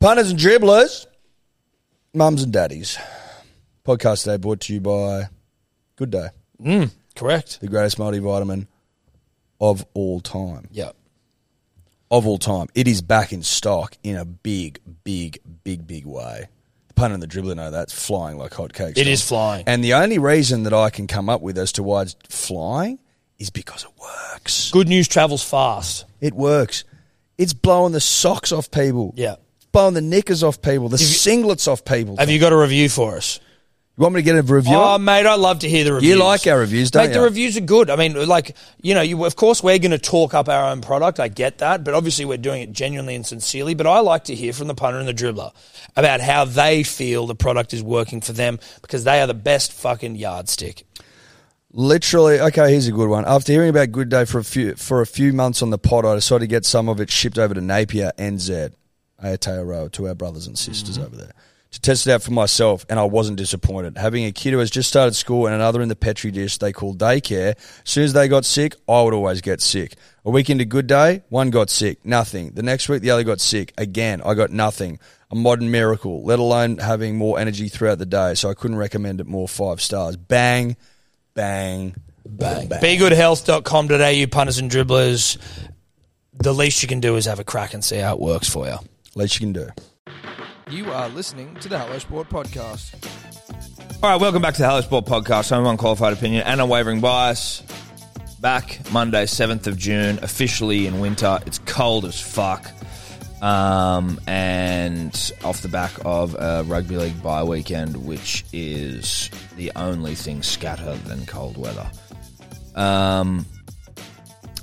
Punters and dribblers, mums and daddies. Podcast today brought to you by Good Day, Mm, correct. the greatest multivitamin of all time. Yeah. Of all time. It is back in stock in a big, big, big, big way. The punter and the dribbler know that's flying like hotcakes. It Tom. is flying. And the only reason that I can come up with as to why it's flying is because it works. Good news travels fast. It works. It's blowing the socks off people. Yeah. It's blowing the knickers off people, the you- singlets off people. Have you got a review for us? You want me to get a review? Oh, mate, I love to hear the reviews. you like our reviews, don't Mate, the you? reviews are good. I mean, like, you know, you, of course we're going to talk up our own product. I get that. But obviously we're doing it genuinely and sincerely. But I like to hear from the punter and the dribbler about how they feel the product is working for them because they are the best fucking yardstick. Literally, okay. Here's a good one. After hearing about Good Day for a few for a few months on the pod, I decided to get some of it shipped over to Napier, NZ, Aotearoa, to our brothers and Mm-hmm. sisters over there to test it out for myself. And I wasn't disappointed. Having a kid who has just started school and another in the petri dish they call daycare. As soon as they got sick, I would always get sick. A week into Good Day, one got sick, nothing. The next week, the other got sick again. I got nothing. A modern miracle, let alone having more energy throughout the day. So I couldn't recommend it more. Five stars. Bang bang, bang, bang. BeGoodHealth.com.au, punters and dribblers. The least you can do is have a crack and see how it works for you. Least you can do. You are listening to the Hello Sport Podcast. All right, welcome back to the Hello Sport Podcast. I'm unqualified opinion and unwavering bias. Back Monday, 7th of June, officially in winter. It's cold as fuck. Um, and off the back of a rugby league bye weekend, which is the only thing scatter than cold weather. Um,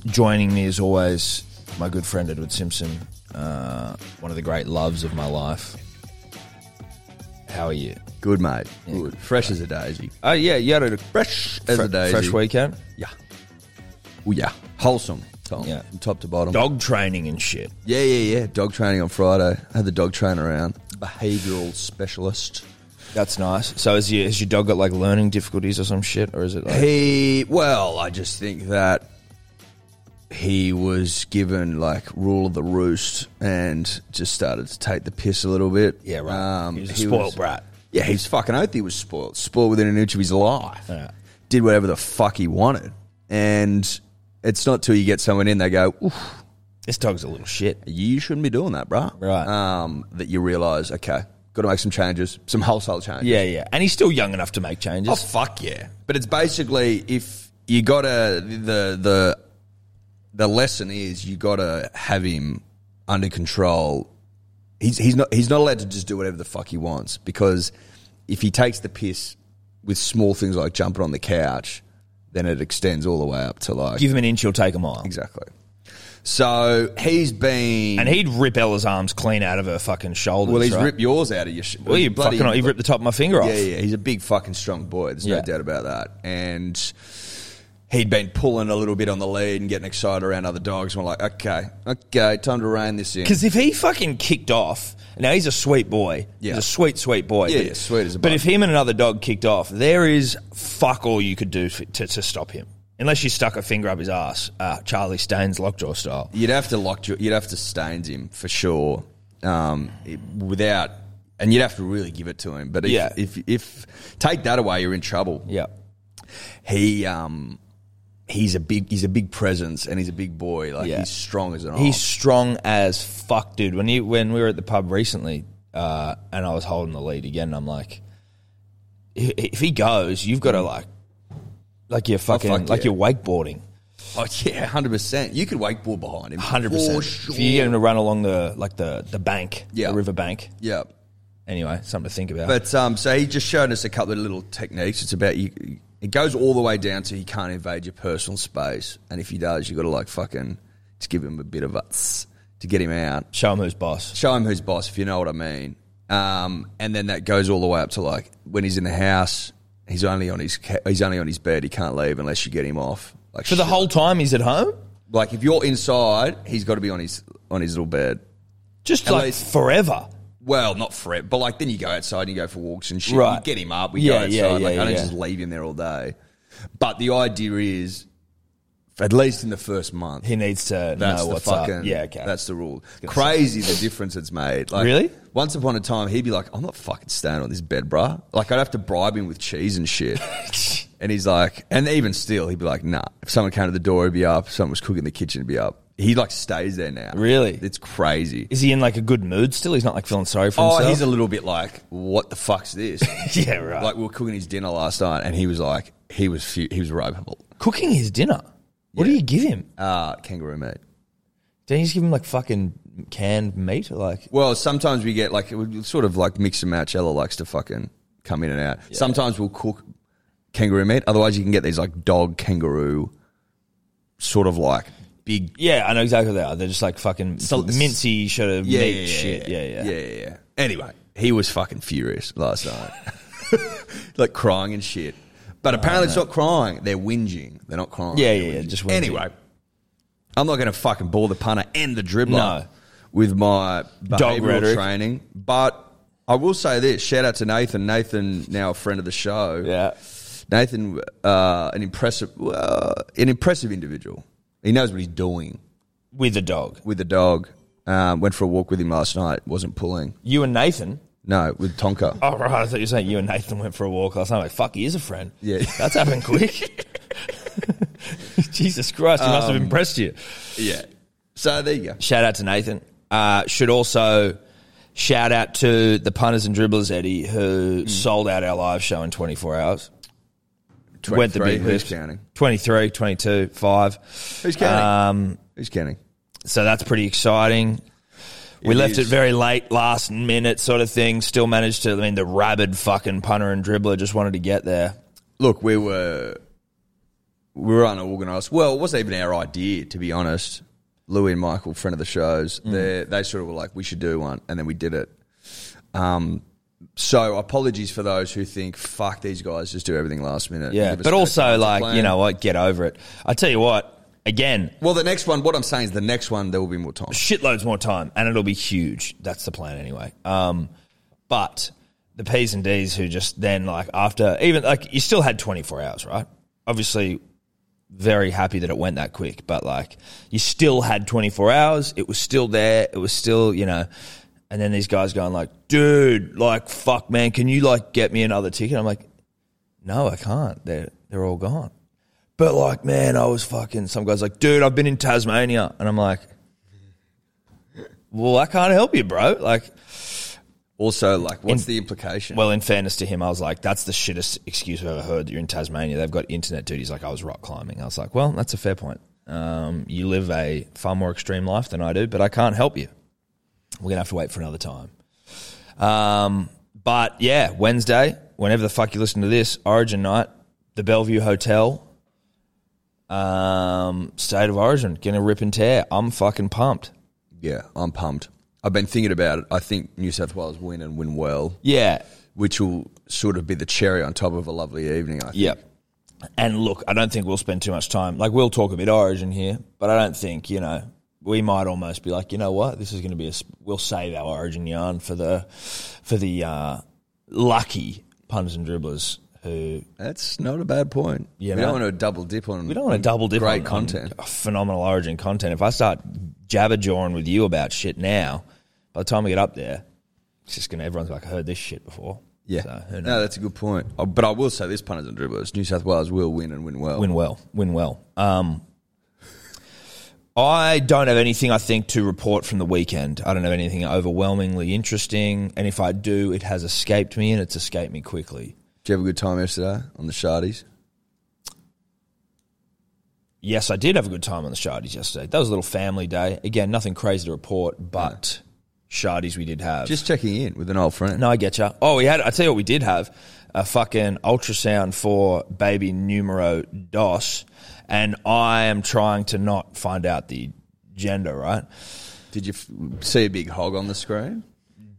joining me as always, my good friend Edward Simpson, uh, one of the great loves of my life. How are you? Good, mate. Good. Fresh as a daisy. Oh yeah, you had a Fresh fre- fresh weekend. Yeah. Oh, yeah. Wholesome, Tom. Yeah. From top to bottom. Dog training and shit. Yeah, yeah, yeah. Dog training on Friday. Had the dog trainer around. Behavioural specialist. That's nice. So has your has your dog got like learning difficulties or some shit, or is it like He, well, I just think that he was given like rule of the roost and just started to take the piss a little bit. Um, yeah, right? he was a he spoiled was- brat. Yeah, he's fucking oath he was spoiled. Spoiled within an inch of his life. Yeah. Did whatever the fuck he wanted. And it's not till you get someone in, they go, Oof, This dog's a little shit. you shouldn't be doing that, bruh. Right. Um, that you realise, okay, got to make some changes, some wholesale changes. Yeah, yeah. And he's still young enough to make Oh, changes. fuck yeah. But it's basically if you got to, the, the, the lesson is you got to have him under control. He's, he's not he's not allowed to just do whatever the fuck he wants because if he takes the piss with small things like jumping on the couch, then it extends all the way up to like Give him an inch, he'll take a mile. exactly. So he's been And he'd rip Ella's arms clean out of her fucking shoulders. well, he's right? ripped yours out of your sh- Well, you bloody- fucking, he ripped the top of my finger off. Yeah, yeah, he's a big fucking strong boy. There's no Yeah. doubt about that. And he'd been pulling a little bit on the lead and getting excited around other dogs. And we're like, okay, okay, time to rein this in. Because if he fucking kicked off, now he's a sweet boy. Yeah. He's a sweet, sweet boy. Yeah, yeah, sweet as a But bun. if him and another dog kicked off, there is fuck all you could do f- to, to stop him. Unless you stuck a finger up his ass, uh, Charlie Staines lockjaw style. You'd have to lock. You'd have to stains him for sure. Um, it- without, and you'd have to really give it to him. But if, Yeah. if if take that away, you're in trouble. Yeah. He um, he's a big he's a big presence and he's a big boy. Like Yeah. he's strong as an He's ox. strong as fuck, dude. When he when we were at the pub recently, uh, and I was holding the lead again, I'm like, i- if he goes, you've got to like, like you're fucking, Oh, fuck like yeah. you're wakeboarding. Oh yeah, hundred percent. You could wakeboard behind him. Hundred for percent. Sure. If you get him to run along the like the the bank, Yeah. the river bank. yeah. Anyway, something to think about. But um, so he just showed us a couple of little techniques. It's about you. It goes all the way down to you can't invade your personal space, and if he does, you got to like fucking just give him a bit of us to get him out. Show him who's boss. Show him who's boss, if you know what I mean. Um, and then that goes all the way up to like when he's in the house, he's only on his ca- he's only on his bed. He can't leave unless you get him off. Like For the shit. whole time he's at home, like if you're inside, he's got to be on his on his little bed. just At like least- forever. Well, not for it, but like then you go outside and you go for walks and shit. Right. You get him up, we Yeah, go outside. yeah, like yeah, I don't yeah. just leave him there all day. But the idea is at least in the first month. He needs to That's know the what's fucking up. Yeah, okay. That's the rule. Crazy the difference it's made. Like, Really? Once upon a time, he'd be like, "I'm not fucking staying on this bed, bruh. Like, I'd have to bribe him with cheese and shit. and he's like, and even still, he'd be like, "Nah." If someone came to the door, it'd be up. If someone was cooking in the kitchen, it'd be up. He like stays there now. Really? It's crazy. Is he in like a good mood still? He's not like feeling sorry for Oh, himself. he's a little bit like, what the fuck's this? Yeah, right. Like we were cooking his dinner last night, and he was like, he was fu- he was ropeable. cooking his dinner. What do Yeah. you give him? Uh, kangaroo meat. Don't you just give him like fucking canned meat? Like Well, sometimes we get like it would sort of like mix and match. Ella likes to fucking come in and out. Sometimes we'll cook kangaroo meat. Otherwise, you can get these like dog kangaroo, sort of like big yeah, I know exactly what they are. They're just like fucking So- mincy sort of yeah, meat yeah, shit. Yeah, yeah. yeah, yeah, yeah. Anyway, he was fucking furious last night, like crying and shit. But apparently, it's not crying. They're whinging. They're not crying. Yeah, They're yeah, yeah, whinging. just whinging. anyway. I'm not going to fucking bore the punter and the dribbler No. with my behavioral rhetoric. training, but I will say this: shout out to Nathan. Nathan, now a friend of the show. Yeah. Nathan, uh, an impressive, uh, an impressive individual. He knows what he's doing With a dog. with the dog. Um, went for a walk with him last night. Wasn't pulling. You and Nathan. No, with Tonka. Oh right, I thought you were saying you and Nathan went for a walk last night. Like, fuck, he is a friend. Yeah. That's happened quick. Jesus Christ, he must have Um, impressed you. Yeah. So there you go. Shout out to Nathan. Uh, should also shout out to the punters and dribblers, Eddie, Hmm. who sold out our live show in 24 hours. Went the 23, big who's list. counting? 23, 22, 5. Who's counting? Um, Who's counting? so that's pretty exciting. We It left is. it very late, last minute sort of thing. Still managed to, I mean, the rabid fucking punter and dribbler just wanted to get there. Look, we were we were unorganised. Well, it wasn't even our idea, to be honest. Louis and Michael, friend of the shows, Mm. they they sort of were like, we should do one, and then we did it. Um, so apologies for those who think, fuck these guys, just do everything last minute. Yeah. uh, Give us But no also, time to like, plan. you know what? Get over it. I tell you what, again, Well, the next one, what I'm saying is, the next one there will be more time. shitloads more time, and it'll be huge. That's the plan anyway. Um, but the P's and D's who just then like after even like you still had 24 hours, right? Obviously, very happy that it went that quick, but like you still had 24 hours. It was still there. It was still you know. And then these guys going like, dude, like fuck, man, can you like get me another ticket? I'm like, no, I can't. They're they're all gone. But like, man, I was fucking. Some guys like, dude, I've been in Tasmania, and I'm like, well, I can't help you, bro. Like, Also, like, what's the implication? well, in fairness to him, I was like, that's the shittest excuse I've ever heard. You're in Tasmania. They've got internet duties. Like, I was rock climbing. I was like, well, that's a fair point. Um, you live a far more extreme life than I do, but I can't help you. We're going to have to wait for another time. Um, but yeah, Wednesday, whenever the fuck you listen to this, Origin night, the Bellevue Hotel, um, State of Origin, going to rip and tear. I'm fucking pumped. yeah, I'm pumped. I've been thinking about it. I think New South Wales win and win well. Yeah. which will sort of be the cherry on top of a lovely evening. I think. Yep. And look, I don't think we'll spend too much time. Like we'll talk a bit origin here, but I don't think you know we might almost be like, you know what, this is going to be a sp- we'll save our origin yarn for the for the uh, lucky punters and dribblers who That's not a bad point. Yeah, we man. don't want to double dip on. we don't want to double dip Great on- on content. phenomenal origin content. If I start jabber jawing with you about shit now, by the time we get up there, it's just going to everyone's like, I heard this shit before. yeah, so who knows? no, that's a good point. Oh, but I will say this: punters and dribblers, New South Wales will win and win well. Win well. Win well. Um, I don't have anything I think to report from the weekend. I don't have anything overwhelmingly interesting, and if I do, it has escaped me, and it's escaped me quickly. Did you have a good time yesterday on the Shardies? Yes, I did have a good time on the Shardies yesterday. That was a little family day. Again, nothing crazy to report, but Shardies we did have. Just checking in with an old friend. no, I get you. Oh, we had. I tell you what, we did have a fucking ultrasound for baby numero dos, and I am trying to not find out the gender. Right. Did you f- see a big hog on the screen?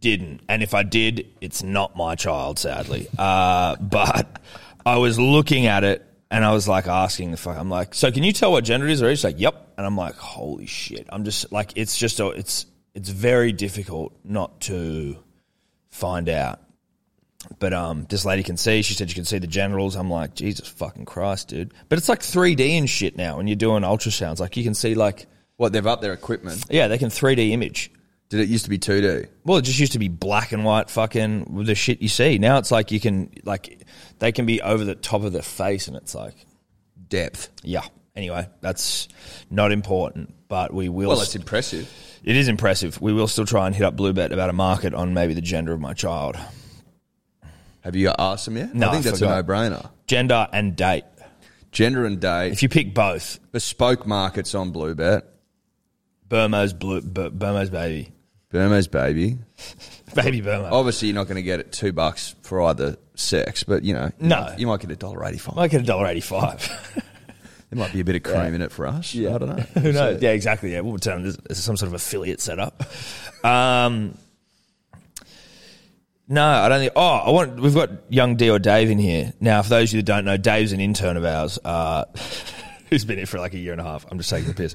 didn't. And if I did, it's not my child, sadly. Uh, but I was looking at it and I was like asking the fuck. I'm like, so can you tell what gender it is? Or he's like, yep. And I'm like, holy shit. I'm just like, it's just, a, it's, it's very difficult not to find out. But um, this lady can see. She said you can see the generals. I'm like, Jesus fucking Christ, dude. But it's like 3D and shit now, and you're doing ultrasounds. Like you can see, like, What they've up their equipment? yeah, they can 3D image. Did it used to be two D? Well, it just used to be black and white fucking with the shit you see. Now it's like you can like they can be over the top of their face and it's like Depth. yeah. Anyway, that's not important, but we will Well, it's impressive. it is impressive. We will still try and hit up Bluebet about a market on maybe the gender of my child. Have you asked them yet? No, I think I that's a forgot. no-brainer. Gender and date. Gender and date, If you pick both, bespoke markets on Bluebet, Burmo's blue Bur- Burmo's baby. Burma's baby. Baby Burmo. Obviously, you're not going to get it two bucks for either sex, but you know, you No. might- you might get a dollar eighty-five. Might get a dollar eighty five. There might be a bit of cream in it for us. I don't know. Who knows? Yeah, exactly. Yeah, we'll turn this this is some sort of affiliate setup. Um, no, I don't think. Oh, I want. We've got young D or Dave in here now. For those of you that don't know, Dave's an intern of ours. Uh, Who's been here for like a year and a half? I'm just taking the piss.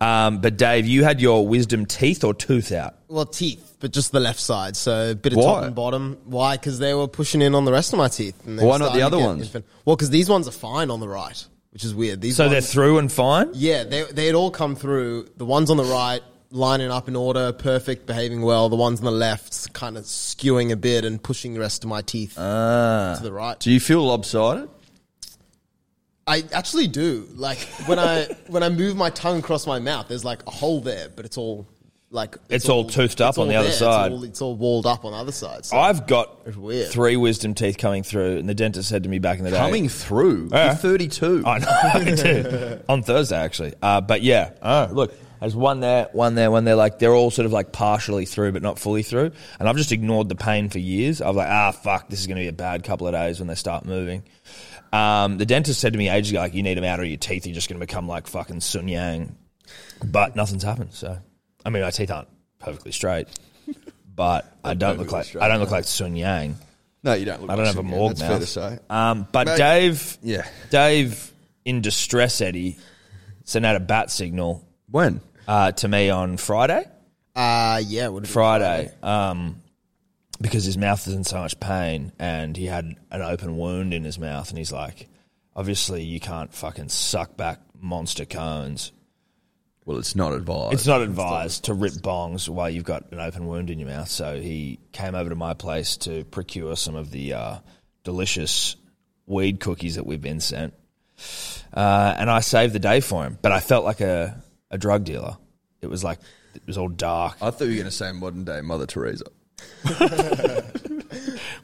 Um, but Dave, you had your wisdom teeth or tooth out? Well, teeth, but just the left side. So a bit of Why? top and bottom. Why? Because they were pushing in on the rest of my teeth. And they Why were not the starting to other get ones? infin- Well, because these ones are fine on the right, which is weird. These So they're ones, through and fine. yeah, they they had all come through. The ones on the right lining up in order, perfect, behaving well. The ones on the left kind of skewing a bit and pushing the rest of my teeth Ah. to the right. Do you feel lopsided? I actually do. Like when I when I move my tongue across my mouth, there's like a hole there, but it's all like It's all toothed up on the other It's side. all- It's all, walled up on the other side. So I've got It's weird. three wisdom teeth coming through, and the dentist said to me back in the day, Coming through, Yeah. you're 32. I know, dude. On Thursday, actually. Uh, but yeah, oh, look, there's one there, one there, one there. Like they're all sort of like partially through, but not fully through. And I've just ignored the pain for years. I've like, ah, fuck, this is going to be a bad couple of days when they start moving. Um, the dentist said to me ages ago, like, you need them out or your teeth are just going to become like fucking Sun Yang. But nothing's happened. So, I mean, my teeth aren't perfectly straight, but I don't look perfectly like straight, I don't look like Sun Yang. No, you don't look I don't like have a Simeon, morgue That's now. fair to say. Um, but Mate, Dave, yeah. Dave in distress, Eddie sent out a bat signal When? uh, to me on Friday. uh, yeah, would Friday, um, because his mouth is in so much pain, and he had an open wound in his mouth, and he's like, obviously you can't fucking suck back monster cones. Well, it's not advised. It's not advised to rip bongs while you've got an open wound in your mouth. So he came over to my place to procure some of the uh, delicious weed cookies that we've been sent. Uh, and I saved the day for him, but I felt like a, a drug dealer. It was like, it was all dark. I thought you were going to say modern day Mother Teresa.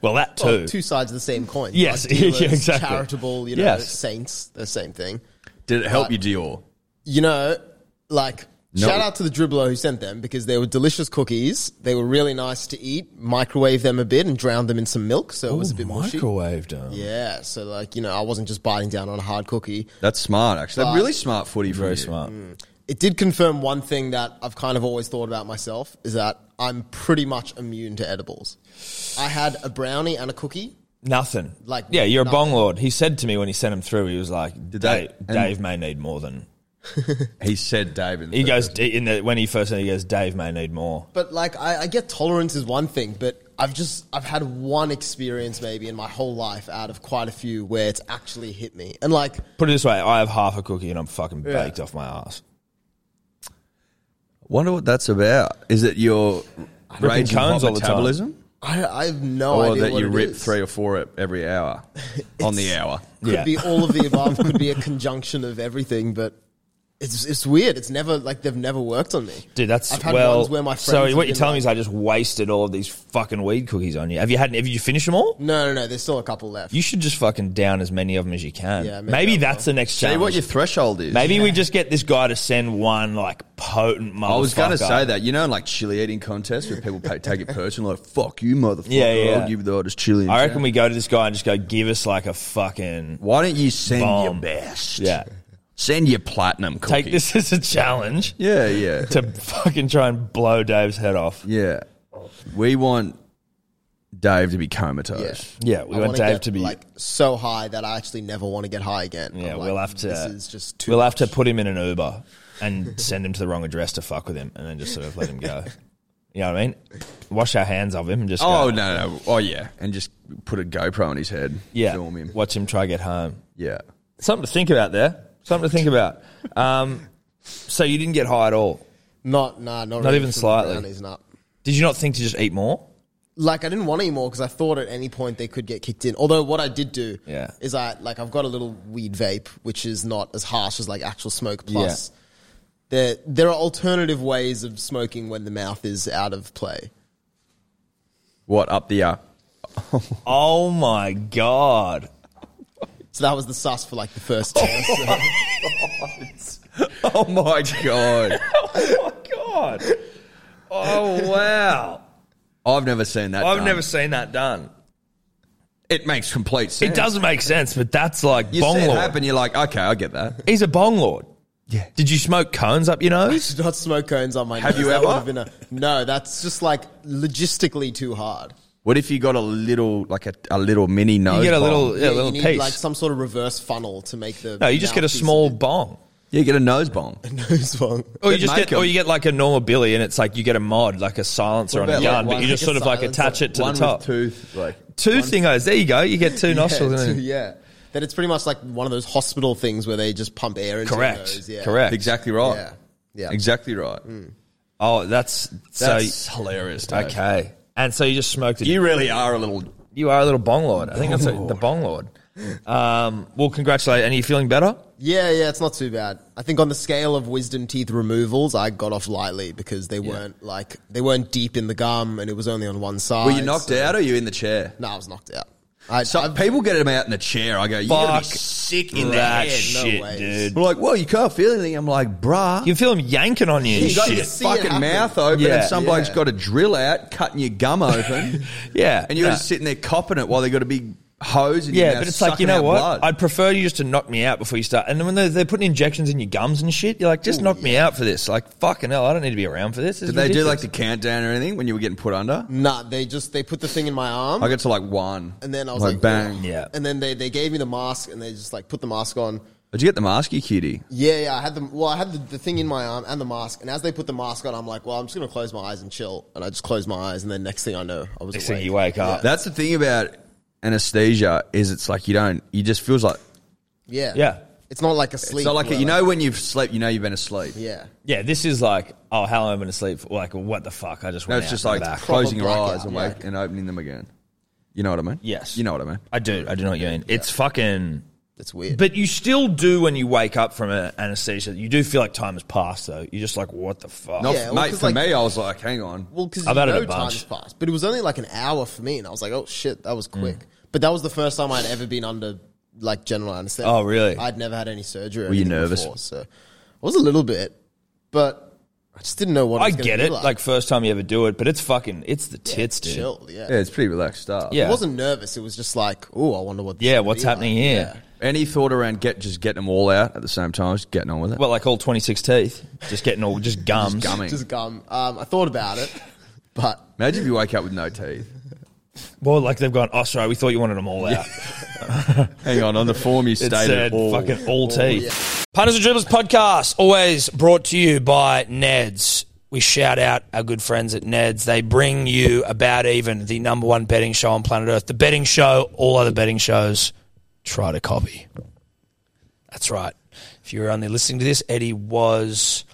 Well, that too. Well, Oh, two sides of the same coin. Yes, Like dealers, yeah, exactly. Charitable, you know, Yes. saints, the same thing. Did it Uh, help you, Dior? You know, like No. shout out to the dribbler who sent them because they were delicious cookies. They were really nice to eat. Microwave them a bit and drowned them in some milk, so it was a bit mushy. microwaved him. Yeah, so like you know, I wasn't just biting down on a hard cookie. That's smart, actually. But- Mm. really smart footy from Very you. smart. It did confirm one thing that I've kind of always thought about myself is that I'm pretty much immune to edibles. I had a brownie and a cookie. Nothing. Like, yeah, you're nothing. a bong lord. He said to me when he sent him through, he was like, they- Dave, and- Dave may need more than. He said David. He goes in the when he first said he goes, Dave may need more. But like, I, I get tolerance is one thing, but I've just I've had one experience maybe in my whole life out of quite a few where it's actually hit me, and like Put it this way: I have half a cookie and I'm fucking baked off my ass. Wonder what that's about. Is it your raging hot cones all the time. metabolism? I, I have no or idea that what you it rip is. three or four at every hour on the hour? Could Yeah. be all of the above. could be a conjunction of everything, but. It's, it's weird. It's never like they've never worked on me, Dude, that's I've had well. ones where my friends so have what you're been telling me like- is I just wasted all of these fucking weed cookies on you. Have you had? Have you finished them all? No, no, no. There's still a couple left. You should just fucking down as many of them as you can. Yeah, maybe maybe I that's the next See challenge. what your threshold is. maybe we just get this guy to send one like potent motherfucker. I was going to say that. You know, in like chili eating contests where people pay, take it personal, like, fuck you, motherfucker. Yeah, yeah. I'll give you the oddest chili in I reckon town." we go to this guy and just go, give us like a fucking Why don't you send your Bomb. best? yeah. Send your platinum cookie. Take this as a challenge Yeah, yeah. to fucking try and blow Dave's head off. yeah. We want Dave to be comatose. Yeah. Yeah, we I want wanna Dave get, to be. like so high that I actually never want to get high again. yeah, I'm like, we'll have to. uh, This is just too. we'll have to put him in an Uber and send him to the wrong address to fuck with him, and then just sort of let him go. You know what I mean? Wash our hands of him and just Oh go, no, no, oh yeah, and just put a GoPro on his head. yeah, film him. watch him try to get home. Yeah, Something to think about there. Something to think about. Um, so you didn't get high at all. Not, nah, not, really even from slightly. brownies, nah. Did you not think to just eat more? Like I didn't want any more because I thought at any point they could get kicked in. Although what I did do Yeah. is I like I've got a little weed vape which is not as harsh as like actual smoke. Plus, there there are alternative ways of smoking when the mouth is out of play. what up the uh, Oh my god! So that was the sus for like the first test. Oh my god, Oh my god! Oh wow! I've never seen that. I've done. never seen that done. It makes complete sense. It doesn't make sense, but that's like You bong see it lord. happen, you're like, okay, I get that. He's a bong lord. Yeah. Did you smoke cones up your nose? Did not smoke cones on my Have nose. you That ever? would have been a, no, that's just like logistically too hard. What if you got a little, like a, a little mini nose? You get a little, bomb? yeah, a little you need piece. like some sort of reverse funnel to make the no, you just get a mouthpiece small bong. Yeah, get a nose bomb. nose one. Or you They'd just make get, or 'em. you get like a normal billy, and it's like you get a mod, like a silencer on a about like gun, but one- you just like sort a of like silencer? attach it to One the top. with tooth, like Two thingos. There you go. You get two nostrils. yeah, and two- then- yeah. That it's pretty much like one of those hospital things where they just pump air into Correct. your nose. Yeah. Correct. exactly right. Yeah. Yeah. Hmm. exactly right. Oh, that's, That's so. hilarious. Dave. Okay. And so you just smoked it. You, you really are a little. are a little bong lord. I think that's a, the bong lord. Um, well, congratulate. And are you feeling better? Yeah, yeah, it's not too bad. I think on the scale of wisdom teeth removals, I got off lightly because they weren't like they weren't deep in the gum and it was only on one side. Were you knocked Uh, so- out or you in the chair? No, I was knocked out. I, So I've- people get them out in the chair. I go, you gotta Fuck be sick in the that head. shit, ways. dude. We're like, well, you can't feel anything. I'm like, bruh. You feel him yanking on you. and You got your shit. see it fucking happen. mouth open, Yeah. and some Yeah. bloke's got a drill out, cutting your gum open, Yeah. and you're no. just sitting there copping it while they got a big hose. In your Yeah, mouth but it's like you sucking know out what? blood. I'd prefer you just to knock me out before you start. And then when they're, they're putting injections in your gums and shit, you're like, just knock me out for this. Like fucking hell, I don't need to be around for this. Did they do like the countdown or anything when you were getting put under? nah, they just they put the thing in my arm. I got to like one, And then I was like, bang. Yeah. And then they, they gave me the mask and they just like put the mask on. Did you get the mask, you cutie? Yeah, yeah. I had the well, I had the, the thing in my arm and the mask. And as they put the mask on, I'm like, well, I'm just gonna close my eyes and chill. And I just closed my eyes, and then next thing I know, I was Next awake. thing you wake up. That's the thing about anesthesia is it's like you don't. You just feels like Yeah, Yeah. It's not like a sleep. it's not like where, you know when you've slept, you know you've been asleep. Yeah, Yeah, this is like, oh, how am I going to sleep? for- Like, what the fuck? I just No, went it's out just and like back. closing your Proper eyes and blackout, wake and opening them again. You know what I mean? Yes. You know what I mean? I do. I do know what you mean. It's fucking. it's weird. But you still do when you wake up from an anesthesia. You do feel like time has passed, though. You're just like, what the fuck? Not, Yeah, well, mate, 'cause, for like- me, I was like, hang on. well, because you I've had it a know time bunch. Mm. has passed, but it was only like an hour for me, and I was like, oh shit, that was quick. But that was the first time I'd ever been under like general anesthesia. Oh, really? I'd never had any surgery. Or you anything nervous? Before, so I was a little bit, but I just didn't know what I was gonna get be it. Like, Like, first time you ever do it, but it's fucking. It's the tits, dude. chill. Yeah. Yeah, it's pretty relaxed stuff. Yeah. I wasn't nervous. It was just like, oh, I wonder what. This Yeah, could what's be like." happening here? Any thought around get just getting them all out at the same time, just getting on with it? Well, like all 26 teeth. Just getting all, just gums. gumming. Just gum. Um, I thought about it, but Imagine if you wake up with no teeth. Well, like they've gone, oh, sorry, we thought you wanted them all out. Hang on, on the form you It stated said all. fucking all teeth. Punters and Dribblers podcast, always brought to you by Neds. We shout out our good friends at Neds. They bring you about even the number one betting show on planet Earth. The betting show, all other betting shows try to copy. That's right. If you were only listening to this, Eddie was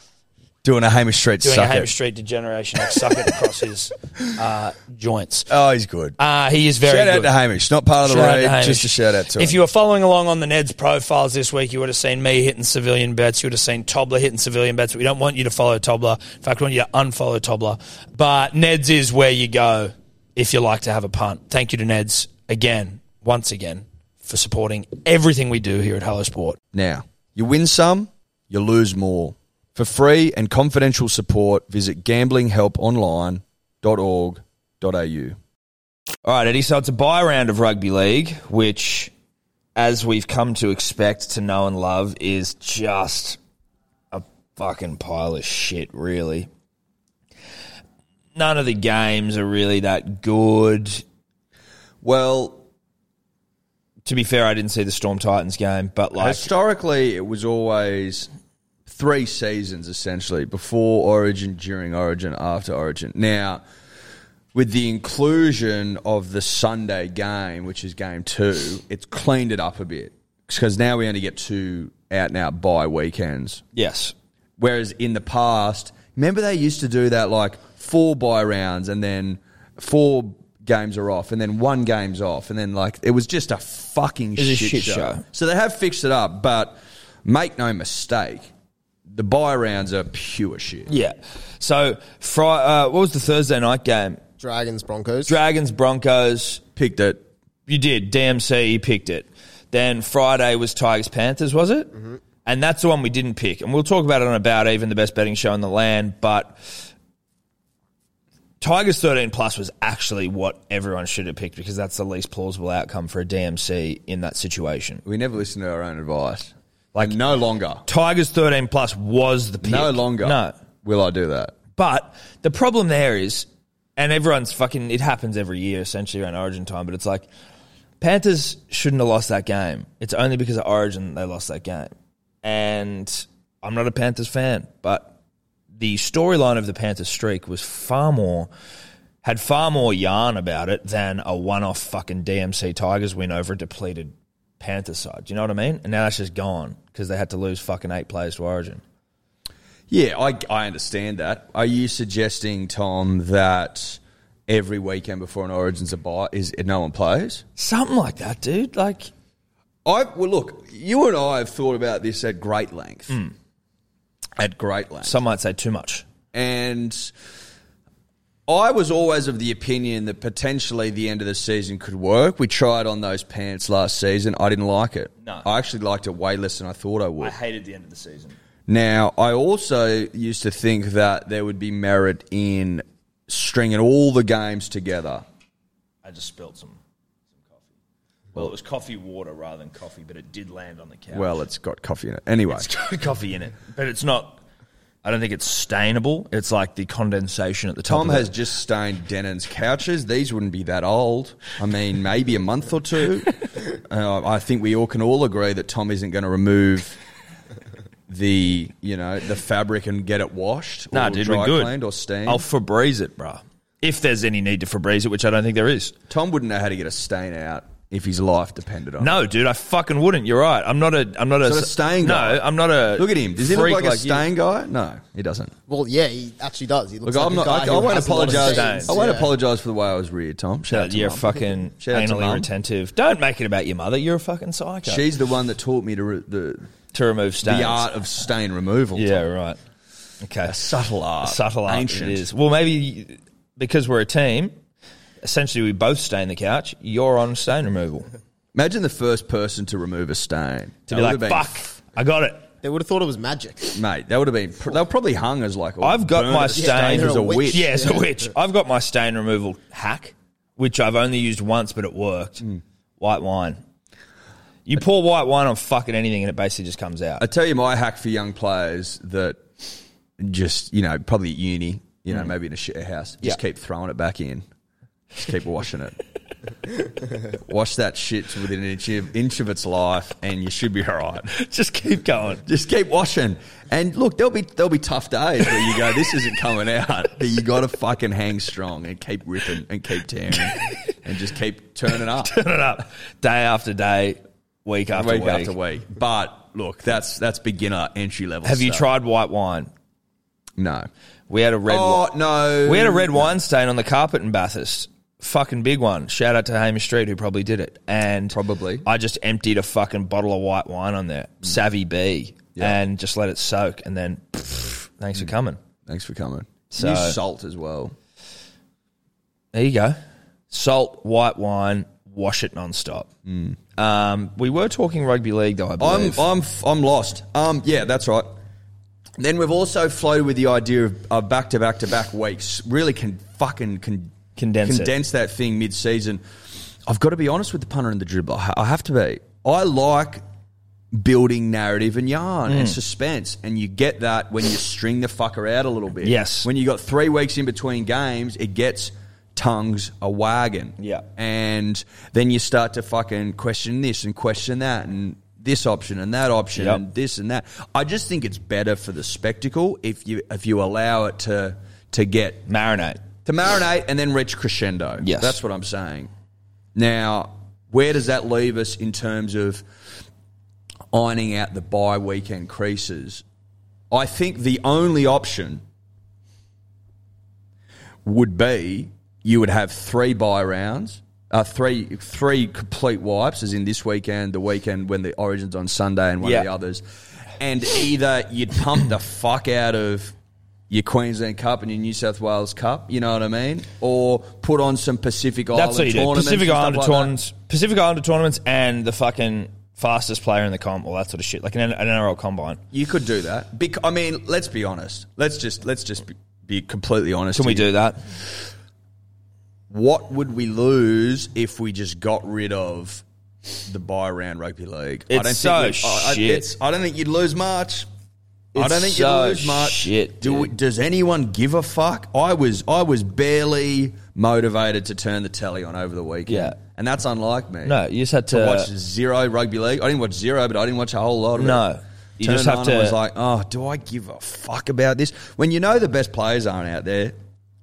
doing a Hamish Street doing suck a Hamish it. Street degeneration, like suck it across his uh, joints. Oh, he's good. Uh, he is very shout out good. to Hamish. Not part of the Shout out to raid, Hamish. just a shout out to If him. you were following along on the Ned's profiles this week, you would have seen me hitting civilian bets. You would have seen Tobler hitting civilian bets. We don't want you to follow Tobler. In fact, we want you to unfollow Tobler. But Ned's is where you go if you like to have a punt. Thank you to Ned's again, once again, for supporting everything we do here at Hello Sport. Now, you win some, you lose more. For free and confidential support, visit gamblinghelponline.org.au. All right, Eddie. So it's a buy round of rugby league, which, as we've come to expect, to know and love, is just a fucking pile of shit, really. None of the games are really that good. Well, To be fair, I didn't see the Storm Titans game, but like, historically, it was always three seasons essentially before Origin, during Origin, after Origin. Now, with the inclusion of the Sunday game, which is game two, it's cleaned it up a bit because now we only get two out and out by weekends. Yes. Whereas in the past, remember they used to do that like four buy rounds and then four games are off and then one game's off and then like it was just a fucking was a shit, shit show. show. So they have fixed it up, but make no mistake, the buy rounds are pure shit. Yeah. So, fri- uh, what was the Thursday night game? Dragons, Broncos. Dragons, Broncos. Picked it. You did. DMC, you picked it. Then Friday was Tigers, Panthers, was it? Mm-hmm. And that's the one we didn't pick. And we'll talk about it on About Even, the best betting show in the land. But Tigers 13 plus was actually what everyone should have picked because that's the least plausible outcome for a DMC in that situation. We never listen to our own advice. Like no longer. Tigers 13 plus was the pick. No longer. No. Will I do that? But the problem there is, and everyone's fucking, it happens every year essentially around Origin time, but it's like Panthers shouldn't have lost that game. It's only because of Origin they lost that game. And I'm not a Panthers fan, but the storyline of the Panthers streak was far more, had far more yarn about it than a one off fucking DMC Tigers win over a depleted Panthers side. Do you know what I mean? And now that's just gone because they had to lose fucking eight players to Origin. Yeah, I, I understand that. Are you suggesting, Tom, that every weekend before an Origins a buy is no one plays? Something like that, dude. Like, I well, look, you and I have thought about this at great length. At Hmm. great length, some might say too much. and I was always of the opinion that potentially the end of the season could work. We tried on those pants last season. I didn't like it. No. I actually liked it way less than I thought I would. hated the end of the season. Now, I also used to think that there would be merit in stringing all the games together. I just spilled some, some coffee. Well, it was coffee water rather than coffee, but it did land on the couch. Well, it's got coffee in it. Anyway, it's got coffee in it, but it's not. I don't think it's stainable. It's like the condensation at the top. Tom of it. has just stained Denon's couches. These wouldn't be that old. I mean, maybe a month or two. uh, I think we all can all agree that Tom isn't going to remove the, you know, the fabric and get it washed Nah, or dude, dry we're good. cleaned or steamed. I'll Febreze it, bruh. If there's any need to Febreze it, which I don't think there is. Tom wouldn't know how to get a stain out if his life depended on it. No, dude, I fucking wouldn't. You're right. I'm not a. I'm not a. So a stain No, guy. I'm not a. Look at him. Does he look freak like, a you. stain guy? No, he doesn't. Well, yeah, he actually does. He Look, looks like I'm a not. guy I, who I won't has a lot of apologize. stains. I won't Yeah. apologize for the way I was reared, Tom. Shout No, out to you're Mum. fucking Shout out to anally Mum. retentive. Don't make it about your mother. You're a fucking psycho. She's the one that taught me to re- the to remove stains. the art of stain removal. Yeah, Tom. right. Okay. A subtle art, subtle art. ancient. It is. Well, maybe because we're a team, essentially we both stain the couch. You're on stain removal. Imagine the first person to remove a stain. To be That would like, have been- fuck, I got it. They would have thought it was magic. mate. That would have been. pr- They were probably hung as like. I've got burn my a stain. as They're a a witch. witch. Yeah, it's a witch. I've got my stain removal hack, which I've only used once, but it worked. Hmm. White wine. You pour white wine on fucking anything and it basically just comes out. I tell you my hack for young players that just you know probably at uni, you know maybe in a shit house, just Yeah. keep throwing it back in, just keep washing it. Wash that shit to within an inch of, inch of its life, and you should be all right. just keep going. Just keep washing, and look, there'll be there'll be tough days where you go, this isn't coming out, but you got to fucking hang strong and keep ripping and keep tearing and just keep turning up Turn it up day after day, week after week week. after week. But look, that's that's beginner entry level. Have you stuff. tried white wine? No. We had a red Oh no, wi- we had a red wine stain on the carpet in Bathurst. Fucking big one. Shout out to Hamish Street who probably did it. And Probably. Mm. I just emptied a fucking bottle of white wine on there. Savvy B. And just let it soak and then pff, thanks for coming. Mm. Thanks for coming. So- Use salt as well. There you go. Salt, white wine, wash it nonstop. Um, we were talking rugby league though, I I'm believe. I'm f- I'm lost. Um, yeah, that's right. Then we've also floated with the idea of uh, back to back to back weeks. Really can fucking con- Condense it. condense that thing mid season. I've got to be honest with the punter and the dribbler. I- I have to be. I like building narrative and yarn and Mm. suspense, and you get that when you string the fucker out a little bit. Yes. When you got three weeks in between games, it gets tongues a wagon. Yeah. And then you start to fucking question this and question that and this option and that option Yep. and this and that. I just think it's better for the spectacle if you if you allow it to to get Marinate. to marinate and then reach crescendo. Yes. that's what I'm saying. Now, where does that leave us in terms of ironing out the bye weekend creases? I think the only option would be you would have three bye rounds, uh, three three complete wipes, as in this weekend, the weekend when the Origins on Sunday, and one Yeah. of the others, and either you'd pump the fuck out of your Queensland Cup and your New South Wales Cup, you know what I mean, or put on some Pacific That's what Island you do. tournaments, Pacific and stuff Islander like that. tournaments, Pacific Islander tournaments, and the fucking fastest player in the comp, all that sort of shit, like an, an NRL combine. You could do that. Bec- I mean, let's be honest. Let's just let's just be- be completely honest. Can we here. do that? what would we lose if we just got rid of the buy round rugby league? It's so we- I- I, shit. it's- I don't think you'd lose much. I It's don't think so you'd lose much. shit, Do we, dude. does anyone give a fuck? I was I was barely motivated to turn the telly on over the weekend. Yeah. and that's unlike me. No, you just had to, I watched zero rugby league. I didn't watch zero, but I didn't watch a whole lot of it. No. You Turned just have on to- and was like, oh, do I give a fuck about this? When you know the best players aren't out there,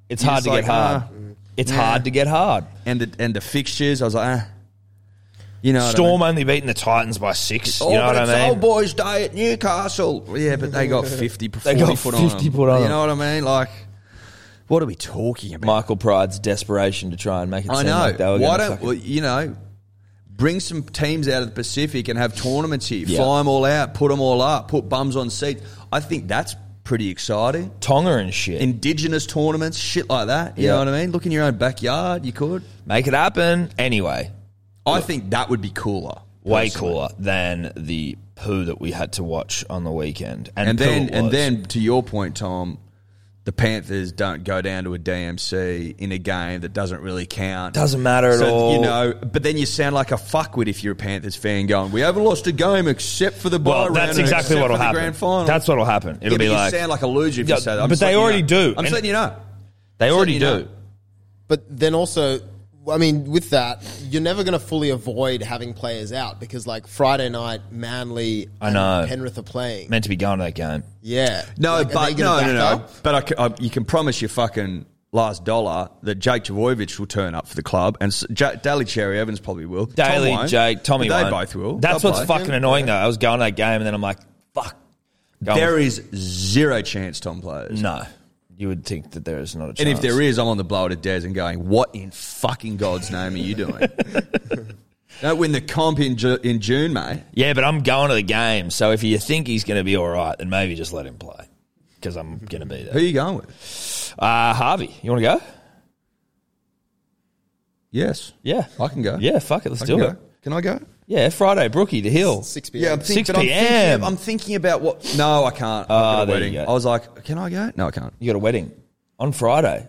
It's You're hard just to like, get hard. ah, it's yeah. hard to get hard. and the and the fixtures. I was like, ah, you know, what I Storm mean? only beating the Titans by six. Oh, you know but what I it's mean? Old Boys Day at Newcastle. Well, Yeah, but they got fifty. They got 40 put on 50 them. put on You them. know what I mean? Like, what are we talking about? Michael Pride's desperation to try and make it I seem know. like they were Why going don't to well, you know? Bring some teams out of the Pacific and have tournaments here. Fly Yeah. 'em Fly them all out. Put them all up. Put bums on seats. I think that's pretty exciting. Tonga and shit. Indigenous tournaments, shit like that. You Yeah. know what I mean? Look in your own backyard. You could. make it happen anyway. I think that would be cooler. Way personally. cooler than the poo that we had to watch on the weekend. And, and poo then it and was. then to your point, Tom, the Panthers don't go down to a DMC in a game that doesn't really count. Doesn't matter at So, all. you know. But then you sound like a fuckwit if you're a Panthers fan going, "We haven't lost a game except for the bye Well, round that's and exactly except what'll for the happen. grand final." That's what'll happen. It'll yeah, but be you like sound like a loser if Yeah, you say that. I'm but just they letting you already know. do. I'm And- just letting you know. they already you know. do. But then also, I mean, with that, you're never going to fully avoid having players out because, like, Friday night, Manly I and know. Penrith are playing. Meant to be going to that game. yeah. No, Like, are they but gonna no, back no, no. up? But I c I you can promise your fucking last dollar that Jake Javojevic will turn up for the club, and s J- Daly Cherry Evans probably will. Tom Daly, won't, Jake, Tommy. but They won't. both will. That's They'll what's play. fucking annoying though. I was going to that game and then I'm like, fuck. Going There is zero chance Tom plays. no. You would think that there is not a chance. And if there is, I'm on the blower to Des and going, what in fucking God's name are you doing? Don't win the comp in, Ju- in June, mate. Yeah, but I'm going to the game. So if you think he's going to be all right, then maybe just let him play because I'm going to be Who are there. you going with? Uh, Harvey, you want to go? Yes. Yeah. I can go. Yeah, fuck it. Let's I do can it. Go. Can I go? Yeah, Friday, Brookie, the Hill. 6 p.m. Yeah, I'm 6 thinking, I'm PM. thinking, I'm thinking about what. No, I can't. I've Ah, got a there you wedding. go. I was like, can I go? No, I can't. You got a wedding on Friday.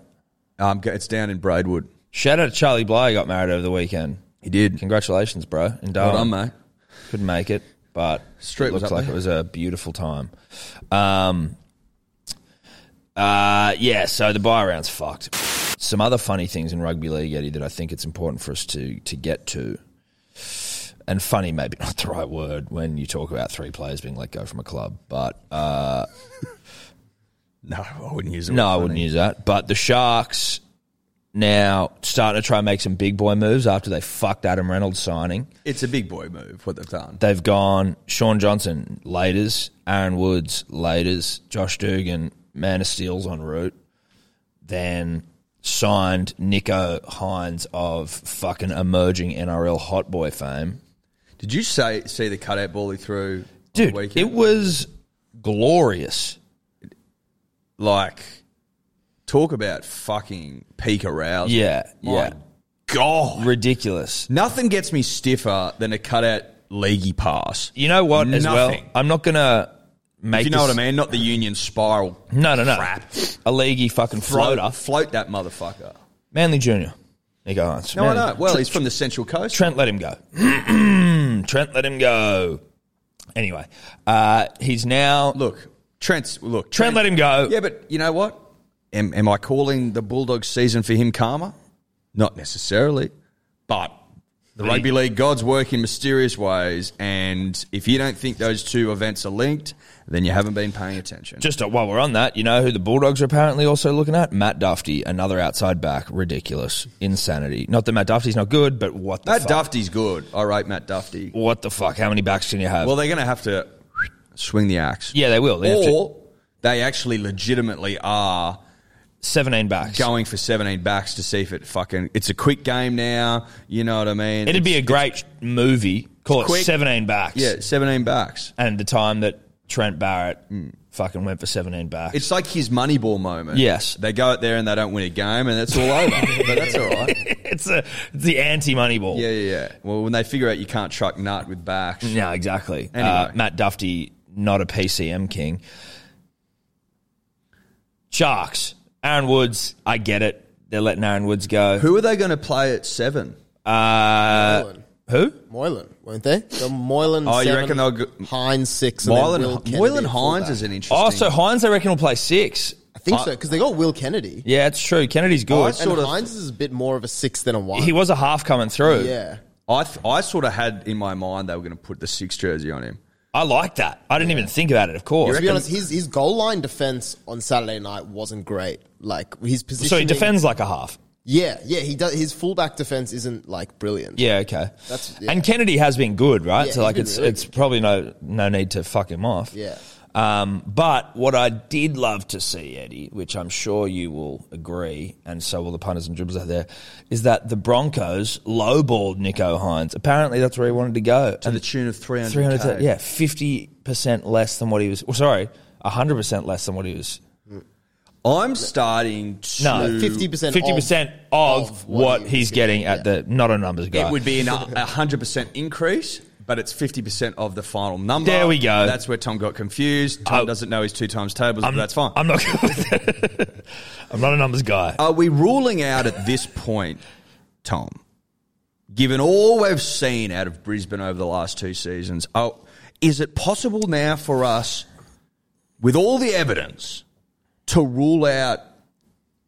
Um, go- it's down in Braidwood. Shout out to Charlie Bly, got married over the weekend. He did. Congratulations, bro. And Well done, mate. Couldn't make it, but Street it was looked up like there. it was a beautiful time. Um, uh, yeah, so the buy round's fucked. Some other funny things in rugby league, Eddie, that I think it's important for us to, to get to. And funny, maybe not the right word when you talk about three players being let go from a club, but uh, No, I wouldn't use it. no, I wouldn't use that. But the Sharks now starting to try and make some big boy moves after they fucked Adam Reynolds signing. It's a big boy move, what they've done. They've gone Sean Johnson, laters. Aaron Woods, laters. Josh Dugan, Man of Steel's en route. Then signed Nico Hines of fucking emerging NRL hot boy fame. Did you say, see the cutout ball he threw on Dude, the weekend? it was glorious. like talk about fucking peak arousal. Yeah, My yeah. God, Ridiculous. nothing gets me stiffer than a cutout leaguey pass. You know what, as Nothing. well? I'm not going to make If you know this- what I mean, not the union spiral. No, no, no. Crap. A leaguey fucking floater. Float, float that motherfucker. Manly Junior. Nico Hines. No, Manly. I know. Well, Tre- he's from the Central Coast. Trent let him go. Trent let him go. Anyway, uh, he's now. look, Trent's look. Trent let him go. Yeah, but you know what? Am, am I calling the Bulldogs season for him karma? Not necessarily, but The rugby league gods work in mysterious ways, and if you don't think those two events are linked, then you haven't been paying attention. Just uh, while we're on that, you know who the Bulldogs are apparently also looking at? Matt Duffy, another outside back. Ridiculous. Insanity. Not that Matt Duffy's not good, but what the Matt fuck? Duffy's good. I rate Matt Duffy. What the fuck? How many backs can you have? Well, they're going to have to swing the axe. yeah, they will. They have to- or they actually legitimately are 17 backs. going for 17 backs to see if it fucking it's a quick game now you know what i mean It'd be a It's- great movie. Call it quick. 17 backs. yeah 17 backs And the time that Trent Barrett mm, fucking went for 17 backs. it's like his moneyball moment Yes. they go out there and they don't win a game and it's all over but that's all right it's, a, it's the anti money ball. yeah yeah yeah well when they figure out you can't truck nut with backs No, exactly. Anyway. Uh, Matt Duffy, not a PCM king. Sharks. Aaron Woods, I get it. They're letting Aaron Woods go. who are they going to play at seven Uh, Moylan. who? Moylan, weren't they? The Moylan. Oh, you seven, reckon they'll go- Hines six? And then Will Moylan, Kennedy Moylan at Hines fullback. is an interesting Oh, so Hines, I reckon, will play six. I think so because they got Will Kennedy. Yeah, it's true. Kennedy's good. and sort of- Hines is a bit more of a six than a one. He was a half coming through. yeah. I, th- I sort of had in my mind they were going to put the six jersey on him I like that. I didn't even think about it, of course. To be honest, his his goal line defense on Saturday night wasn't great. Like his position. so he defends like a half. Yeah, yeah. He does. His fullback defense isn't like brilliant. Yeah, okay. That's- yeah. And Kennedy has been good, right? Yeah, so he's like been it's really it's probably no no need to fuck him off. Yeah. Um, but what I did love to see, Eddie, which I'm sure you will agree, and so will the punters and dribblers out there, is that the Broncos lowballed Nico Hines. Apparently, that's where he wanted to go. to the tune of 300 Three hundred, yeah, fifty percent less than what he was. Well, sorry, hundred percent less than what he was. i'm starting to No, 50% fifty percent of, of what what he was he's getting getting, at the not a numbers guy. It would be an- a hundred percent increase, but it's fifty percent of the final number. There we go. That's where Tom got confused. Tom Oh. doesn't know his two times tables, but that's fine. I'm not. I'm not a numbers guy. Are we ruling out at this point, Tom? Given all we've seen out of Brisbane over the last two seasons, oh, is it possible now for us, with all the evidence, to rule out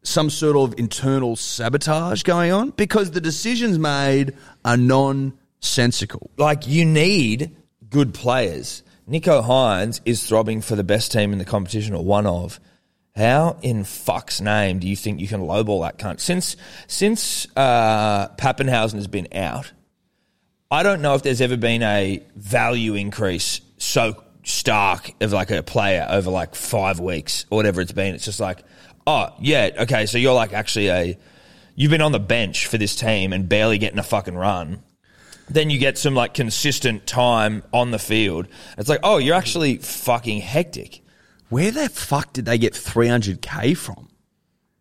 some sort of internal sabotage going on? Because the decisions made are nonsensical. like you need good players. Nico Hines is throbbing for the best team in the competition or one of. How in fuck's name do you think you can lowball that cunt? Since since uh, Pappenhausen has been out, I don't know if there's ever been a value increase so stark of like a player over like five weeks or whatever it's been. It's just like, oh yeah, okay, so you're like actually a you've been on the bench for this team and barely getting a fucking run then you get some like consistent time on the field. It's like, oh, you're actually fucking hectic. Where the fuck did they get 300k from?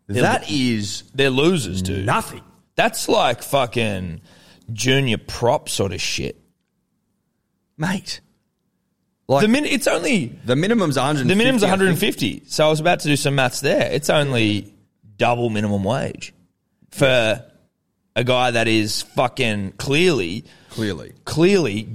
That is They're losers, dude. nothing. That's like fucking junior prop sort of shit. mate. Like the the, min- it's only minimum's 150. the minimum's I think. 150. So I was about to do some maths there. It's only double minimum wage for a guy that is fucking clearly Clearly, clearly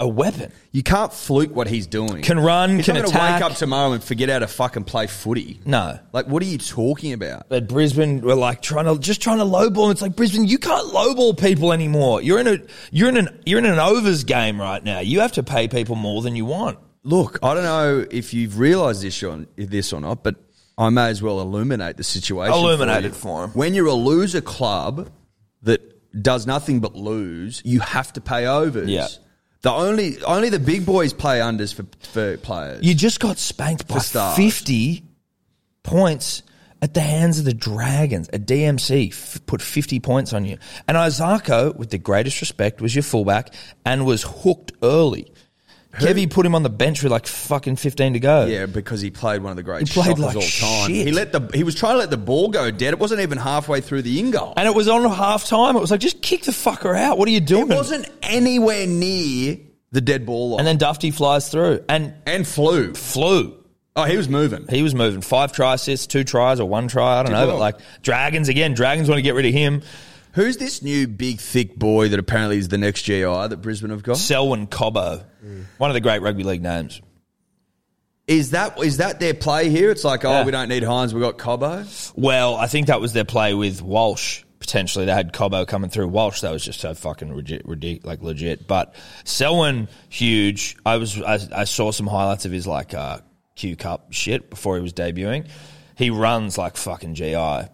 a weapon. you can't fluke what he's doing. Can run, He's can not gonna attack. wake up tomorrow and forget how to fucking play footy. No. Like, what are you talking about? But Brisbane were like trying to just trying to lowball. It's like Brisbane, you can't lowball people anymore. You're in a you're in an you're in an overs game right now. You have to pay people more than you want. Look, I don't know if you've realised this on this or not, but I may as well illuminate the situation. Illuminate for you. it for 'em. When you're a loser club that does nothing but lose, you have to pay overs. Yeah. The only only the big boys play unders for, for players. You just got spanked by starters. fifty points at the hands of the Dragons. A DMC f- put fifty points on you, and Isako, with the greatest respect, was your fullback and was hooked early. Kevy put him on the bench with like fucking fifteen to go. Yeah, because he played one of the great He played shockers like all time. shit. He let the he was trying to let the ball go dead. It wasn't even halfway through the in goal. And it was on half time. It was like, just kick the fucker out. What are you doing? It wasn't anywhere near the dead ball line. And And, then Dufty flies through and flew. flew. Oh, he was moving. He was moving five try assists, two tries or one try. I don't know. But well. like Dragons again, Dragons want to get rid of him. Who's this new big thick boy that apparently is the next GI that Brisbane have got? Mm. Selwyn Cobbo, one of the great rugby league names. Is that is that their play here? It's like, oh, Yeah. we don't need Hines, we got Cobbo. Well, I think that was their play with Walsh potentially they had Cobo coming through. Walsh, that was just so fucking legit, ridic- like legit. But Selwyn, huge. I was I, I saw some highlights of his like uh, Q Cup shit before he was debuting. He runs like fucking GI, and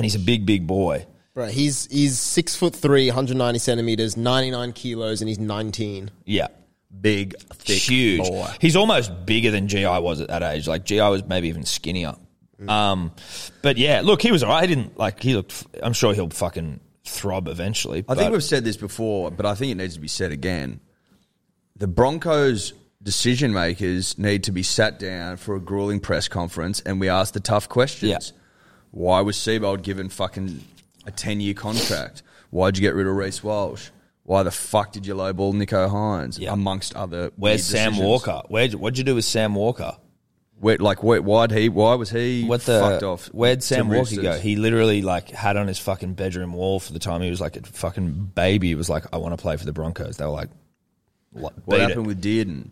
he's a big big boy. Bro, he's he's six foot three, 190 centimeters, 99 kilos, and he's 19. Yeah. Big, thick, huge. boy. He's almost bigger than GI was at that age. Like GI was maybe even skinnier. Mm. Um, but yeah, look, he was alright. He didn't like he looked. f- I'm sure he'll fucking throb eventually. I think we've said this before, but I think it needs to be said again. The Broncos decision makers need to be sat down for a grueling press conference and we ask the tough questions. Why was Seibold given fucking a 10 year contract? Why'd you get rid of Reese Walsh? Why the fuck did you lowball Nico Hines? Yeah. Amongst other Where's weird Sam decisions. Walker? Where what'd you do with Sam Walker? Where, like, where, why'd he? Why was he What the fucked off? Where'd to Sam Walker Roosters? go? He literally like had on his fucking bedroom wall for the time he was like a fucking baby. He was like, I want to play for the Broncos. They were like, "Lo- What beat it. happened with Dearden?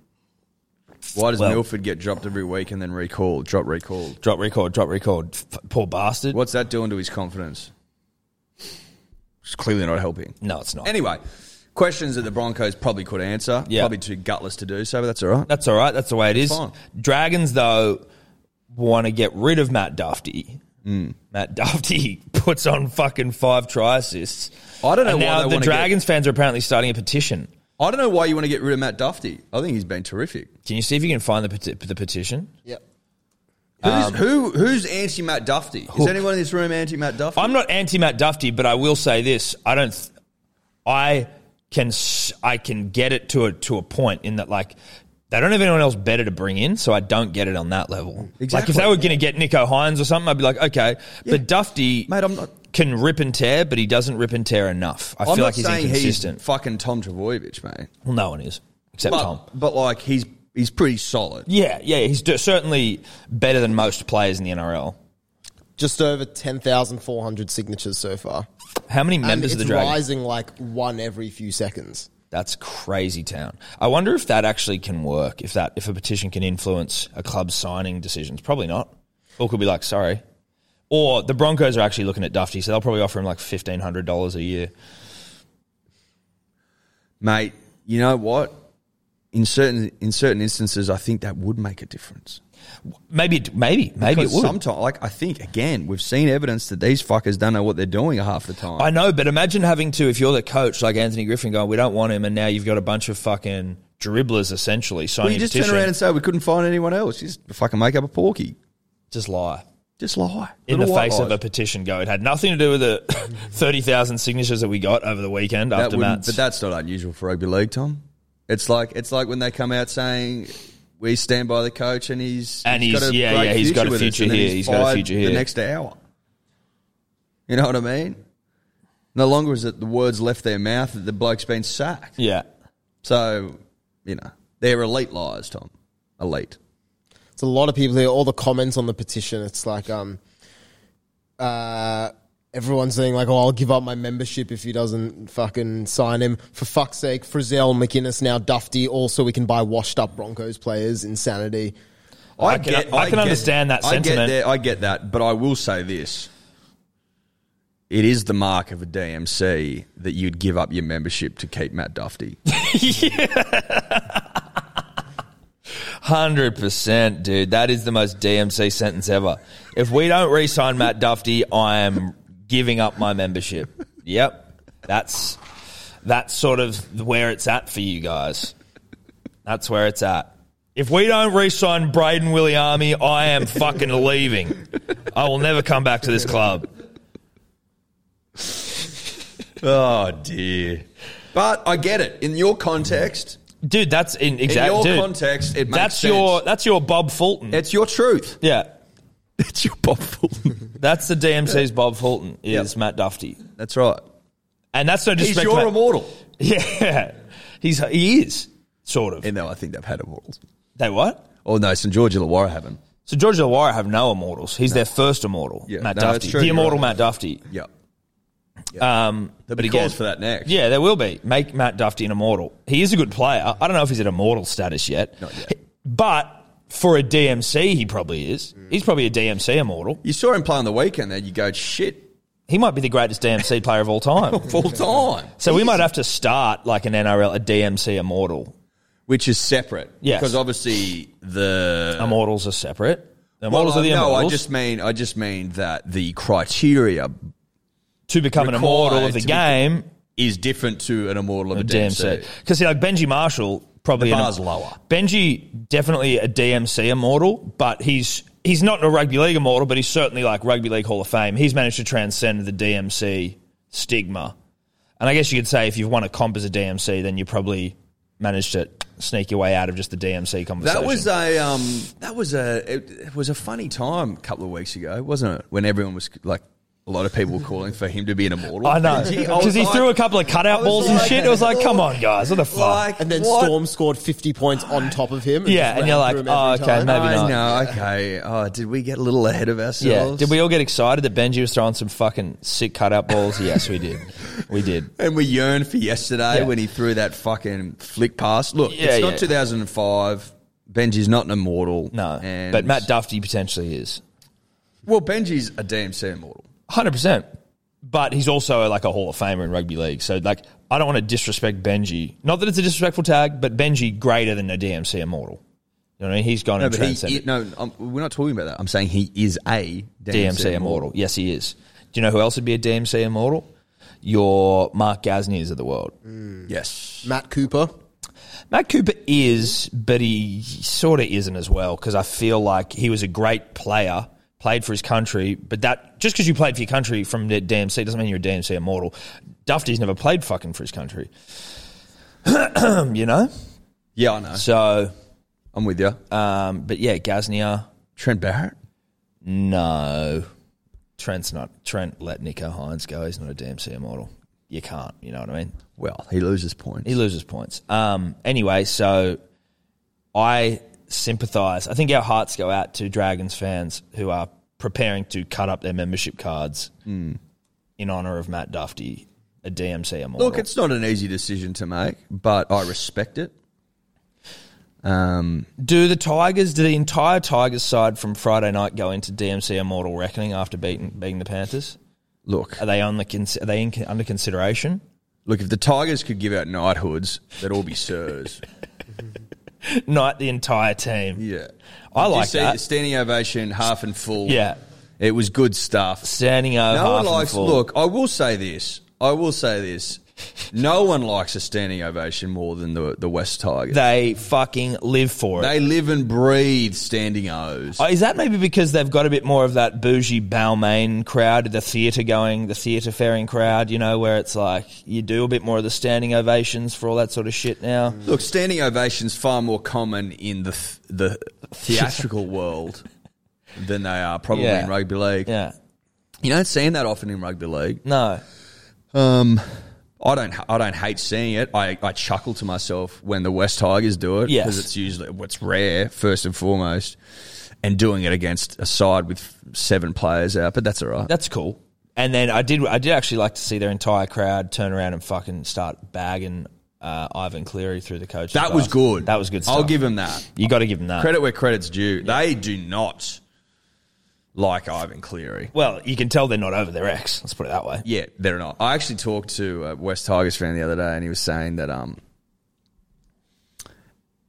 Why does Well- Milford get dropped every week and then recalled? Drop recalled. Drop record, drop record. F- poor bastard. What's that doing to his confidence? It's clearly not helping. No, it's not. Anyway, questions that the Broncos probably could answer. Yeah. Probably too gutless to do so, but that's all right. That's all right. That's the way it is. fine. Dragons, though, want to get rid of Matt Duffy. hmm. Matt Duffy puts on fucking five try assists. I don't know And why now they the wanna get- Dragons fans are apparently starting a petition. I don't know why you want to get rid of Matt Duffy. I think he's been terrific. Can you see if you can find the, peti- the petition? Yep. Who's, who, who's anti Matt Duffy? Is Um, Hook. anyone in this room anti Matt Duffy? I'm not anti Matt Duffy, but I will say this: I don't. Th- I can s- I can get it to a to a point in that like they don't have anyone else better to bring in, so I don't get it on that level. Like if Exactly. they were going to get Nico Hines or something, I'd be like, okay, but Duffy, Mate, I'm not- can rip and tear, but he doesn't rip and tear enough. I I'm feel not like he's saying inconsistent. he's fucking Tom Travojevic, mate. well, no one is except Tom. But, but like, he's, he's pretty solid. Yeah, yeah, he's d- certainly better than most players in the NRL. Just over 10,400 signatures so far. How many And members it's of the Dragons? rising like one every few seconds. That's crazy town. I wonder if that actually can work. If that if a petition can influence a club's signing decisions, probably not. Or could be like, sorry. Or the Broncos are actually looking at Duffy, so they'll probably offer him like fifteen hundred dollars a year. mate. You know what? In certain in certain instances, I think that would make a difference. Maybe, it- maybe, maybe it would. Sometimes, like I think, again, we've seen evidence that these fuckers don't know what they're doing half the time. I know, but imagine having to if you're the coach like Anthony Griffin going, we don't want him, and now you've got a bunch of fucking dribblers essentially signing well, you just petition. turn around and say we couldn't find anyone else. You just fucking make up a porky. just lie. Just lie in Little the white face of lies. a petition go. It had nothing to do with the 30,000 signatures that we got over the weekend That after wouldn't- Matt's. but that's not unusual for rugby league, Tom. It's like it's like when they come out saying we stand by the coach and he's And he's- yeah, great yeah, he's got a with us," future and then here, he's got a fired future here. The next hour, you know what I mean. No longer is it the words left their mouth that the bloke's been sacked. yeah. So you know they're elite liars, Tom. Elite. It's a lot of people here. All the comments on the petition, it's like um, uh, everyone's saying like, "Oh, I'll give up my membership if he doesn't fucking sign him." For fuck's sake, Frizzell, McInnes, now Dufty. Also, we can buy washed-up Broncos players. Insanity. I can- I can understand that I get, sentiment. there, I get that, but I will say this. It is the mark of a DMC that you'd give up your membership to keep Matt Duffy. 100%, dude. That is the most DMC sentence ever. If we don't re sign Matt Duffy, I am giving up my membership. Yep. That's that's sort of where it's at for you guys. That's where it's at. If we don't re sign Braden Williami, I am fucking leaving. I will never come back to this club. oh dear. But I get it. In your context, Dude, that's in exact. in your dude, context, it makes that's sense. your that's your Bob Fulton. It's your truth. yeah, It's your Bob Fulton. that's the DMC's Bob Fulton is Yep. Matt Duffy, That's right. and that's no He's disrespect. your to Matt- immortal. yeah, he's he is sort of. And no, I think they've had immortals. they what? Oh no, St George Illawarra haven't. So George Illawarra have no immortals. He's their first immortal, Yeah, Matt no, that's Duffy, true, the you're immortal right. Matt Duffy. Yep. Um, There'll but be again, calls for that next. Yeah, there will be. Make Matt Duffy an immortal. He is a good player. I don't know if he's at immortal status yet. Not yet. But for a Mm. DMC, he probably is. He's probably a DMC immortal. You saw him play on the weekend there, you go, shit, He might be the greatest DMC player of all time. full time, So we might have to start like an NRL, a DMC immortal. which is separate. Yes. because obviously the Immortals are separate. The Well, immortals are the no, immortals. I just mean I just mean that the criteria to become an required immortal of the to be- game, is different to an immortal of a DMC. DMC. Because see, like Benji Marshall, probably The an- bar's lower. Benji definitely a DMC immortal, but he's he's not a rugby league immortal, but he's certainly like rugby league Hall of Fame. He's managed to transcend the DMC stigma, and I guess you could say if you've won a comp as a DMC, then you probably managed to sneak your way out of just the DMC conversation. That was a um, that was a it, it was a funny time a couple of weeks ago, wasn't it? When everyone was like, a lot of people were calling for him to be an immortal. I know Gee, I was because he like- threw a couple of cutout was balls and like- shit. It was like, come on, guys, what the fuck? Like, And then what? Storm scored 50 points on top of him. Yeah, just and you're ran like, through him every oh, okay, time. maybe I not. know. Okay. Oh, did we get a little ahead of ourselves? Yeah. Did we all get excited that Benji was throwing some fucking sick cutout balls? Yes, we did. We did. And we yearned for yesterday Yeah. when he threw that fucking flick pass. Look, Yeah, it's not yeah. 2005. Benji's not an immortal. No. And- But Matt Duffy potentially is. Well, Benji's a DMC immortal. 100%. But he's also like a Hall of Famer in rugby league. So, like, I don't want to disrespect Benji. Not that it's a disrespectful tag, but Benji greater than a DMC immortal. You know what I mean? He's gone No, and but he, transcended. he- no, I'm, we're not talking about that. I'm saying he is a DMC, DMC immortal. Yes, he is. Do you know who else would be a DMC immortal? Your Mark Gasniers of the world. Yes. Mm. Matt Cooper. Matt Cooper is, but he sort of isn't as well because I feel like he was a great player, played for his country, but that just because you played for your country from the DMC doesn't mean you're a DMC immortal. Dufty's never played fucking for his country, you know. Yeah, I know. So, I'm with you. um, but yeah, Gaznia, Trent Barrett. no, Trent's not. Trent let Nico Hines go. He's not a DMC immortal. You can't. You know what I mean? Well, he loses points. He loses points. Um, anyway, so I sympathise. I think our hearts go out to Dragons fans who are preparing to cut up their membership cards in honour of Matt Duffy, a DMC immortal. Look, it's not an easy decision to make, but I respect it. Um, do the Tigers, do the entire Tigers side from Friday night go into DMC immortal reckoning after beating, beating the Panthers? look, Are they on the cons- are they in, under consideration? look. If the Tigers could give out knighthoods, they'd all be sirs. Not the entire team. yeah, I Did you like see that. the Standing ovation, half and full. Yeah. it was good stuff. Standing over. No one half and likes. full. Look, I will say this. I will say this. No one likes a standing ovation more than the the West Tigers. they fucking live for it. They live and breathe standing O's. Oh, is that maybe because they've got a bit more of that bougie Balmain crowd, the theatre going, the theatre faring crowd, you know, where it's like you do a bit more of the standing ovations for all that sort of shit now? Mm. Look, standing ovations far more common in the th- the theatrical world than they are probably Yeah. in rugby league. Yeah. You don't see that often in rugby league. No. Um, I don't. I don't hate seeing it. I, I chuckle to myself when the West Tigers do it Yes. because it's usually what's rare first and foremost, and doing it against a side with seven players out. But that's all right. That's cool. And then I did I did actually like to see their entire crowd turn around and fucking start bagging uh, Ivan Cleary through the coach. that was good. That was good stuff. I'll give them that. you got to give them that. Credit where credit's due. They do not like Ivan Cleary. Well, you can tell they're not over their ex. Let's put it that way. Yeah, they're not. I actually talked to uh, a West Tigers fan the other day, and he was saying that um,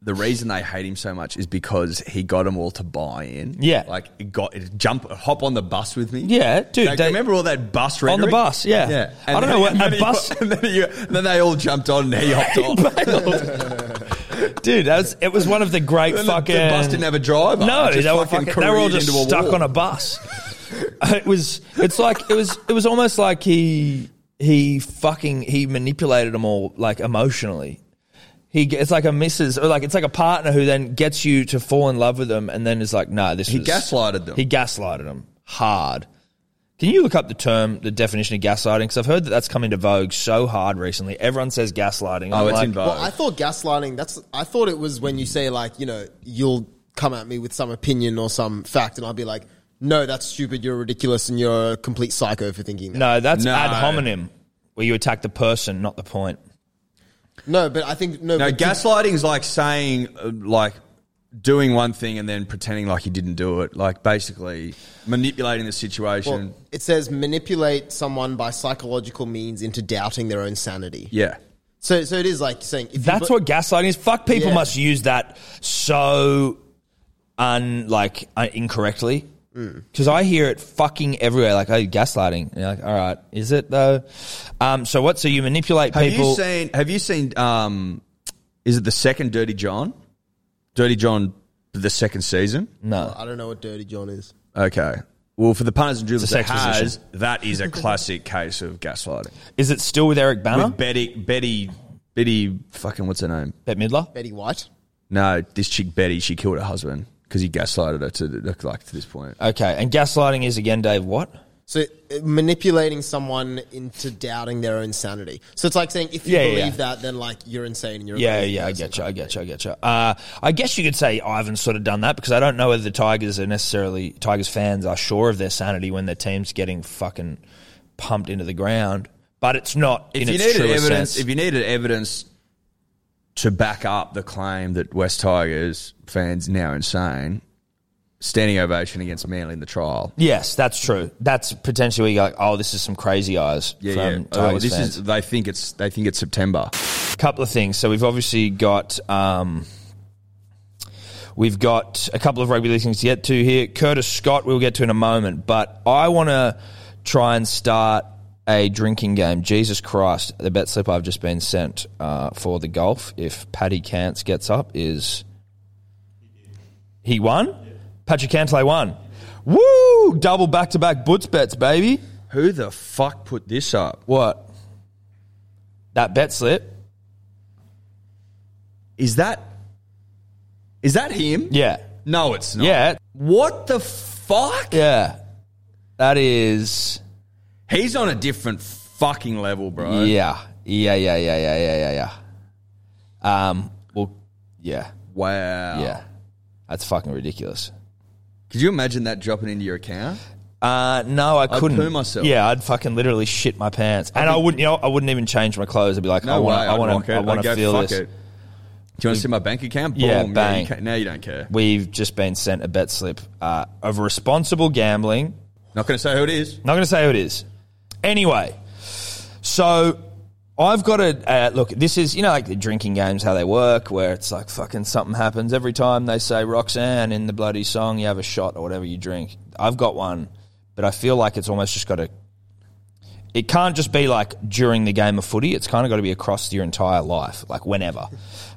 the reason they hate him so much is because he got them all to buy in. Yeah. like it got it jump, hop on the bus with me. Yeah, dude. Like, they- remember all that bus the rhetoric? bus, yeah. yeah. I don't know what- and a then bus- You, and then, you, and then they all jumped on, and he hopped off. dude, that was, it was one of the great And the- fucking. the bus didn't have a driver. No, It just they were fucking fucking, they were all careened just into a stuck wall. on a bus. it was it's like it was it was almost like he he fucking he manipulated them all like emotionally. He g- it's like a missus or like it's like a partner who then gets you to fall in love with them and then is like, no, this He was- gaslighted them. He gaslighted them hard. Can you look up the term, the definition of gaslighting? Because I've heard that that's come into vogue so hard recently. Everyone says gaslighting. Oh, I'm it's like, in vogue. Well, I thought gaslighting. That's I thought it was when you say like you know you'll come at me with some opinion or some fact, and I'll be like, no, that's stupid. You're ridiculous, and you're a complete psycho for thinking that. No, that's No. ad hominem, where you attack the person, not the point. No, but I think no. No, but to- gaslighting is like saying, uh, like, doing one thing and then pretending like he didn't do it, like basically manipulating the situation. Well, it says manipulate someone by psychological means into doubting their own sanity. yeah. So, so it is like saying if That's you, what gaslighting is. Fuck people Yeah. must use that so un like uh, incorrectly Mm. because I hear it fucking everywhere. Like oh, gaslighting. And you're like, all right, is it though? Um, so what? So you manipulate Have people. you seen? Have you seen? Um, is it the second Dirty John? Dirty John, the second season. no, I don't know what Dirty John is. Okay. Well, for the punters and dribblers It's a that sex has, position. that is a classic case of gaslighting. is it still with Eric Banner? With Betty, Betty, Betty, fucking what's her name? Bet Midler. Betty White. No, this chick Betty, she killed her husband because he gaslighted her to the- like to this point. Okay, and gaslighting is again, Dave. What? So uh, manipulating someone into doubting their own sanity. So it's like saying if you Yeah, yeah, believe yeah. that, then like you're insane and you're a Yeah, crazy yeah, I person. get you, I get you, I get you. Uh, I guess you could say Ivan's sort of done that because I don't know whether the Tigers are necessarily Tigers fans are sure of their sanity when their team's getting fucking pumped into the ground. But it's not If in you its needed truest evidence, sense. if you needed evidence to back up the claim that West Tigers fans now insane, standing ovation against Manly in the trial. yes, that's true. That's potentially where you're like, oh, this is some crazy eyes Yeah, from yeah. Oh, Tigers this fans. is they think it's they think it's September. couple of things. So we've obviously got um, we've got a couple of rugby league things to get to here. Curtis Scott, we'll get to in a moment, but I want to try and start a drinking game. Jesus Christ, the bet slip I've just been sent uh, for the golf. If Paddy Cantz gets up, is he won? Patrick Cantlay won. Woo! Double back to back butts bets, baby. Who the fuck put this up? Uh, What? That bet slip? Is that is that him? Yeah. No, it's not. Yeah. What the fuck? Yeah. That is He's on a different fucking level, bro. yeah. Yeah, yeah, yeah, yeah, yeah, yeah, yeah. Um well yeah. Wow. Yeah. That's fucking ridiculous. Could you imagine that dropping into your account? Uh no, I couldn't. poo myself. Yeah, I'd fucking literally shit my pants. And I wouldn't you know, I wouldn't even change my clothes. I'd be like, No I way. wanna I I'd wanna rock it. I I'd wanna go, feel "Fuck this. it. Do you want to see my bank account? Yeah, Boom. Now bang. you, can't- now you don't care. We've just been sent a bet slip uh, of responsible gambling. Not going to say who it is. Not going to say who it is. Anyway, so I've got a uh, look. This is you know like the drinking games how they work, where it's like fucking something happens every time they say Roxanne in the bloody song. You have a shot or whatever you drink. I've got one, but I feel like it's almost just got to. It can't just be like during the game of footy. It's kind of got to be across your entire life, like whenever.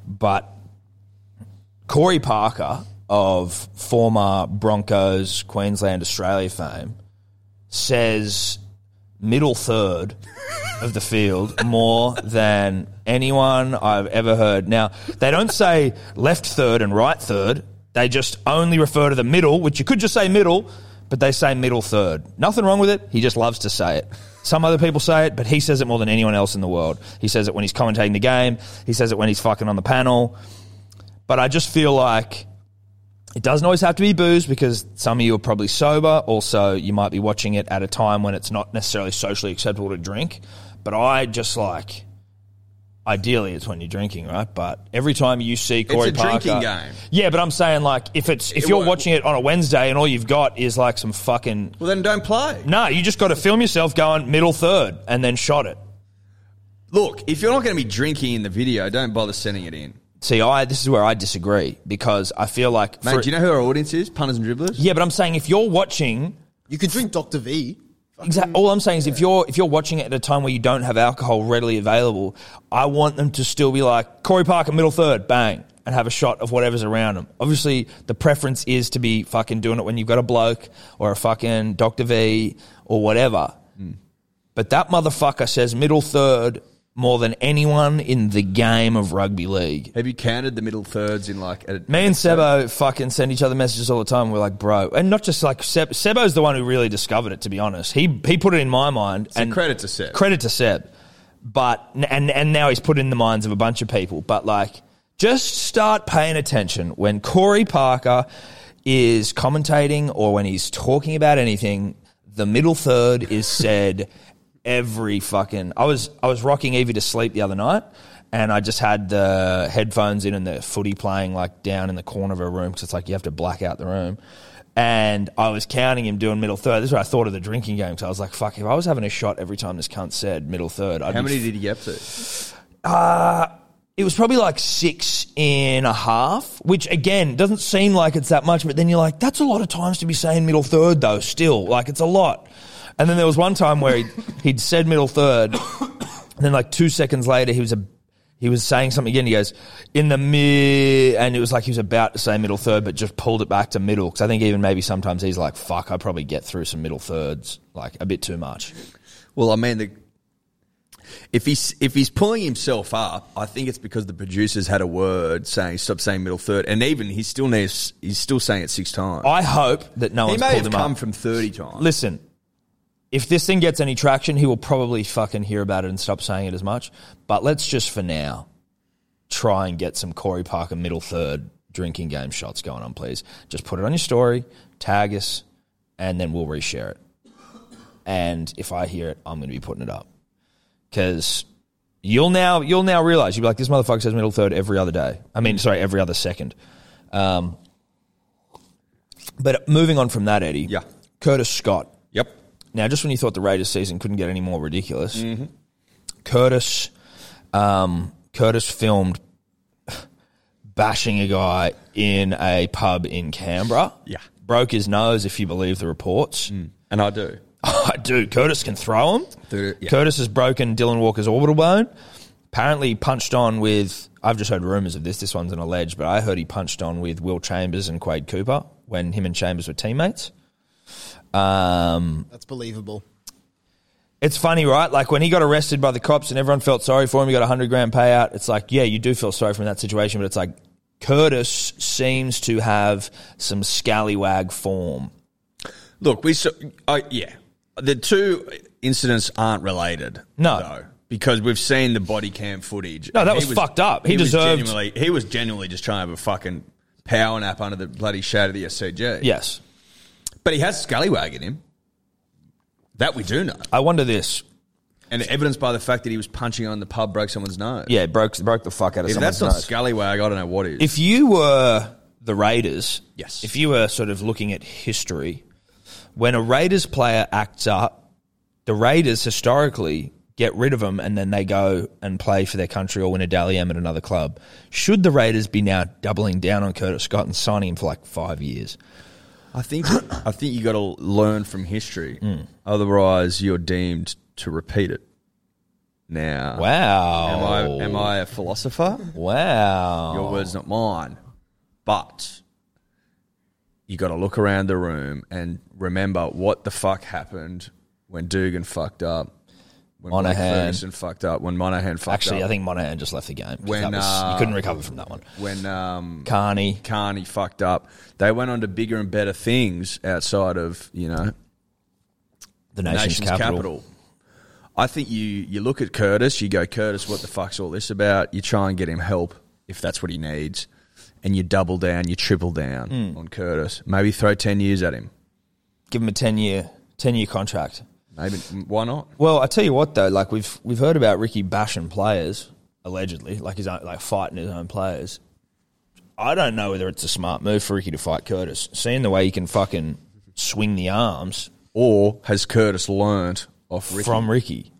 But Corey Parker of former Broncos Queensland Australia fame says middle third of the field more than anyone I've ever heard. Now, they don't say left third and right third. They just only refer to the middle, which you could just say middle, but they say middle third. Nothing wrong with it. He just loves to say it. Some other people say it, but he says it more than anyone else in the world. He says it when he's commentating the game, he says it when he's fucking on the panel. But I just feel like it doesn't always have to be booze because some of you are probably sober. Also, you might be watching it at a time when it's not necessarily socially acceptable to drink. But I just like, ideally, it's when you're drinking, right? But every time you see Corey a Parker, drinking game. yeah. But I'm saying like if it's if It you're won't- watching it on a Wednesday and all you've got is like some fucking Well, then don't play. no, you just got to film yourself going middle third and then shot it. Look, if you're not going to be drinking in the video, don't bother sending it in. See, I this is where I disagree because I feel like Mate, for- do you know who our audience is? Punters and dribblers? yeah, but I'm saying if you're watching You could drink Dr. V. Exactly. All I'm saying is, if you're if you're watching it at a time where you don't have alcohol readily available, I want them to still be like Corey Parker, middle third, bang, and have a shot of whatever's around them. Obviously, the preference is to be fucking doing it when you've got a bloke or a fucking Doctor V or whatever. But that motherfucker says middle third more than anyone in the game of rugby league. Have you counted the middle thirds in like a, Me and Sebo fucking send each other messages all the time. We're like, bro, and not just like Seb, Sebo's the one who really discovered it. To be honest, he he put it in my mind. So and credit to Seb. Credit to Seb. But and and now he's put it in the minds of a bunch of people. But like, just start paying attention when Corey Parker is commentating or when he's talking about anything. The middle third is said every fucking. I was I was rocking Evie to sleep the other night, and I just had the headphones in and the footy playing like down in the corner of her room because it's like you have to black out the room. And I was counting him doing middle third. This is what I thought of the drinking game because I was like, "Fuck! If I was having a shot every time this cunt said middle third, I'd How be many did he get to? uh, it was probably like six and a half, which again doesn't seem like it's that much, but then you're like, that's a lot of times to be saying middle third though, still. Like it's a lot. And then there was one time where he'd, he'd said middle third, and then like two seconds later he was a he was saying something again. He goes, in the mid, and it was like he was about to say middle third, but just pulled it back to middle. Cause I think even maybe sometimes he's like, fuck, I probably get through some middle thirds, like a bit too much. Well, I mean, the, if he's if he's pulling himself up, I think it's because the producers had a word saying stop saying middle third, and even he still needs he's still saying it six times. I hope that no he one's may pulled have him come up. from thirty times. Listen, if this thing gets any traction, he will probably fucking hear about it and stop saying it as much. But let's just for now try and get some Corey Parker middle third drinking game shots going on, please. Just put it on your story, tag us, and then we'll reshare it. And if I hear it, I'm going to be putting it up because you'll now you'll now realize you'll be like this motherfucker says middle third every other day. I mean, sorry, every other second. Um, but moving on from that, Eddie. Yeah. Curtis Scott. Yep. Now, just when you thought the Raiders season couldn't get any more ridiculous, Mm-hmm. Curtis, um, Curtis filmed bashing a guy in a pub in Canberra. Yeah. broke his nose, if you believe the reports. Mm. And I do. I do. Curtis can throw him. Dude, yeah. Curtis has broken Dylan Walker's orbital bone. Apparently, he punched on with. I've just heard rumors of this. This one's an alleged, but I heard he punched on with Will Chambers and Quade Cooper when him and Chambers were teammates. Um, That's believable. it's funny, right? Like when he got arrested by the cops and everyone felt sorry for him, he got a hundred grand payout. It's like, yeah, you do feel sorry for him in that situation, but it's like Curtis seems to have some scallywag form. Look, we saw. Uh, yeah, the two incidents aren't related. No. though, because we've seen the body cam footage. No, and that he was fucked up. He deserved- Was genuinely, he was genuinely just trying to have a fucking power nap under the bloody shade of the SCG. Yes. but he has scallywag in him. That we do know, I wonder this. and evidenced by the fact that he was punching on the pub, broke someone's nose. Yeah, it broke broke the fuck out of if someone's that's not nose. scallywag, I don't know what is. if you were the Raiders, Yes. If you were sort of looking at history, when a Raiders player acts up, the Raiders historically get rid of them and then they go and play for their country or win a Dally M at another club. Should the Raiders be now doubling down on Curtis Scott and signing him for like five years? I think I think you got to learn from history, otherwise you're deemed to repeat it. Now, Wow. Am I am I a philosopher? Wow. Your words, not mine. But you got to look around the room and remember what the fuck happened when Dugan fucked up, when Blake Monahan. Ferguson fucked up, when Monahan fucked Actually, up. I think Monahan just left the game. 'cause When, that was- uh, you couldn't recover from that one. when um, Carney. Carney fucked up, they went on to bigger and better things outside of you know the nation's, nation's, capital. capital. I think you you look at Curtis, you go, Curtis, what the fuck's all this about? You try and get him help if that's what he needs, and you double down, you triple down on Curtis. Maybe throw ten years at him. Hmm. Give him a ten year ten year contract. Maybe why not? Well, I tell you what though, like we've we've heard about Ricky bashing players allegedly, like his own, like fighting his own players. I don't know whether it's a smart move for Ricky to fight Curtis. Seeing the way he can fucking swing the arms Or has Curtis learned off Ricky? from Ricky,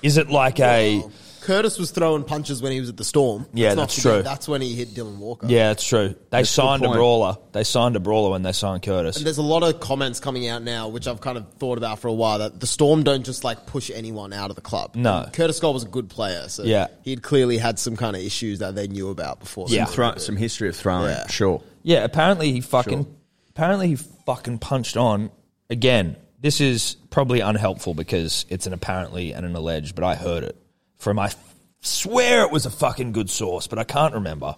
is it like a Curtis was throwing punches when he was at the Storm. Yeah, Let's not that's forget, true. That's when he hit Dylan Walker. yeah? It's true. They a good signed a point. brawler. They signed a brawler when they signed Curtis. And there's a lot of comments coming out now, which I've kind of thought about for a while, that the Storm don't just like push anyone out of the club. No. And Curtis Scott was a good player, so Yeah. he'd clearly had some kind of issues that they knew about before. Yeah. Throw, some history of throwing, Yeah. sure. Yeah, apparently he fucking Sure. apparently he fucking punched on again. This is probably unhelpful because it's an apparently and an alleged, but I heard it from I swear it was a fucking good source, but I can't remember.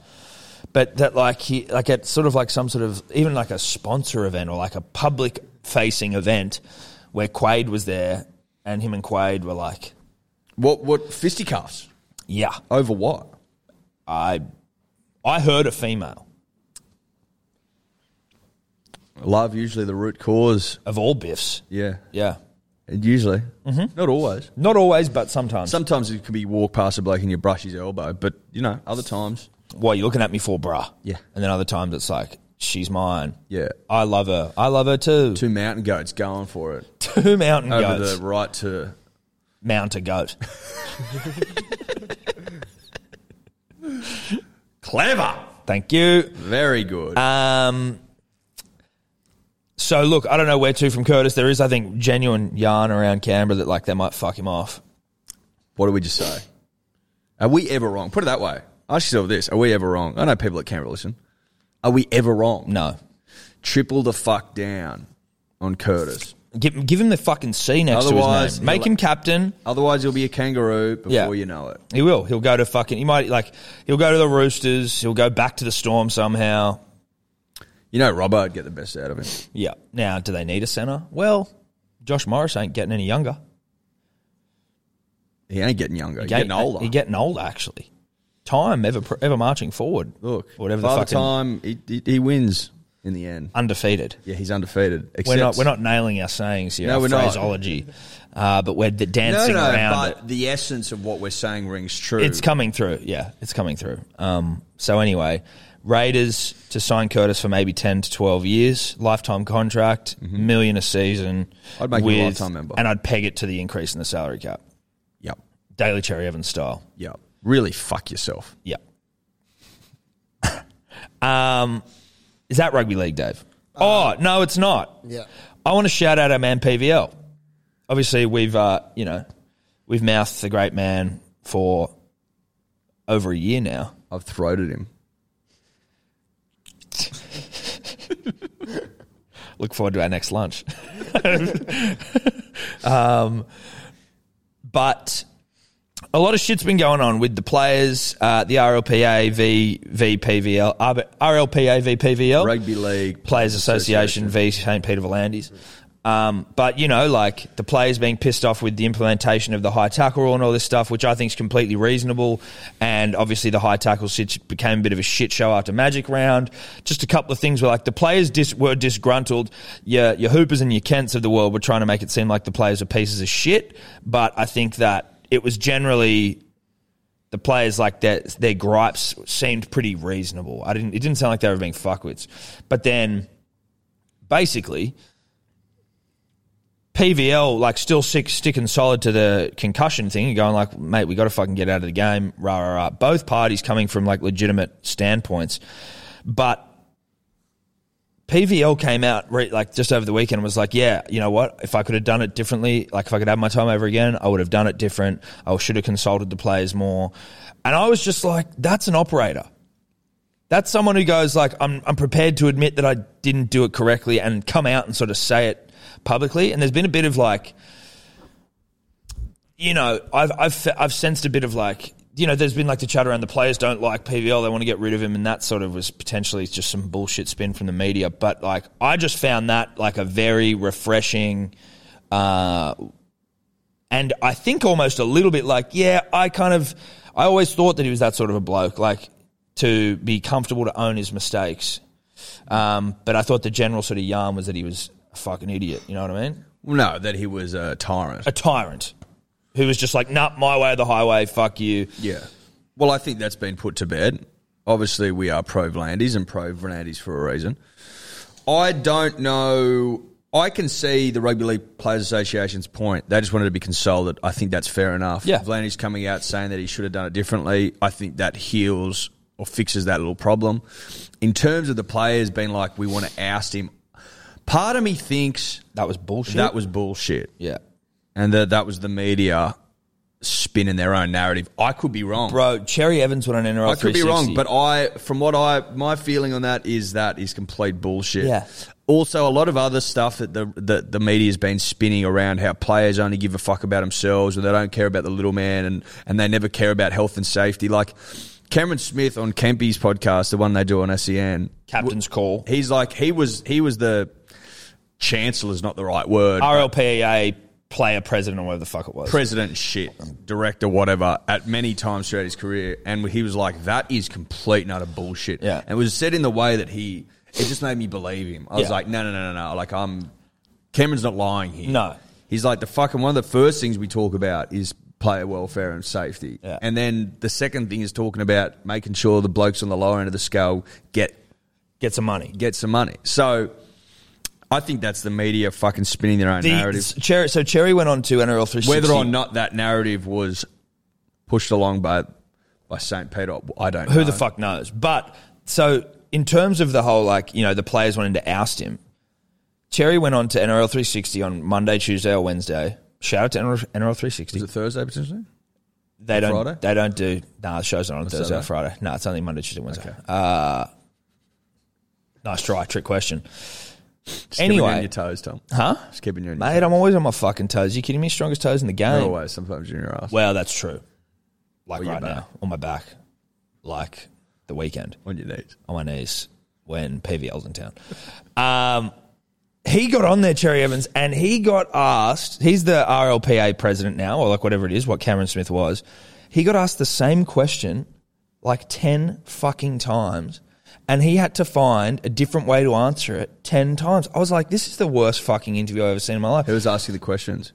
But that like he like at sort of like some sort of even like a sponsor event or like a public facing event where Quaid was there and him and Quaid were like, What what fisticuffs Yeah, over what? I I heard a female Love usually the root cause. of all biffs. Yeah, Yeah. Mm-hmm. Usually, not always. Not always, but sometimes. Sometimes it could be you walk past a bloke and you brush his elbow, but you know, other times, what you're looking at me for, bruh. Yeah. And then other times it's like, she's mine. Yeah. I love her. I love her too. Two, two mountain goats going for it mountain over goats. the right to. Mount a goat. Clever, Thank you. very good. Um, so look, I don't know where to from Curtis. There is, I think, genuine yarn around Canberra that like they might fuck him off. what do we just say? Are we ever wrong? Put it that way. Ask yourself this: Are we ever wrong? I know people at Canberra listen. Are we ever wrong? No. Triple the fuck down on Curtis. Give, give him the fucking C next to his Otherwise, name. Make he'll- him captain. Otherwise, you'll be a kangaroo before Yeah. you know it. He will. He'll go to fucking. He might like. He'll go to the Roosters. He'll go back to the Storm somehow. You know, Robbo would get the best out of him. Yeah. Now, do they need a centre? Well, Josh Morris ain't getting any younger. He ain't getting younger. He's Ga- getting older. He's getting older, actually. Time ever pr- ever marching forward. Look, Or whatever the by fucking time he, he, he wins in the end. undefeated. Yeah, he's undefeated. We're Except not we're not nailing our sayings here. No, our we're not. phraseology, Uh, but we're d- no, dancing no, around but it. the essence of what we're saying rings true. It's coming through. Yeah, it's coming through. Um, so anyway, Raiders to sign Curtis for maybe ten to twelve years, lifetime contract, million a season. I'd make him a with, lifetime member. and I'd peg it to the increase in the salary cap, yep, Daily Cherry Evans style. yep. Really fuck yourself. Yeah. um, is that rugby league, Dave? oh no, it's not. Yeah. I want to shout out our man PVL. Obviously, we've uh, you know we've mouthed the great man for over a year now. I've throated him. Look forward to our next lunch. um, but a lot of shit's been going on with the players, uh, the RLPA v, v PVL, RB RLPA v PVL. Rugby League Players Association, v St. Peter Volandis. Um, but, you know, like the players being pissed off with the implementation of the high tackle rule and all this stuff, which I think is completely reasonable. And obviously, the high tackle sit became a bit of a shit show after Magic Round. Just a couple of things were like the players dis- were disgruntled. Your, your Hoopers and your Kents of the world were trying to make it seem like the players are pieces of shit. But I think that it was generally the players like their their gripes seemed pretty reasonable. I didn't it didn't sound like they were being fuckwits. But then basically PVL like still sick, sticking solid to the concussion thing and going like, mate, we got to fucking get out of the game. Rah rah rah. Both parties coming from like legitimate standpoints, but PVL came out re- like just over the weekend and was like, yeah, you know what? If I could have done it differently, like if I could have my time over again, I would have done it different. I should have consulted the players more. And I was just like, that's an operator. That's someone who goes like, I'm, I'm prepared to admit that I didn't do it correctly and come out and sort of say it publicly. And there's been a bit of like, you know, I've, I've, fe- I've sensed a bit of like, you know, there's been like the chat around the players don't like PVL, they want to get rid of him, and that sort of was potentially just some bullshit spin from the media. But like, I just found that like a very refreshing, uh, and I think almost a little bit like, yeah, I kind of, I always thought that he was that sort of a bloke, like to be comfortable to own his mistakes. Um, but I thought the general sort of yarn was that he was a fucking idiot. You know what I mean? No, that he was a tyrant. a tyrant who was just like, nah, my way of the highway, fuck you. Yeah. Well, I think that's been put to bed. Obviously, we are pro Vlandis and pro Vlandis for a reason. I don't know. I can see the Rugby League Players Association's point. They just wanted to be consulted. I think that's fair enough. Yeah. Vlandis coming out saying that he should have done it differently. I think that heals or fixes that little problem. In terms of the players being like, we want to oust him, part of me thinks That was bullshit. that was bullshit yeah. and that that was the media spinning their own narrative. I could be wrong. Bro, Cherry Evans won an NRL I could be wrong, 360. but I, from what I, my feeling on that is that is complete bullshit. Yeah. Also, a lot of other stuff that the that the media's been spinning around how players only give a fuck about themselves and they don't care about the little man and and they never care about health and safety. Like Cameron Smith on Kempy's podcast, the one they do on SEN, Captain's call. he's like he was he was the chancellor's not the right word. RLPEA player president or whatever the fuck it was. president shit, director, whatever, at many times throughout his career. And he was like, that is complete and utter bullshit. Yeah. And it was said in the way that he, it just made me believe him. I was Yeah. like, no, no, no, no, no. Like, I'm, Cameron's not lying here. no. He's like the fucking one of the first things we talk about is player welfare and safety, Yeah. and then the second thing is talking about making sure the blokes on the lower end of the scale get Get some money. get some money. So I think that's the media fucking spinning their own The- narrative, Cherry, so Cherry went on to NRL 360. whether or not that narrative was pushed along by by St. Peter. I don't. who know. the fuck knows? But so in terms of the whole like you know the players wanting to oust him, Cherry went on to NRL 360 on Monday, Tuesday, or Wednesday. Shout out to NRL, 360. Is it Thursday potentially? they don't. Friday? They don't do. Nah, the show's not on Thursday or Saturday? Friday. No, it's only Monday, Tuesday, Wednesday. Uh, nice try, trick question. Just keeping you Anyway. on your toes, Tom. Huh? Just keeping you on your Mate, I'm always on my fucking toes. you kidding me? Strongest toes in the game. toes. Always, sometimes you're in your ass. Well, that's true. Like Or your right back. now, on my back, like the weekend. on your knees. on my knees when PVL's in town. Um, he got on there, Cherry Evans, and he got asked. He's the RLPA president now, or like whatever it is, what Cameron Smith was. He got asked the same question like 10 fucking times, and he had to find a different way to answer it 10 times. I was like, this is the worst fucking interview I've ever seen in my life Who was asking the questions?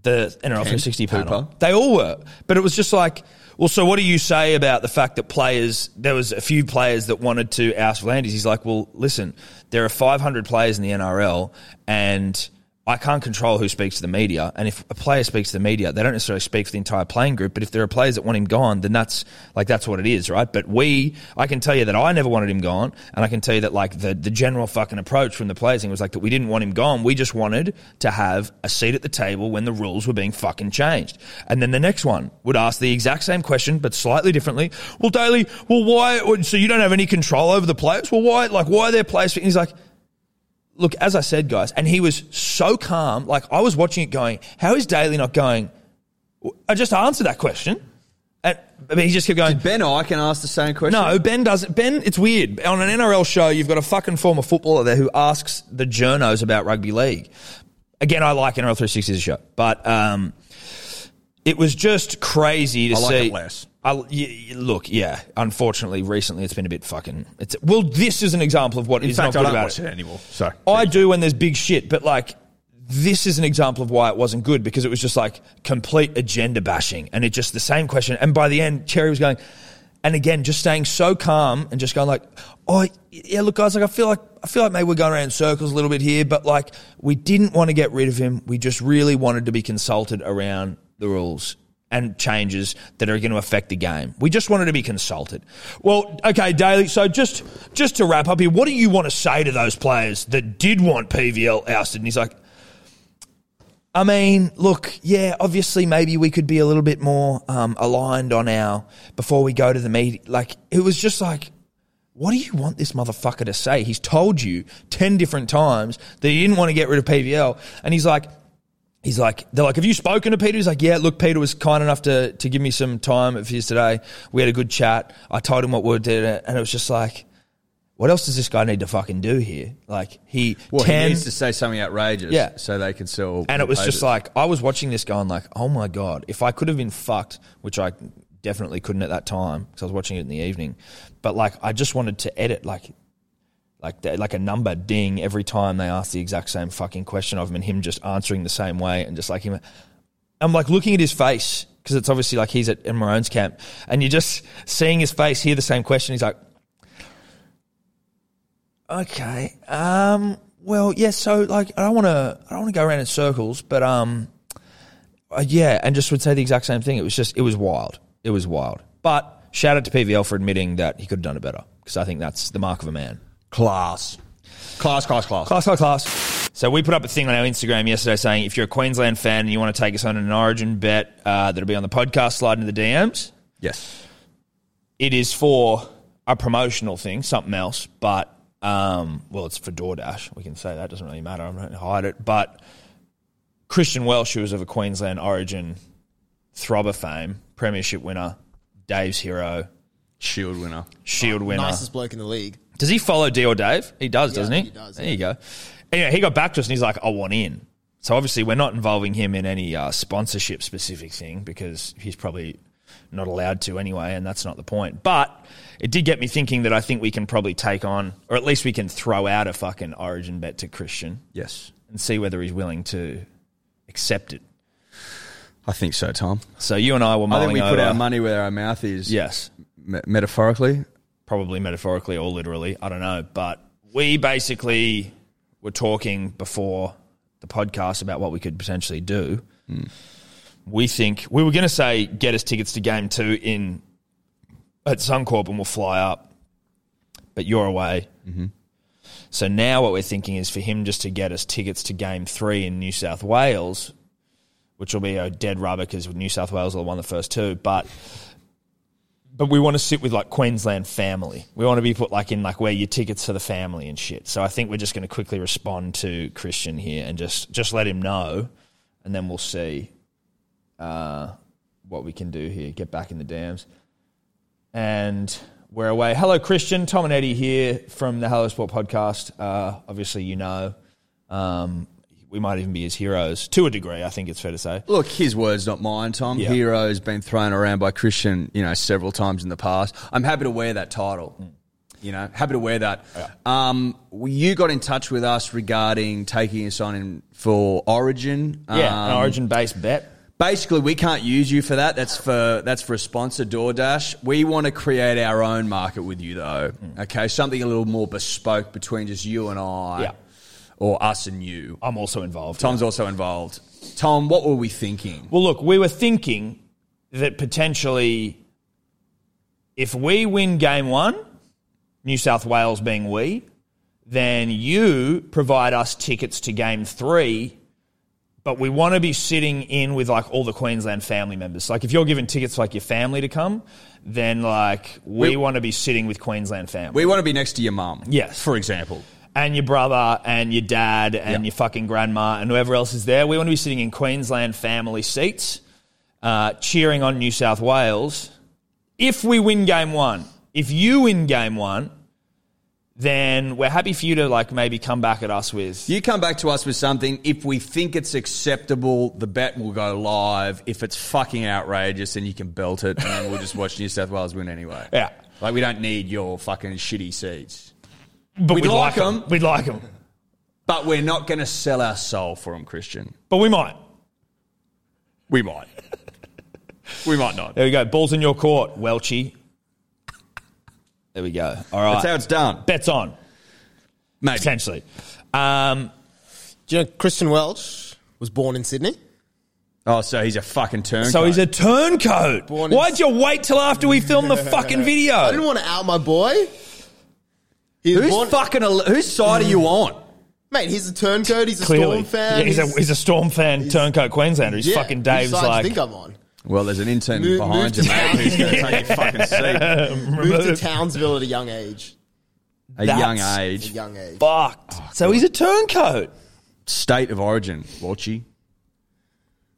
the NRL Kent, 360 panel. Hooper. They all were, but it was just like, well, so what do you say about the fact that players? There was a few players that wanted to oust Landis. He's like, well, listen, there are 500 players in the NRL, and I can't control who speaks to the media. And if a player speaks to the media, they don't necessarily speak for the entire playing group. But if there are players that want him gone, then that's like that's what it is, right? But we, I can tell you that I never wanted him gone, and I can tell you that like the the general fucking approach from the players thing was like that we didn't want him gone. We just wanted to have a seat at the table when the rules were being fucking changed. And then the next one would ask the exact same question but slightly differently. Well, Daly, well, why? So you don't have any control over the players? Well, why? Like, why are there players? And he's like look, as I said, guys, and he was so calm. Like I was watching it, going, "How is Daly not going?" "W- I just answered that question, and but he just kept going. Ben I can ask the same question. No, Ben doesn't. Ben, it's weird. On an NRL show, you've got a fucking former footballer there who asks the journos about rugby league. Again, I like NRL 360 as a show, but um, it was just crazy to I like see. it less. I, y- y- look, yeah. Unfortunately, recently it's been a bit fucking. It's well, this is an example of what is In fact, not good I don't about watch it anymore. So I do when there's big shit, but like this is an example of why it wasn't good because it was just like complete agenda bashing and it just the same question. And by the end, Cherry was going, and again, just staying so calm and just going like, oh yeah, look guys, like I feel like I feel like maybe we're going around in circles a little bit here, but like we didn't want to get rid of him. We just really wanted to be consulted around the rules and changes that are going to affect the game. We just wanted to be consulted. Well, okay, Daly. So just just to wrap up here, what do you want to say to those players that did want PVL ousted? And he's like, I mean, look, yeah, obviously, maybe we could be a little bit more um, aligned on our before we go to the meeting. Like, it was just like, what do you want this motherfucker to say? He's told you 10 different times that he didn't want to get rid of PVL. And he's like, he's like, they're like, have you spoken to Peter? He's like, yeah, look, Peter was kind enough to, to give me some time of his today. We had a good chat. I told him what we did. And it was just like, what else does this guy need to fucking do here? Like, he, well, 10, he needs to say something outrageous, Yeah. so they can sell. and it was papers. just like I was watching this going like, oh my god, if I could have been fucked, which I definitely couldn't at that time because I was watching it in the evening, but like I just wanted to edit like. Like, the- like a number ding every time they asked the exact same fucking question of him and him just answering the same way and just like him I'm like looking at his face because it's obviously like he's at in Maroon's camp and you're just seeing his face hear the same question he's like Okay. Um. Well, yeah. So, like, I don't want to. I don't want to go around in circles, but um, uh, yeah, and just would say the exact same thing. It was just. It was wild. It was wild. But shout out to PVL for admitting that he could have done it better because I think that's the mark of a man. class, class, class, class. Class, class, class. So we put up a thing on our Instagram yesterday saying if you're a Queensland fan and you want to take us on an Origin bet, uh, that'll be on the podcast. Slide into the DMs. Yes, it is for a promotional thing, something else, but um, well, it's for DoorDash. We can say that doesn't really matter. I'm not going to hide it. But Christian Welsh, who was of a Queensland origin, throbber fame, premiership winner, Dave's hero, Shield winner. Shield winner. Nicest bloke in the league. Does he follow D or Dave? He does, doesn't he? he does, There you go. Anyway, he got back to us and he's like, I want in. So obviously, we're not involving him in any uh, sponsorship specific thing because he's probably not allowed to anyway, and that's not the point. But it did get me thinking that I think we can probably take on, or at least we can throw out a fucking origin bet to Christian Yes, and see whether he's willing to accepted. I think so, Tom. So you and I were mulling I think we put over- our money where our mouth is. Yes, Me- metaphorically, probably metaphorically or literally. I don't know. But we basically were talking before the podcast about what we could potentially do. We think we were going to say get us tickets to game two in at Suncorp and we'll fly up, but you're away. So now what we're thinking is for him just to get us tickets to game three in New South Wales, which will be a dead rubber because New South Wales will have won the first two, but but we want to sit with like Queensland family. We want to be put like in like where your tickets to the family and shit. So I think we're just going to quickly respond to Christian here and just just let him know, and then we'll see uh, what we can do here. Get back in the dams, and we're away. Hello, Christian. Tom and Eddie here from the Hello Sport podcast. Uh, obviously, you know. Um, we might even be his heroes to a degree. I think it's fair to say. look, his words, not mine, Tom. Yeah. Hero's been thrown around by Christian, you know, several times in the past. I'm happy to wear that title. Mm. You know, happy to wear that. Um, well, you got in touch with us regarding taking us on in for Origin. Yeah, an Um, origin-based bet. Basically, we can't use you for that. That's for that's for a sponsor, DoorDash. We want to create our own market with you, though. Mm. Okay, something a little more bespoke between just you and I, Yeah. or us and you. I'm also involved. Tom's also involved. Tom, what were we thinking? Well, look, we were thinking that potentially if we win game one, New South Wales being we, then you provide us tickets to game three. But we want to be sitting in with like all the Queensland family members. Like if you're giving tickets to like your family to come, then like we, We- want to be sitting with Queensland family We want to be next to your mum. Yes. for example. and your brother and your dad and Yeah. your fucking grandma and whoever else is there. We want to be sitting in Queensland family seats, uh, cheering on New South Wales. If we win game one, if you win game one, then we're happy for you to like maybe come back at us with You come back to us with something. If we think it's acceptable, the bet will go live. If it's fucking outrageous, then you can belt it, and then we'll just watch New South Wales win anyway. yeah. Like we don't need your fucking shitty seats. But We'd we'd, like like 'em. them. We'd like them, But we're not going to sell our soul for them, Christian. but we might. We might. we might not. There we go. Balls in your court, Welchie. There we go. All right. That's how it's done. Bets on Maybe. potentially. Um, Do you know Christian Welch was born in Sydney? Oh, so he's a fucking turncoat. So he's a turncoat. Born in- Why'd you wait till after we filmed the fucking I video? didn't want to out my boy. He's who's born, fucking al- whose side are you on? mate, he's a turncoat. He's a Clearly, Storm fan. yeah, he's, a, he's a Storm fan, turncoat Queenslander. He's yeah, fucking which Dave's side do you like, think I'm on? Well, there's an intern Move- behind move you, to mate. Who's going to take your fucking seat? Moved to Townsville at a young age. A young That's- A age, Oh, young age. fucked. so he's a turncoat. state of origin, Walchy.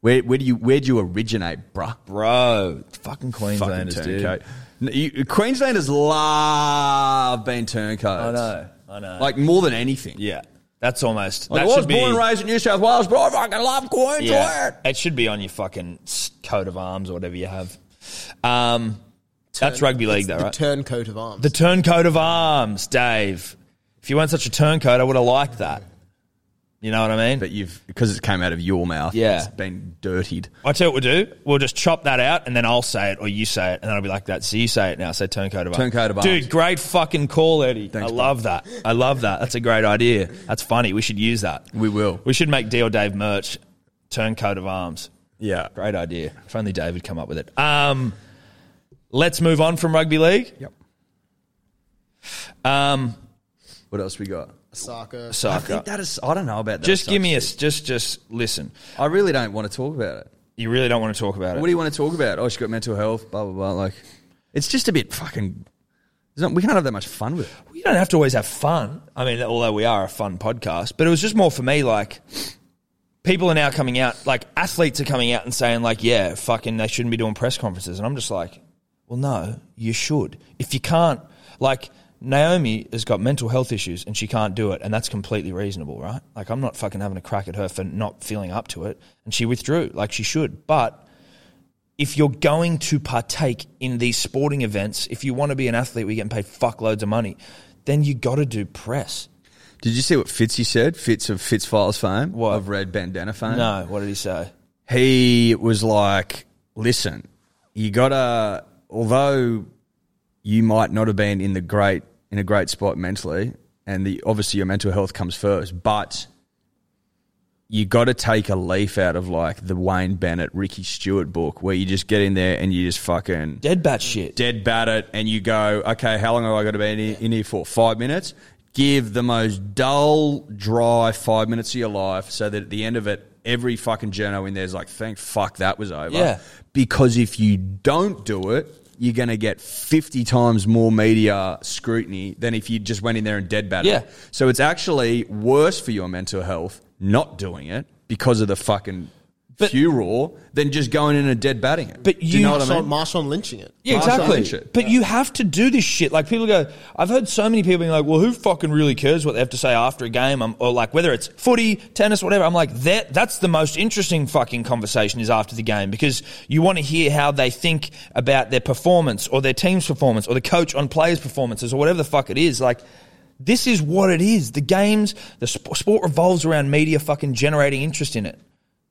Where, where do you where do you originate, bruh? Bro, fucking Queenslanders, Fucking dude. turncoat. N- you- Queenslanders love being turncoats. I know, I know. Like more than anything. yeah, that's almost. Like, that oh, I was should be, born and raised in New South Wales, but I fucking love Queensland. yeah, it should be on your fucking s- coat of arms or whatever you have. Um, that's rugby league, though, the right? turncoat of arms. The The turncoat of Arms, Dave. If you weren't such a turncoat, I would have liked that. You know what I mean? But you've because it came out of your mouth. Yeah. it's been dirtied. I tell you what we'll do. We'll just chop that out, and then I'll say it, or you say it, and then I'll be like that. So you say it now. Say turncoat of arms. Turncoat of arms. Dude, great fucking call, Eddie. I bro. love that. I love that. That's a great idea. That's funny. We should use that. We will. We should make D or Dave merch. Turncoat of arms. Yeah, Great idea. If only Dave had come up with it. Um, let's move on from rugby league. Yep. Um, What else we got? soccer. I soccer. think that is. I don't know about that. Just give me a. substitute. s- Just just listen. I really don't want to talk about it. You really don't want to talk about it. What do you want to talk about? Oh, she's got mental health. Blah blah blah. Like, it's just a bit fucking. it's Not, we can't have that much fun with it. you don't have to always have fun. I mean, although we are a fun podcast, but it was just more for me like people are now coming out, like athletes are coming out and saying like, yeah, fucking they shouldn't be doing press conferences. And I'm just like, well, no, you should. If you can't, like Naomi has got mental health issues and she can't do it. And that's completely reasonable, right? Like I'm not fucking having a crack at her for not feeling up to it. And she withdrew like she should. But if you're going to partake in these sporting events, if you want to be an athlete, we're getting paid fuckloads of money, then you got to do press. Did you see what Fitzy said? Fitz of Fitz Files fame, What? of Red Bandana fame. No, what did he say? he was like, listen, you gotta, although you might not have been in the great, in a great spot mentally, and the, obviously your mental health comes first, but you gotta take a leaf out of like the Wayne Bennett, Ricky Stewart book where you just get in there and you just fucking Dead bat shit. dead bat it and you go, okay, how long have I got to be in here, in here for? Five minutes? Give the most dull, dry five minutes of your life so that at the end of it, every fucking journo in there is like, thank fuck that was over. Yeah. Because if you don't do it, you're going to get 50 times more media scrutiny than if you just went in there and dead batted. Yeah. it. So it's actually worse for your mental health not doing it because of the fucking But- furor than just going in and dead batting it. But Do you- you know what I mean? Marshawn, Marshawn lynching it. Yeah, Marshall exactly. Lynch it. But you have to do this shit. Like people go, I've heard so many people being like, "Well, who fucking really cares what they have to say after a game?" i or like whether it's footy, tennis, whatever. I'm like, that that's the most interesting fucking conversation is after the game because you want to hear how they think about their performance or their team's performance or the coach on players' performances or whatever the fuck it is. Like. This is what it is. The games, the sp- sport revolves around media fucking generating interest in it.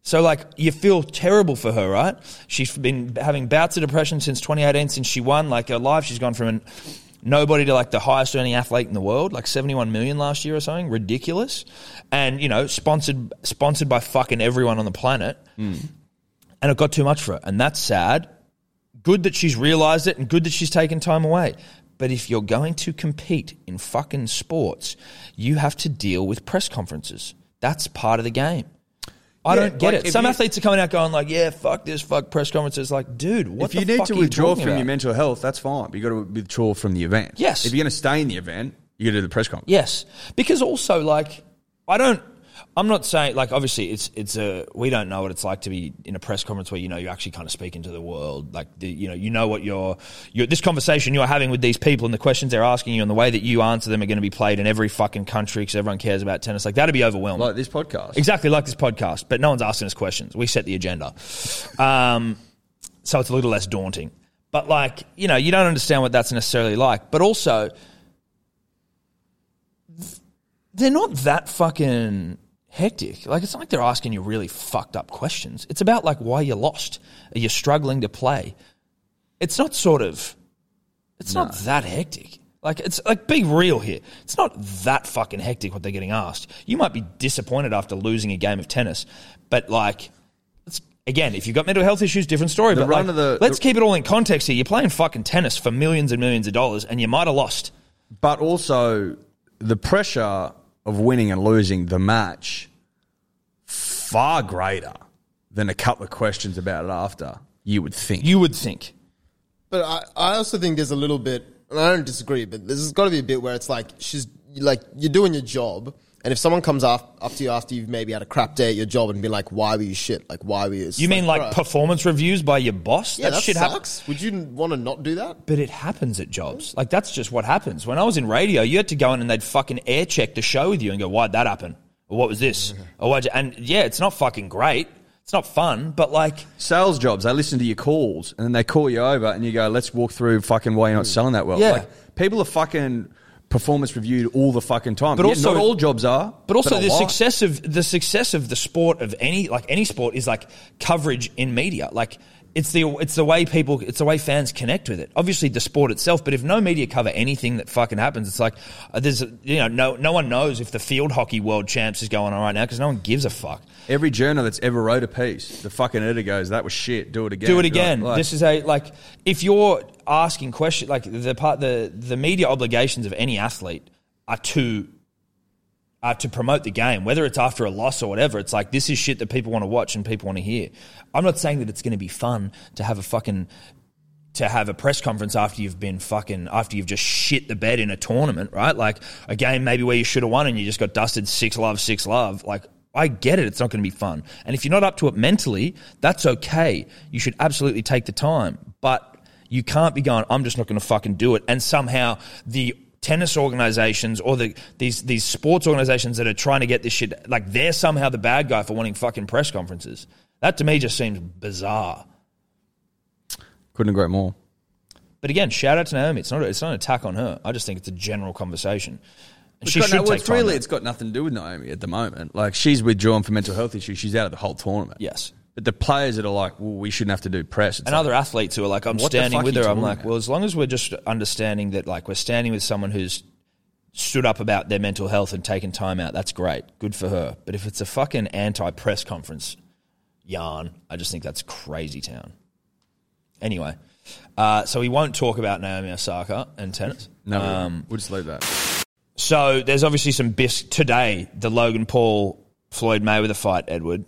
So, like, you feel terrible for her, right? She's been having bouts of depression since 2018, since she won. Like, her life, she's gone from an nobody to like the highest earning athlete in the world, like 71 million last year or something. Ridiculous. And, you know, sponsored sponsored by fucking everyone on the planet. And it got too much for her. And that's sad. Good that she's realized it and good that she's taken time away. But if you're going to compete in fucking sports, you have to deal with press conferences. That's part of the game. I Yeah, don't get like, it. if Some you- athletes are coming out going like, "Yeah, fuck this, fuck press conferences." Like, dude, what if you the need fuck to are you withdraw talking from your about? mental health, that's fine. But you got to withdraw from the event. Yes. If you're going to stay in the event, you got to do the press conference. Yes, because also like I don't. I'm not saying like obviously it's it's a we don't know what it's like to be in a press conference where you know you're actually kind of speaking to the world like the, you know you know what you're, you're this conversation you're having with these people and the questions they're asking you and the way that you answer them are going to be played in every fucking country because everyone cares about tennis like that'd be overwhelming Like this podcast. exactly like this podcast but no one's asking us questions we set the agenda um, so it's a little less daunting but like you know you don't understand what that's necessarily like but also they're not that fucking hectic. Like it's not like they're asking you really fucked up questions. It's about like why you lost. Are you struggling to play? It's not sort of it's not that hectic. Like it's like be real here. It's not that fucking hectic what they're getting asked. You might be disappointed after losing a game of tennis, but like it's again, if you've got mental health issues, different story. The but run like, of the- let's the- keep it all in context here. You're playing fucking tennis for millions and millions of dollars and you might have lost. But also the pressure of winning and losing the match far greater than a couple of questions about it after you would think. You would think. But I, I also think there's a little bit, and I don't disagree, but there's got to be a bit where it's like she's like you're doing your job, and if someone comes up up to you after you've maybe had a crap day at your job and be like, "Why were you shit? Like, why were you?" It's You mean like bruh, performance reviews by your boss? yeah, that, that shit happens. sucks. Would you want to not do that? But it happens at jobs. Like that's just what happens. When I was in radio, you had to go in and they'd fucking air check the show with you and go, "Why'd that happen? Or what was this? Or why'd you? And yeah, it's not fucking great. It's not fun. But like, Sales jobs, they listen to your calls and then they call you over and you go, let's walk through fucking why you're not selling that well. Yeah. Like, people are fucking performance reviewed all the fucking time. But But also- also, not all jobs are. but also a the lot. success of the success of the sport of any like any sport is like coverage in media. Like it's the it's the way people it's the way fans connect with it. Obviously the sport itself, but if no media cover anything that fucking happens, it's like uh, there's you know no no one knows if the field hockey world champs is going on right now because no one gives a fuck. Every journal that's ever wrote a piece, the fucking editor goes, "That was shit. Do it again. do it again. Like, like, this is a like if you're asking questions like the part the the media obligations of any athlete are to are to promote the game, whether it's after a loss or whatever. It's like this is shit that people want to watch and people want to hear. I'm not saying that it's going to be fun to have a fucking to have a press conference after you've been fucking after you've just shit the bed in a tournament, right? Like a game maybe where you should have won and you just got dusted six love, six love. Like I get it, it's not going to be fun. And if you're not up to it mentally, that's okay. You should absolutely take the time, but you can't be going. I'm just not going to fucking do it. And somehow the tennis organizations or the these these sports organizations that are trying to get this shit like they're somehow the bad guy for wanting fucking press conferences. That to me just seems bizarre. couldn't agree more. But again, shout out to Naomi. It's not it's not an attack on her. I just think it's a general conversation. It's she got should no, well, take it's time really out. it's got nothing to do with Naomi at the moment. Like she's withdrawn for mental health issues. She's out of the whole tournament. Yes. But the players that are like, well, we shouldn't have to do press. It's and like, other athletes who are like, I'm What the standing fuck with you her. I'm talking like, about? well, as long as we're just understanding that, like, we're standing with someone who's stood up about their mental health and taken time out, that's great. Good for her. But if it's a fucking anti press conference yarn, I just think that's crazy town. Anyway, uh, so we won't talk about Naomi Osaka and tennis. Um, no, we'll just leave that. So there's obviously some bis today. The Logan Paul Floyd Mayweather fight, Edward.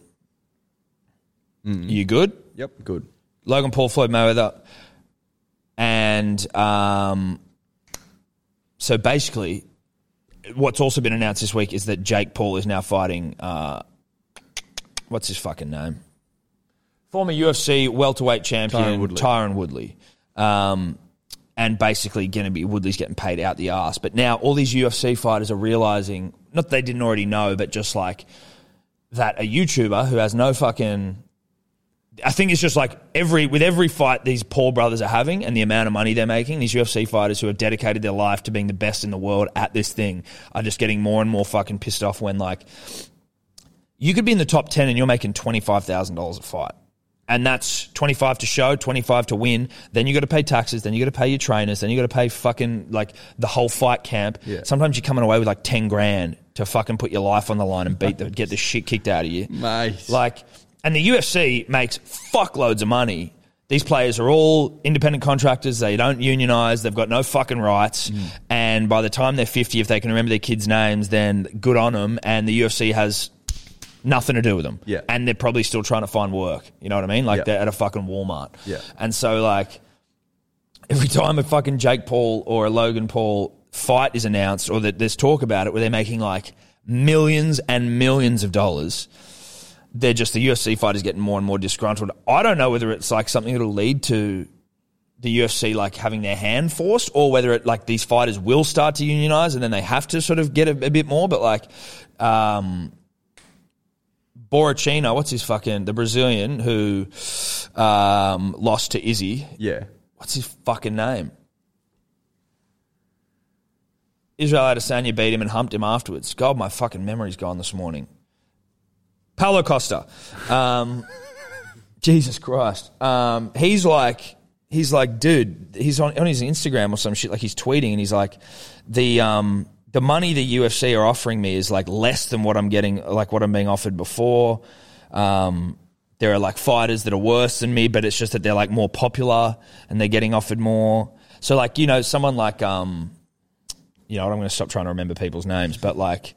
You good? Mm. Yep, good. Logan Paul Floyd Mayweather, and um, so basically, what's also been announced this week is that Jake Paul is now fighting. Uh, what's his fucking name? Former UFC welterweight champion Tyron Woodley. Tyron Woodley. Um, and basically going to be Woodley's getting paid out the ass. But now all these UFC fighters are realizing, not that they didn't already know, but just like that a YouTuber who has no fucking. I think it's just like every with every fight these Paul brothers are having and the amount of money they're making, these UFC fighters who have dedicated their life to being the best in the world at this thing are just getting more and more fucking pissed off when like you could be in the top 10 and you're making $25,000 a fight. And that's 25 to show, 25 to win. Then you got to pay taxes. Then you got to pay your trainers. Then you got to pay fucking like the whole fight camp. Sometimes you're coming away with like 10 grand to fucking put your life on the line and beat the, get the shit kicked out of you. Mate. Like, and the UFC makes fuckloads of money. These players are all independent contractors. They don't unionize. They've got no fucking rights. And by the time they're 50, if they can remember their kids' names, then good on them. And the UFC has nothing to do with them. Yeah. And they're probably still trying to find work. You know what I mean? Like Yeah. they're at a fucking Walmart. Yeah. And so like every time a fucking Jake Paul or a Logan Paul fight is announced or that there's talk about it where they're making like millions and millions of dollars, they're just the UFC fighters getting more and more disgruntled. I don't know whether it's like something that'll lead to the UFC like having their hand forced, or whether it like these fighters will start to unionize and then they have to sort of get a, a bit more. But like, um, Borachino, what's his fucking the Brazilian who um, lost to Izzy? Yeah. What's his fucking name? Israel Adesanya beat him and humped him afterwards. God, my fucking memory's gone this morning. Paulo Costa. Um, Jesus Christ. Um, he's like, he's like, dude, he's on, on his Instagram or some shit, like he's tweeting and he's like, the, um, the money the UFC are offering me is like less than what I'm getting, like what I'm being offered before. Um, there are like fighters that are worse than me, but it's just that they're like more popular and they're getting offered more. So like, you know, someone like, um, you know, what, I'm going to stop trying to remember people's names, but like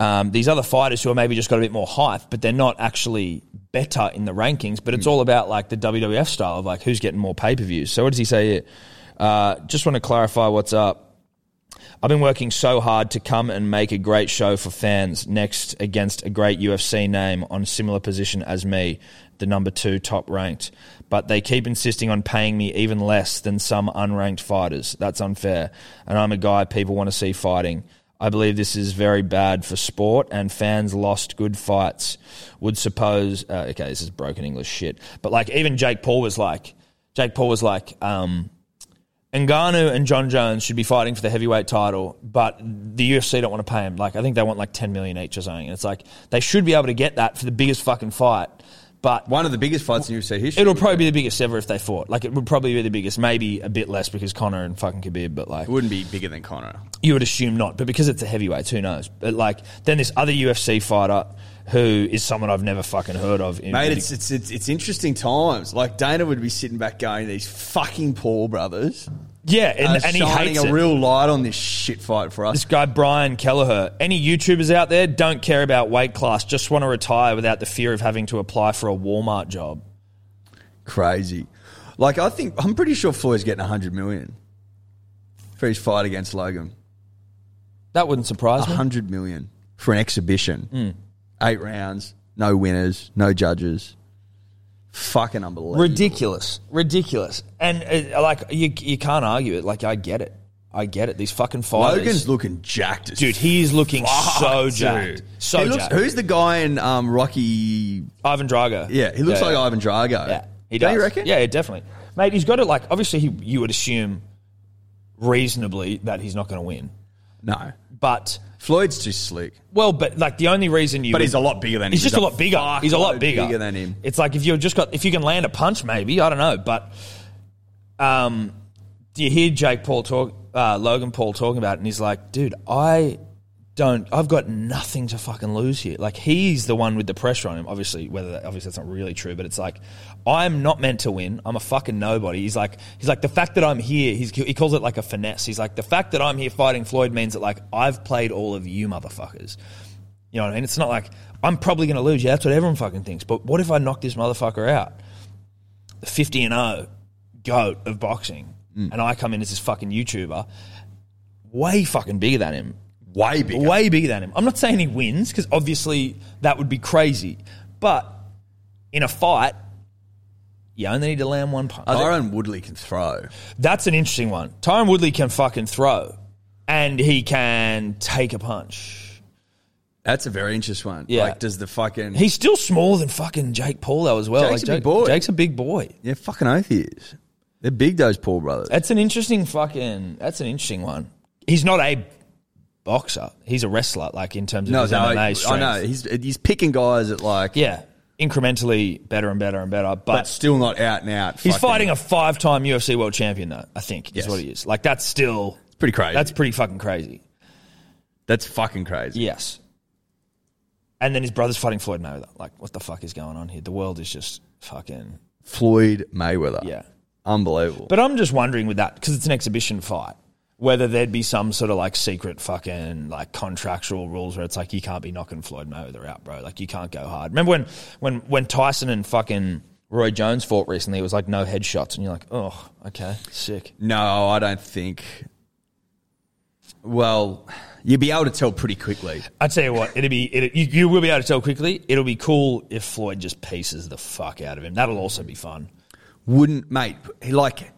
um, these other fighters who are maybe just got a bit more hype, but they're not actually better in the rankings. But it's all about like the WWF style of like who's getting more pay per views. So what does he say here? Uh, just want to clarify what's up. I've been working so hard to come and make a great show for fans next against a great UFC name on a similar position as me, the number two top ranked. But they keep insisting on paying me even less than some unranked fighters. That's unfair. And I'm a guy people want to see fighting. I believe this is very bad for sport and fans lost good fights. Would suppose, uh, okay, this is broken English shit. But like, even Jake Paul was like, Jake Paul was like, um, Ngannou and John Jones should be fighting for the heavyweight title, but the UFC don't want to pay them. Like, I think they want like 10 million each or something. And it's like, they should be able to get that for the biggest fucking fight, but One of the biggest fights in UFC history. it'll probably be the biggest ever if they fought. Like, it would probably be the biggest, maybe a bit less because Connor and fucking Khabib, but like, It wouldn't be bigger than Connor. you would assume not, but because it's a heavyweight, who knows? But like, then this other UFC fighter who is someone I've never fucking heard of. In, Mate, it's, it's it's it's interesting times. Like Dana would be sitting back going, "These fucking Paul brothers yeah, and, are and he Uh, shining hates a it. real light on this shit fight for us." This guy Brian Kelleher. Any YouTubers out there don't care about weight class, just want to retire without the fear of having to apply for a Walmart job. Crazy. Like I think I'm pretty sure Floyd's getting 100 million for his fight against Logan. That wouldn't surprise me. Hmm. 100 million for an exhibition. Eight rounds, no winners, no judges. Fucking unbelievable. Ridiculous, ridiculous, and uh, like you, you can't argue it. Like I get it, I get it. These fucking fighters, Logan's looking jacked as dude. He's looking fuck, so dude. jacked, so He looks- jacked. Who's the guy in um, Rocky? Ivan Drago. Yeah, he looks Yeah, like yeah. Ivan Drago. Yeah, he Don't does. you reckon? Yeah, yeah, definitely, mate. He's got it. Like obviously, he, you would assume reasonably that he's not going to win. No. But Floyd's too slick. well, but like the only reason you But would- he's a lot bigger than him. he's just a lot bigger. He's a lot fuckload bigger. bigger than him. It's like if you've just got if you can land a punch, maybe I don't know. But um, do you hear Jake Paul talk, uh, Logan Paul talking about, it and he's like, dude, I don't, I've got nothing to fucking lose here. Like he's the one with the pressure on him. Obviously, whether that, obviously that's not really true, but it's like I'm not meant to win. I'm a fucking nobody. He's like, he's like the fact that I'm here. He's, he calls it like a finesse. He's like the fact that I'm here fighting Floyd means that like I've played all of you motherfuckers. You know what I mean? It's not like I'm probably going to lose. Yeah, that's what everyone fucking thinks. But what if I knock this motherfucker out? The 50 and 0 goat of boxing, and I come in as this fucking YouTuber, way fucking bigger than him, Way bigger. way bigger than him. I'm not saying he wins because obviously that would be crazy, but in a fight, you only need to land one punch. Tyron Woodley can throw. That's an interesting one. Tyron Woodley can fucking throw, and he can take a punch. That's a very interesting one. Yeah. Like, does the fucking. He's still smaller than fucking Jake Paul though as well. Jake's a big boy. Jake's a big boy. yeah, fucking oath he is. They're big, those Paul brothers. That's an interesting fucking. That's an interesting one. He's not a boxer. He's a wrestler. Like in terms of No, his no, MMA I, I strength. know. He's, he's picking guys at like. Yeah, incrementally better and better and better. But, But still not out and out. he's fucking- fighting a five-time UFC world champion though. I think is Yes. what he is. Like that's still Pretty crazy. that's pretty fucking crazy. that's fucking crazy. Yes. And then his brother's fighting Floyd Mayweather. Like what the fuck is going on here? The world is just fucking Floyd Mayweather. yeah. Unbelievable. But I'm just wondering with that because it's an exhibition fight, whether there'd be some sort of like secret fucking like contractual rules where it's like you can't be knocking Floyd Mayweather out, bro. Like you can't go hard. Remember when when when Tyson and fucking Roy Jones fought recently? It was like no headshots, and you're like, oh, okay, sick. No, I don't think. Well, you'd be able to tell pretty quickly. I tell you what, it'll be it, you, you will be able to tell quickly. It'll be cool if Floyd just pieces the fuck out of him. That'll also be fun. Wouldn't, mate. he, Like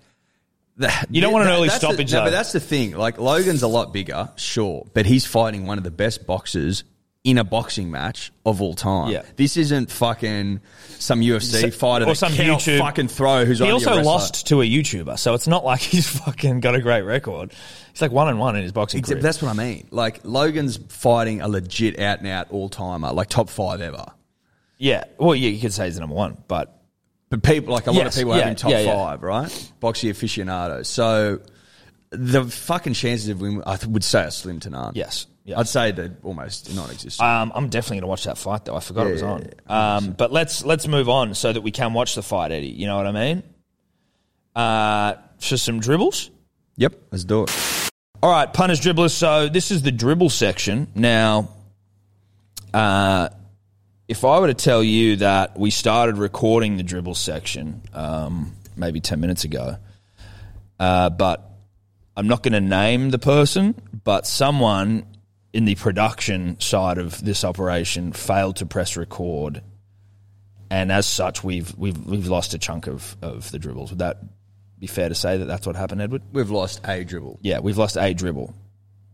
that. You don't want an early that's the- stoppage, no, though. but that's the thing. Like Logan's a lot bigger, sure, but he's fighting one of the best boxers in a boxing match of all time. Yeah. This isn't fucking some UFC So- fighter or that some cannot YouTube- fucking throw. Who's He only a also wrestler. lost to a YouTuber, so it's not like he's fucking got a great record. He's like one and one in his boxing Except career. that's what I mean. Like Logan's fighting a legit out and out all timer, like top five ever. Yeah. Well, yeah, you could say he's number one, but But people, like a lot Yes, of people, yeah, have him top yeah, yeah. five, right? Boxy aficionado. So the fucking chances of him, I th- would say, are slim to none. yes. Yeah. I'd say they're almost non-existent. Um, I'm definitely going to watch that fight though. I forgot it was Yeah, on. um, but let's let's move on so that we can watch the fight, Eddie. You know what I mean? Uh, for some dribbles. yep, let's do it. All right, punters, dribblers. So this is the dribble section. Now, uh, if I were to tell you that we started recording the dribble section um, maybe ten minutes ago, uh, but I'm not going to name the person, but someone in the production side of this operation failed to press record, and as such, we've we've we've lost a chunk of of the dribbles. Would that be fair to say that that's what happened, Edward? We've lost a dribble, Yeah, we've lost a dribble.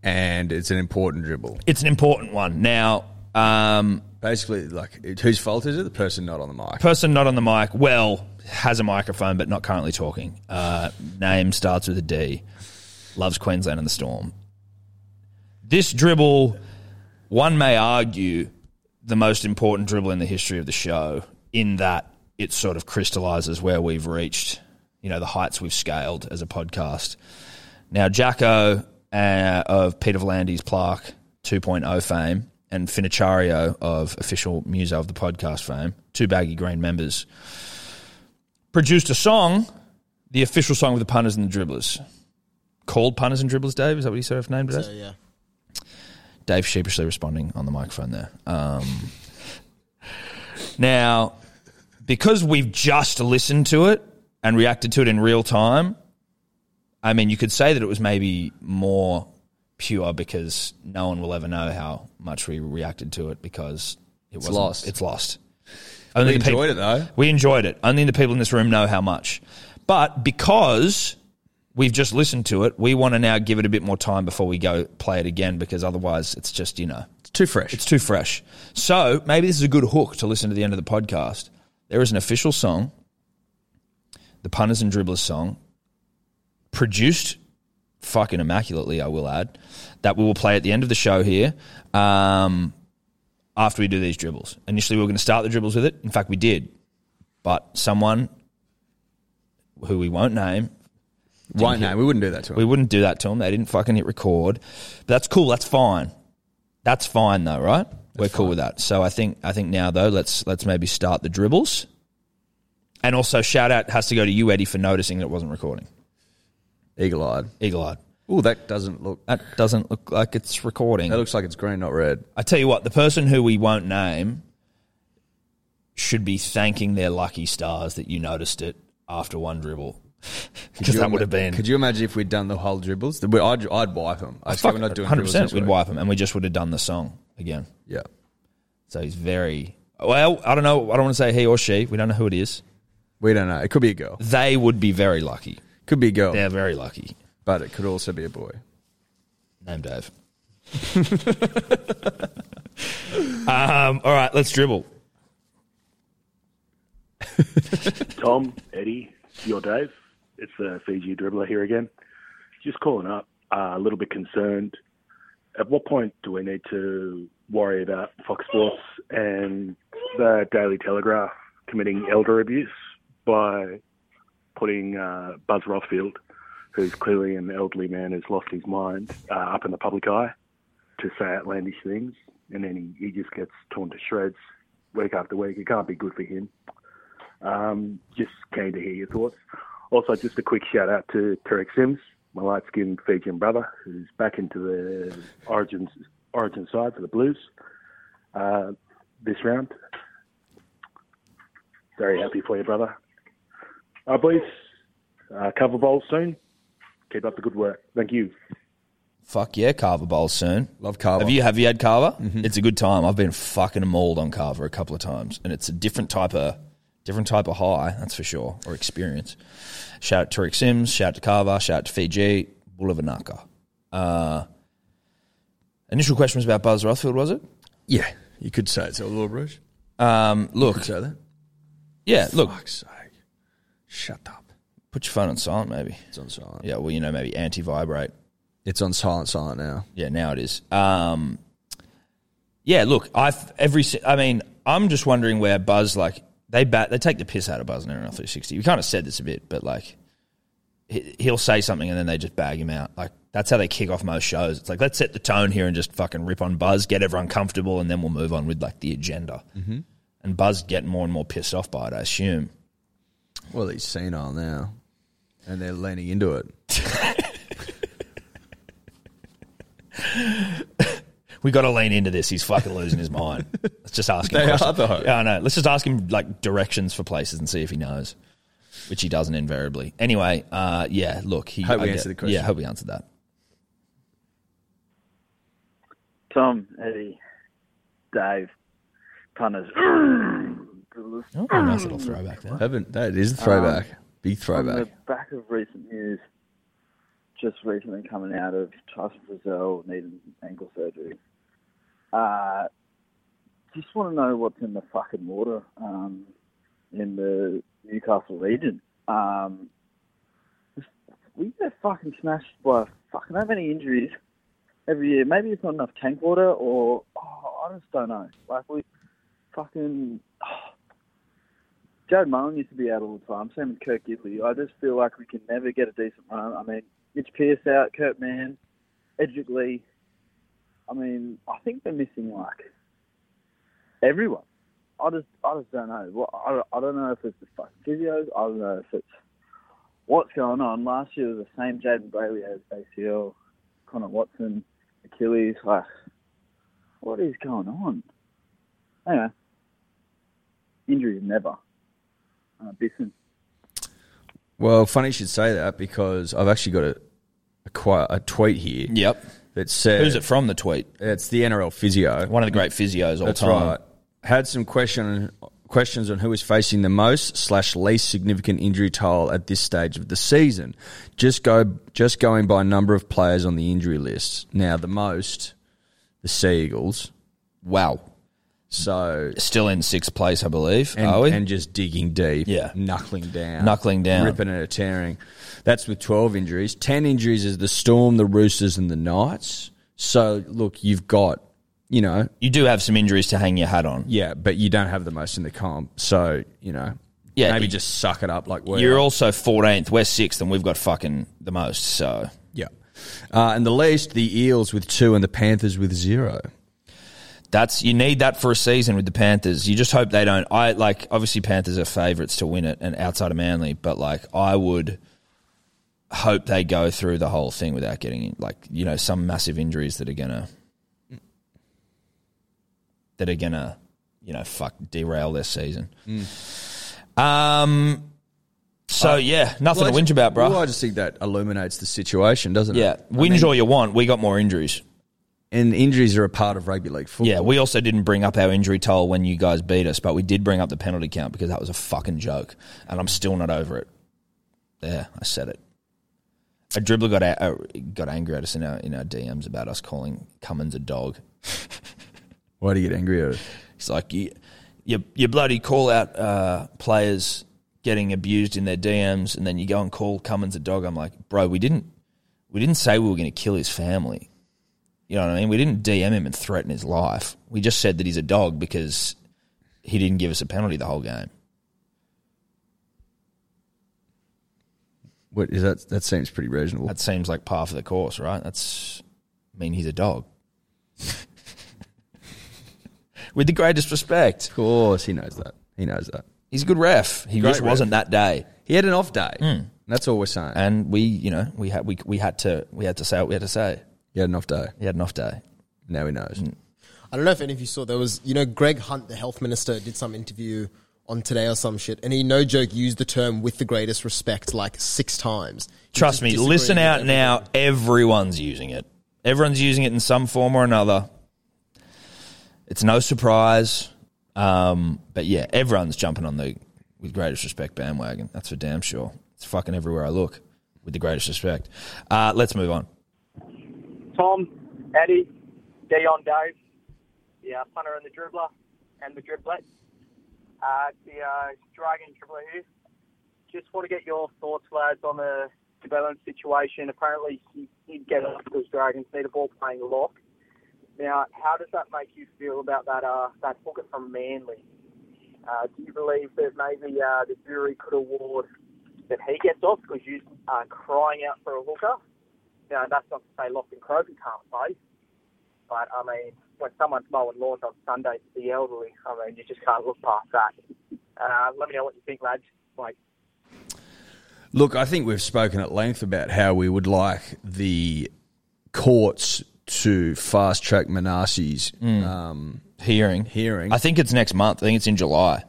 and it's an important dribble. It's an important one. Now, um, Basically, like it, whose fault is it? The person not on the mic. person not on the mic, well, has a microphone but not currently talking. Uh, name starts with a D. Loves Queensland and the Storm. This dribble, one may argue, the most important dribble in the history of the show, in that it sort of crystallizes where we've reached, you know, the heights we've scaled as a podcast. Now, Jacko uh, of Peter Volandi's Plaque 2.0 fame and Finichario of official Muso of the podcast fame, two baggy green members, produced a song, the official song of the punters and the dribblers, called Punters and Dribblers, Dave. Is that what you sort of named it as? So, yeah. Dave sheepishly responding on the microphone there. Um, now, because we've just listened to it and reacted to it in real time, I mean, you could say that it was maybe more pure because no one will ever know how much we reacted to it because it was lost. It's lost. Only We the peop- enjoyed it though. we enjoyed it. Only the people in this room know how much. But because we've just listened to it, we want to now give it a bit more time before we go play it again because otherwise it's just, you know, It's too fresh. it's too fresh. So maybe this is a good hook to listen to the end of the podcast. There is an official song, the Punters and Dribblers song, produced fucking immaculately, I will add, that we will play at the end of the show here um, after we do these dribbles. Initially, we were going to start the dribbles with it. In fact, we did. But someone who we won't name Right now, we wouldn't do that to him. we wouldn't do that to them. They didn't fucking hit record. But that's cool. That's fine. That's fine though, right? We're cool with that. So I think I think now though, let's let's maybe start the dribbles. And also shout out has to go to you, Eddie, for noticing that it wasn't recording. Eagle eyed. Eagle eyed. Oh, that doesn't look. That doesn't look like it's recording. That looks like it's green, not red. I tell you what, the person who we won't name should be thanking their lucky stars that you noticed it after one dribble. Because you that would ima- have been Could you imagine if we'd done the whole dribbles? The- we- I'd, I'd wipe them. I say we're not doing 100%, dribbles. 100% this we'd week. wipe him and we just would have done the song again. Yeah. So he's very well. I don't know. I don't want to say he or she. We don't know who it is. We don't know. It could be a girl. They would be very lucky. Could be a girl. They're very lucky. But it could also be a boy. Name Dave. um, all right, let's dribble. Tom, Eddie, your Dave. It's the Fiji dribbler here again. Just calling up, uh, a little bit concerned. At what point do we need to worry about Fox Sports and the Daily Telegraph committing elder abuse by putting uh, Buzz Rothfield, who's clearly an elderly man who's lost his mind, uh, up in the public eye to say outlandish things? And then he, he just gets torn to shreds week after week. It can't be good for him. Um, just keen to hear your thoughts. Also, just a quick shout out to Tarek Sims, my light skinned Fijian brother, who's back into the Origins Origin side for the Blues uh, this round. Very happy for you, brother. All right, boys. Uh, cover bowl soon. Keep up the good work. Thank you. Fuck yeah, Carver Bowl soon. Love Carver. Mm-hmm. Have you have you had Carver? It's a good time. I've been fucking mauled on Carver a couple of times, and it's a different type of different type of high, that's for sure, or experience. Shout out to Rick Sims. Shout out to Carver. Shout out to Fiji. Bulavanaka. Uh, initial question was about Buzz Rothfield, was it? Yeah. You could say it's a little bruise. Um, look, Could say that. yeah, look. Fuck's sake. Shut up. Put your phone on silent, maybe. It's on silent. Yeah, well, you know, maybe anti-vibrate. It's on silent, silent now. Yeah, now it is. Um, yeah, look, I every si- I mean, I'm just wondering where Buzz like they bat they take the piss out of Buzz in NRL 360. We kind of said this a bit, but like he- he'll say something and then they just bag him out. Like that's how they kick off most shows. It's like let's set the tone here and just fucking rip on Buzz, get everyone comfortable, and then we'll move on with like the agenda. Mm-hmm. And Buzz getting more and more pissed off by it, I assume. Well, he's senile now. And they're leaning into it. we got to lean into this. He's fucking losing his mind. Let's just ask him. They questions. are, though. Yeah, I know. Let's just ask him like directions for places and see if he knows, which he doesn't invariably. Anyway, uh, yeah. Look, he. Hope we I answered Yeah, the question. hope we answered that. Tom, Eddie, Dave, punters. Oh, nice little throwback there. Haven't, that is a throwback. Um, On Big throwback. the back of recent news, just recently coming out of Tyson Brazil needing ankle surgery. Uh, just want to know what's in the fucking water um, in the Newcastle region. Um, we get fucking smashed by fucking how many injuries every year. Maybe it's not enough tank water, or oh, I just don't know. Like we fucking. Jared Mullen used to be out all the time. Same with Kirk Gidley. I just feel like we can never get a decent run. I mean, Mitch Pearce out, Kurt Mann, Edric Lee. I mean, I think they're missing like everyone. I just, I just don't know. What I, don't- I don't know if it's the fucking physios. I don't know if it's what's going on. Last year was the same. Jaden Bailey has ACL, Connor Watson, Achilles. Like, what is going on? Anyway, injury is never uh, Bisson. Well, funny you should say that because I've actually got a, a, quite, a tweet here Yep. that says Who's it from? The tweet. it's the NRL physio. One of the great physios all That's time. right. Had some question questions on who is facing the most slash least significant injury toll at this stage of the season. Just go just going by number of players on the injury list. Now the most, the Sea Eagles. Wow. So Still in sixth place, I believe. and, Are we? and just digging deep, Yeah. knuckling down, Knuckling down. ripping and tearing. That's with twelve injuries. Ten injuries is the Storm, the Roosters, and the Knights. So look, you've got you know you do have some injuries to hang your hat on. yeah, but you don't have the most in the comp. So you know Yeah, maybe you- just suck it up like we You're are. also 14th. We're sixth, and we've got fucking the most. So yeah. Uh, and the least, the Eels with two, and the Panthers with zero. that's you need that for a season with the Panthers. You just hope they don't. I like obviously Panthers are favourites to win it, and outside of Manly, but like I would hope they go through the whole thing without getting like you know some massive injuries that are gonna that are gonna you know fuck derail their season. Um. So yeah, nothing Uh, Well, I to whinge ju- about, bro. Well, I just think that illuminates the situation, doesn't yeah, it? I whinge mean, all you want. We got more injuries. and injuries are a part of rugby league football. Yeah, we also didn't bring up our injury toll when you guys beat us, but we did bring up the penalty count because that was a fucking joke, and I'm still not over it. There, I said it. A dribbler got out, uh, got angry at us in our in our DMs about us calling Cummins a dog. Why do you get angry at it? It's like you, you, you bloody call out uh, players getting abused in their DMs, and then you go and call Cummins a dog. I'm like, bro, we didn't, we didn't say we were going to kill his family. You know what I mean? We didn't DM him and threaten his life. We just said that he's a dog because he didn't give us a penalty the whole game. What is that? That seems pretty reasonable. That seems like par for the course, right? That's I mean he's a dog. With the greatest respect, Of course, he knows that. He knows that. he's a good ref. He Great just ref. wasn't that day. Hmm. He had an off day. That's all we're saying. and we, you know, we had we, we had to we had to say what we had to say. he had an off day. He had an off day. Mm. Now he knows. I don't know if any of you saw there was you know Greg Hunt, the health minister, did some interview on today or some shit, and he no joke used the term "with the greatest respect" like six times. He Trust just me. disagreed Listen with out everything. now. Everyone's using it. Everyone's using it in some form or another. It's no surprise. Um, but yeah, everyone's jumping on the with greatest respect bandwagon. That's for damn sure. It's fucking everywhere I look with the greatest respect. Uh, let's move on. Tom, Eddie, Dion, Dave, the uh, punter and the dribbler, and the driblet. Uh, it's the uh, Dragon dribbler here. Just want to get your thoughts, lads, on the Cabellon situation. Apparently, he did get off because Dragons need a ball playing lock. Now, how does that make you feel about that uh, that hooker from Manly? Uh, do you believe that maybe uh, the jury could award that he gets off because you are crying out for a hooker? Now, that's not to say Lachlan Croker can't play, but I mean, when someone's mowing lawns on Sunday to the elderly, I mean, you just can't look past that. Uh, let me know what you think, lads. Like, Look, I think we've spoken at length about how we would like the courts to fast track Manassi's um, Hearing. hearing. Hmm. I think it's next month. I think it's in July.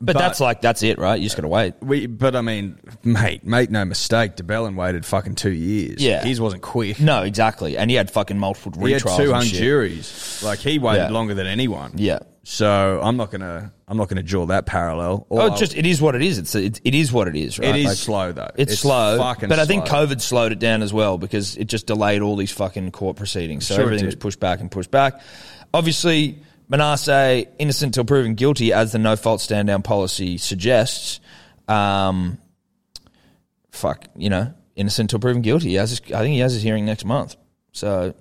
But, that's like that's it, right? You just gotta wait. we, but I mean, mate, make no mistake. DeBellin waited fucking two years. Yeah. his wasn't quick. No, exactly. And he had fucking multiple he had retrials. two and hung shit. juries. Like he waited Yeah. longer than anyone. Yeah. So I'm not gonna I'm not gonna draw that parallel. Or Oh, I'll- it's just it is what it is. It's it, it is what it is. Right? It is Like, slow though. It's, slow, Fucking but I think slow. COVID slowed it down as well because it just delayed all these fucking court proceedings. So Sure it everything was did. pushed back and pushed back. Obviously, Manasseh innocent till proven guilty, as the no fault stand down policy suggests. Um, fuck, you know, innocent till proven guilty. He has his, I think he has his hearing next month. So,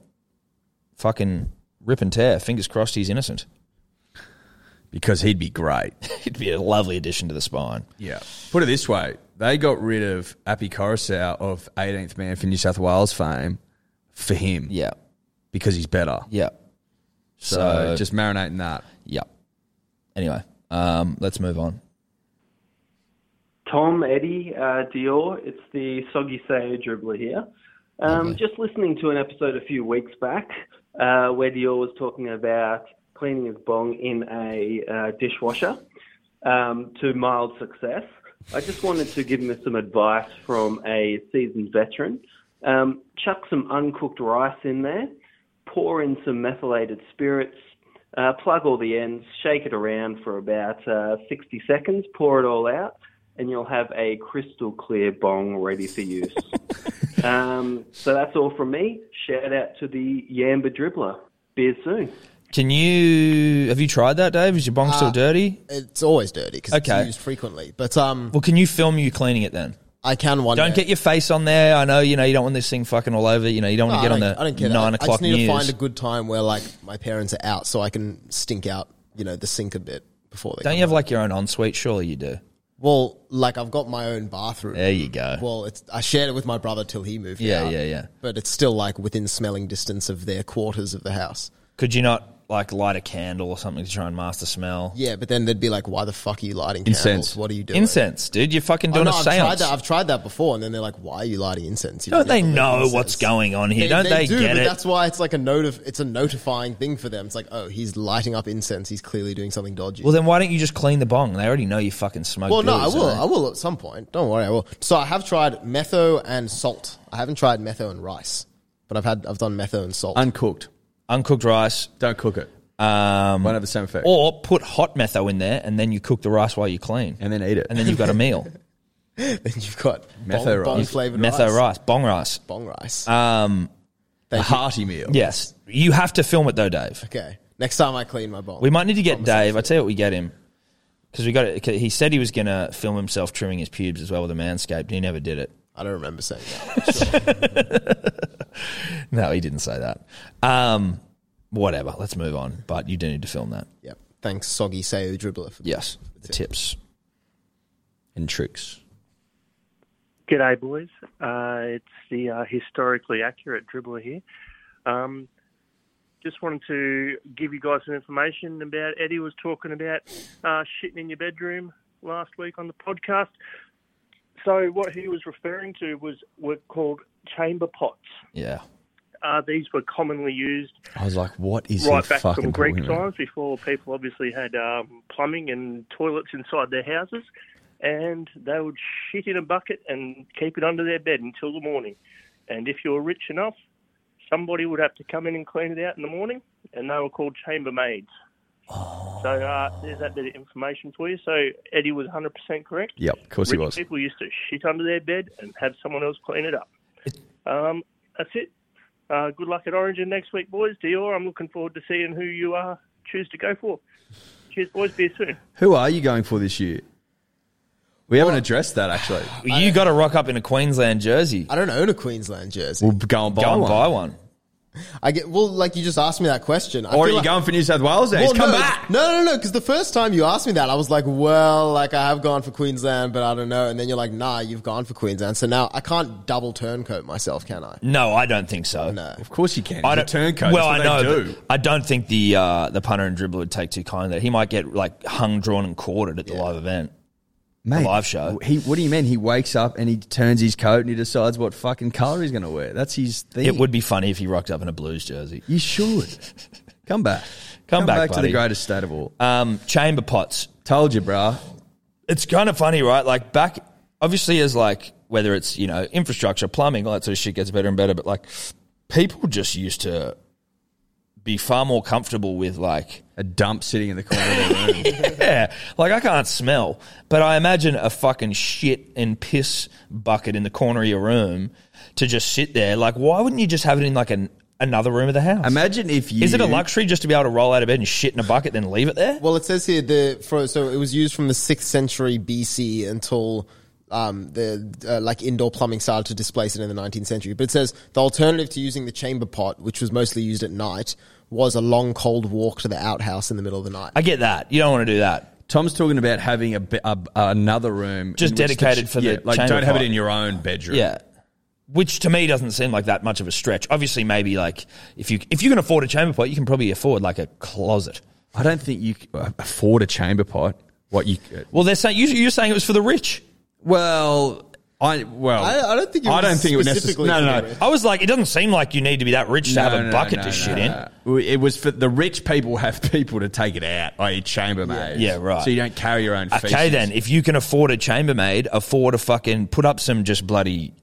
fucking rip and tear. Fingers crossed, he's innocent. because he'd be great. It'd be a lovely addition to the spine. Yeah. Put it this way: they got rid of Appy Coruscant of 18th man for New South Wales fame for him Yeah, because he's better. yeah. So, So- just marinating that. Yep. Anyway, um, let's move on. Tom, Eddie, uh, Dior. It's the Soggy Sayo dribbler here. Um, just listening to an episode a few weeks back uh, where Dior was talking about cleaning his bong in a uh, dishwasher um, to mild success. I just wanted to give him some advice from a seasoned veteran. Um, chuck some uncooked rice in there, pour in some methylated spirits, uh, plug all the ends, shake it around for about uh, 60 seconds, pour it all out, and you'll have a crystal clear bong ready for use. um, so that's all from me. Shout out to the Yamba Dribbler. Beers soon. Can you have you tried that, Dave? Is your bong still Uh, dirty? It's always dirty because Okay. it's used frequently. But um, Well, can you film you cleaning it then? I can one Don't day. get your face on there. I know you know you don't want this thing fucking all over. You know you don't No, want to get I on don't- the I don't care. nine I, I o'clock just need news. to find a good time where like my parents are out, so I can stink out, you know, the sink a bit before they. don't come you have home. like your own ensuite? Surely you do. Well, like I've got my own bathroom. There you go. Well, it's I shared it with my brother till he moved. Yeah, out, yeah, yeah. But it's still like within smelling distance of their quarters of the house. Could you not like light a candle or something to try and mask the smell? Yeah, but then they'd be like, "Why the fuck are you lighting candles? Incense. What are you doing?" Incense, dude. You're fucking Oh, doing no, a I've tried seance. that. I've tried that before, and then they're like, "Why are you lighting incense?" You've Don't they never lit know incense." what's going on here? Don't they, do, get but it? That's why it's like a notif- It's a notifying thing for them. It's like, oh, he's lighting up incense. He's clearly doing something dodgy. Well, then why don't you just clean the bong? They already know you fucking smoke. Well, no, I billies, will. don't I will at some point. Don't worry, I will. So I have tried metho and salt. I haven't tried metho and rice, but I've had I've done metho and salt. Uncooked. they? Uncooked rice, Don't cook it. um, Won't have the same effect. or put hot metho in there, and then you cook the rice while you clean, and then eat it. and then you've got a meal. then you've got Metho bong, rice. bong flavored metho rice. bong rice. bong rice. Um, a hearty meal. yes, you have to film it though, Dave. okay, next time I clean my bong, We might need to get Promise I Dave. I tell you what, we get him because we got it. 'cause He said he was gonna film himself trimming his pubes as well with a manscaped. He never did it. I don't remember saying that. No, he didn't say that. Um, whatever. Let's move on. But you do need to film that. yep. Thanks, soggy Sayo dribbler. For Yes, the tips. And tricks. G'day, boys. Uh, it's the uh, historically accurate dribbler here. Um, just wanted to give you guys some information about Eddie was talking about uh, shitting in your bedroom last week on the podcast. So what he was referring to was were called chamber pots. Yeah. Uh, these were commonly used I was like, what is right he back fucking from Greek talking about? times before people obviously had um, plumbing and toilets inside their houses, and they would shit in a bucket and keep it under their bed until the morning. And if you were rich enough, somebody would have to come in and clean it out in the morning, and they were called chambermaids. So uh, there's that bit of information for you. So Eddie was 100% correct. Yep, of course he Rich was. People used to shit under their bed and have someone else clean it up. Um, that's it. Uh, good luck at Origin next week, boys. Dior, I'm looking forward to seeing who you uh, choose to go for. Cheers, boys. Be here soon. Who are you going for this year? We haven't addressed that actually. you got to rock up in a Queensland jersey. I don't own a Queensland jersey. We'll go and buy Go and one. buy one. I get well, like you just asked me that question. I Or are feel you like- going for New South Wales? Then Well, He's come no, back. No, no, no. Because the first time you asked me that, I was like, "Well, like I have gone for Queensland, but I don't know." And then you're like, "Nah, you've gone for Queensland." So now I can't double turncoat myself, can I? No, I don't think so. No. Of course you can. I I don't, a turncoat. Well, That's what I know. They do. but I don't think the uh, the punter and dribbler would take too kindly. He might get like hung, drawn, and quartered at the live event. Mate, live show. He, what do you mean? He wakes up and he turns his coat and he decides what fucking color he's going to wear. That's his thing. It would be funny if he rocked up in a Blues jersey. You should come back. Come back, to the buddy. greatest state of all. Um, chamber pots. Told you, brah. it's kind of funny, right? Like back, obviously, as like whether it's you know infrastructure, plumbing, all that sort of shit gets better and better. But like people just used to be far more comfortable with like A dump sitting in the corner of the room. yeah, like I can't smell, but I imagine a fucking shit and piss bucket in the corner of your room to just sit there. Like, why wouldn't you just have it in like an another room of the house? Imagine if you. Is it a luxury just to be able to roll out of bed and shit in a bucket then leave it there? Well, it says here the for, so it was used from the sixth century BC until um, the uh, like indoor plumbing started to displace it in the nineteenth century. But it says the alternative to using the chamber pot, which was mostly used at night, was a long cold walk to the outhouse in the middle of the night. I get that. You don't want to do that. Tom's talking about having a, bi- a- another room Just in which the dedicated ch- for the yeah, like chamber don't have pot. it in your own bedroom. Yeah. Which to me doesn't seem like that much of a stretch. Obviously, maybe like if you if you can afford a chamber pot, you can probably afford like a closet. I don't think you c- afford a chamber pot. What you? Well, they're saying you, you're saying it was for the rich. Well, I well. I- I don't think it I don't was think it would specifically necessarily. No, no, for the no. rich. I was like, it doesn't seem like you need to be that rich to have a No, no, bucket no, to no, shit no, in. no. Well, It was for the rich people have people to take it out, i.e., chambermaids. Yeah, right. So you don't carry your own. Okay, feces. then if you can afford a chambermaid, afford a fucking put up some just bloody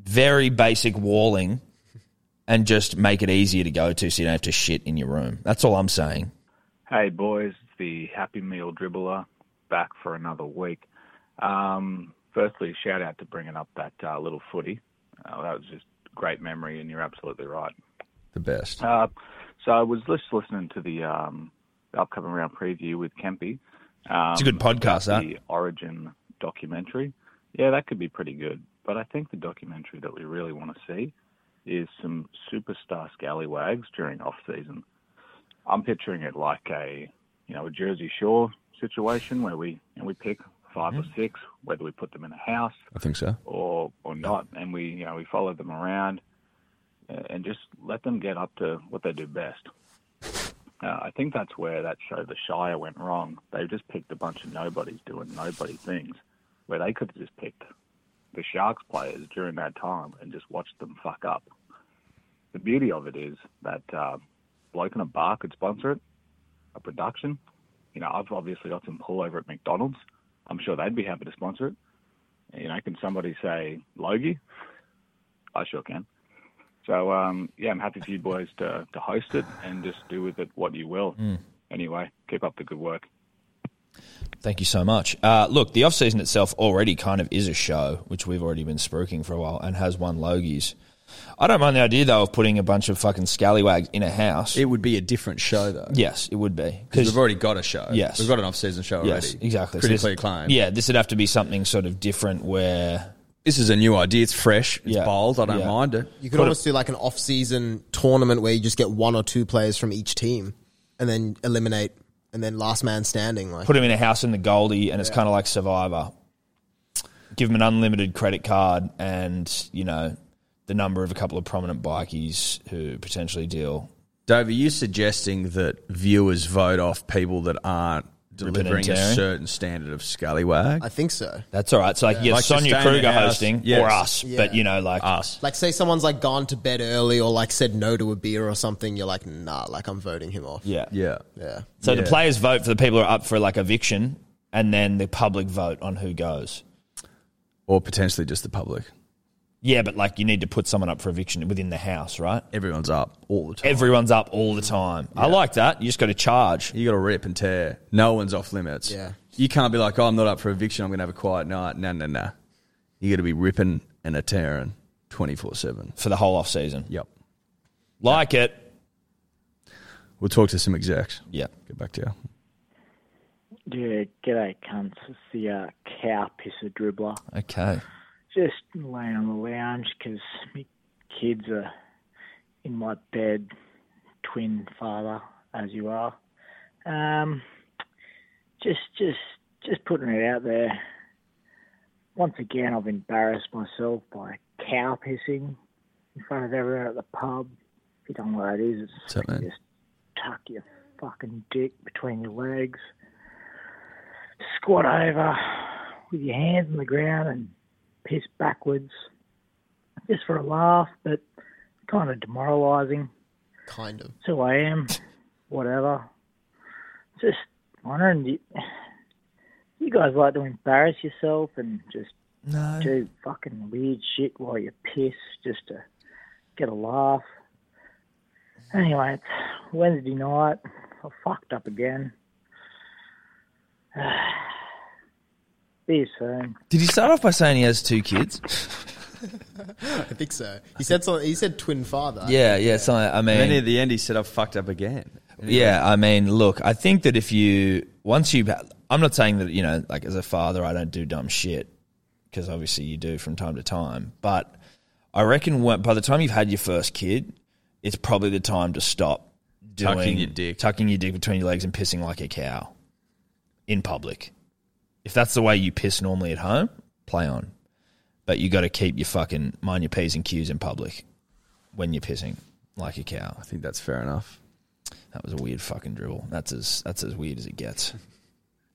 very basic walling, and just make it easier to go to, so you don't have to shit in your room. That's all I'm saying. Hey boys, it's the Happy Meal dribbler back for another week. Um, firstly, shout out to bringing up that uh, little footy. Uh, that was just great memory, and you're absolutely right. The best. Uh, so I was just listening to the um, upcoming round preview with Kempy. Um, It's a good podcast, about that. The Origin documentary. Yeah, that could be pretty good. But I think the documentary that we really want to see is some superstar scallywags during off season. I'm picturing it like a you know a Jersey Shore situation where we and we pick 5 or Mm-hmm. six, whether we put them in a house I think so. or or not, and we you know we follow them around uh, and just let them get up to what they do best. Uh, I think that's where that show The Shire went wrong. They just picked a bunch of nobodies doing nobody things, where they could have just picked the Sharks players during that time and just watched them fuck up. The beauty of it is that uh, bloke in a bar could sponsor it, a production. You know, I've obviously got some pull over at McDonald's. I'm sure they'd be happy to sponsor it. You know, can somebody say Logie? I sure can. So um, yeah, I'm happy for you boys to, to host it and just do with it what you will. Mm. Anyway, keep up the good work. Thank you so much. Uh, look, the off season itself already kind of is a show, which we've already been spruiking for a while, and has won Logies. I don't mind the idea though of putting a bunch of fucking scallywags in a house. It would be a different show though. Yes, it would be Because we've already got a show. Yes. We've got an off season show Yes, already. exactly. So this- Critically acclaimed. Yeah, this would have to be something sort of different where This is a new idea. It's fresh. It's bold. I don't mind it. You could almost do like an off-season tournament where you just get one or two players from each team, and then eliminate, and then last man standing. Like put them in a house in the Goldie, and it's kind of like Survivor. Give them an unlimited credit card, and you know the number of a couple of prominent bikies who potentially deal. Dave, are you suggesting that viewers vote off people that aren't Ripping and delivering a tearing? certain standard of scallywag? I think so. That's all right. So like, yeah, Like Sonia sustain Kruger the house. hosting or Yes. us, Yeah. but you know, like us. Like say someone's like gone to bed early or like said no to a beer or something, you're like, nah, like I'm voting him off. Yeah, yeah, yeah. So the players vote for the people who are up for like eviction, and then the public vote on who goes. Or potentially just the public. Yeah, but like you need to put someone up for eviction within the house, right? Everyone's up all the time. Everyone's up all the time. I like that. You just got to charge. You got to rip and tear. No one's off limits. Yeah. You can't be like, oh, I'm not up for eviction. I'm going to have a quiet night. No, no, no. You got to be ripping and a tearing 24 7. For the whole off season. Yep. Like it. We'll talk to some execs. Yeah. Get back to you. Yeah, g'day, cunts. It's the uh, cow pisser dribbler. Okay. Just laying on the lounge 'cause my kids are in my bed, twin father as you are. Um, just, just, just putting it out there. Once again, I've embarrassed myself by cow pissing in front of everyone at the pub. If you don't know what it is, it's What's up, man? tuck your fucking dick between your legs, squat over with your hands on the ground and piss backwards just for a laugh, but kind of demoralising. Kind of. It's who I am, whatever. Just wondering, do you, you guys like to embarrass yourself and just No. do fucking weird shit while you piss just to get a laugh. Anyway, it's Wednesday night. I fucked up again. See you soon. Did he start off by saying he has two kids? I think so. He said something. He said twin father. Yeah, um, yeah. So I mean, and then at the end, he said, I've fucked up again. Yeah, I mean, look, I think that if you once you, I'm not saying that you know, like as a father, I don't do dumb shit because obviously you do from time to time. But I reckon when, by the time you've had your first kid, it's probably the time to stop doing Tucking your dick. tucking your dick between your legs and pissing like a cow in public. If that's the way you piss normally at home, play on. But you got to keep your fucking mind your p's and q's in public when you're pissing like a cow. I think that's fair enough. That was a weird fucking dribble. That's as that's as weird as it gets.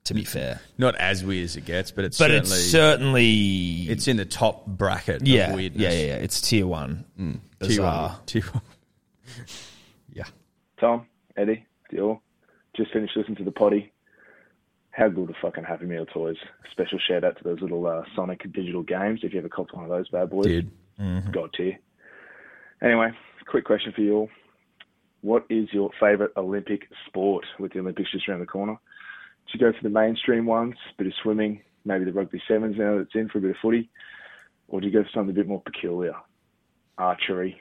To be fair, Not as weird as it gets, but it's but certainly, it's certainly it's in the top bracket yeah, of weirdness. yeah, yeah, yeah. It's tier one. Mm. Tier one. Bizarre. Tier one. Tom, Eddie, Dior, just finished listening to the potty. How good are fucking Happy Meal toys? Special shout out to those little uh, Sonic digital games. If you ever copped one of those bad boys, Did. god tier. Anyway, quick question for you all: What is your favourite Olympic sport? With the Olympics just around the corner, do you go for the mainstream ones, bit of swimming, maybe the rugby sevens now that it's in for a bit of footy, or do you go for something a bit more peculiar? Archery,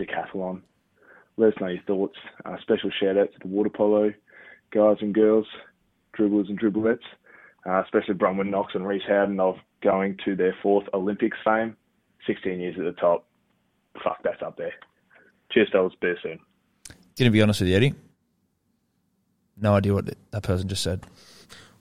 decathlon, Let us know your thoughts. Uh, special shout out to the water polo guys and girls, dribblers and dribblettes, uh, especially Bronwyn Knox and Reese Howden of going to their fourth Olympics fame. 16 years at the top. Fuck, that's up there. Cheers, fellas. Be soon. Going to be honest with you, Eddie. No idea what that person just said.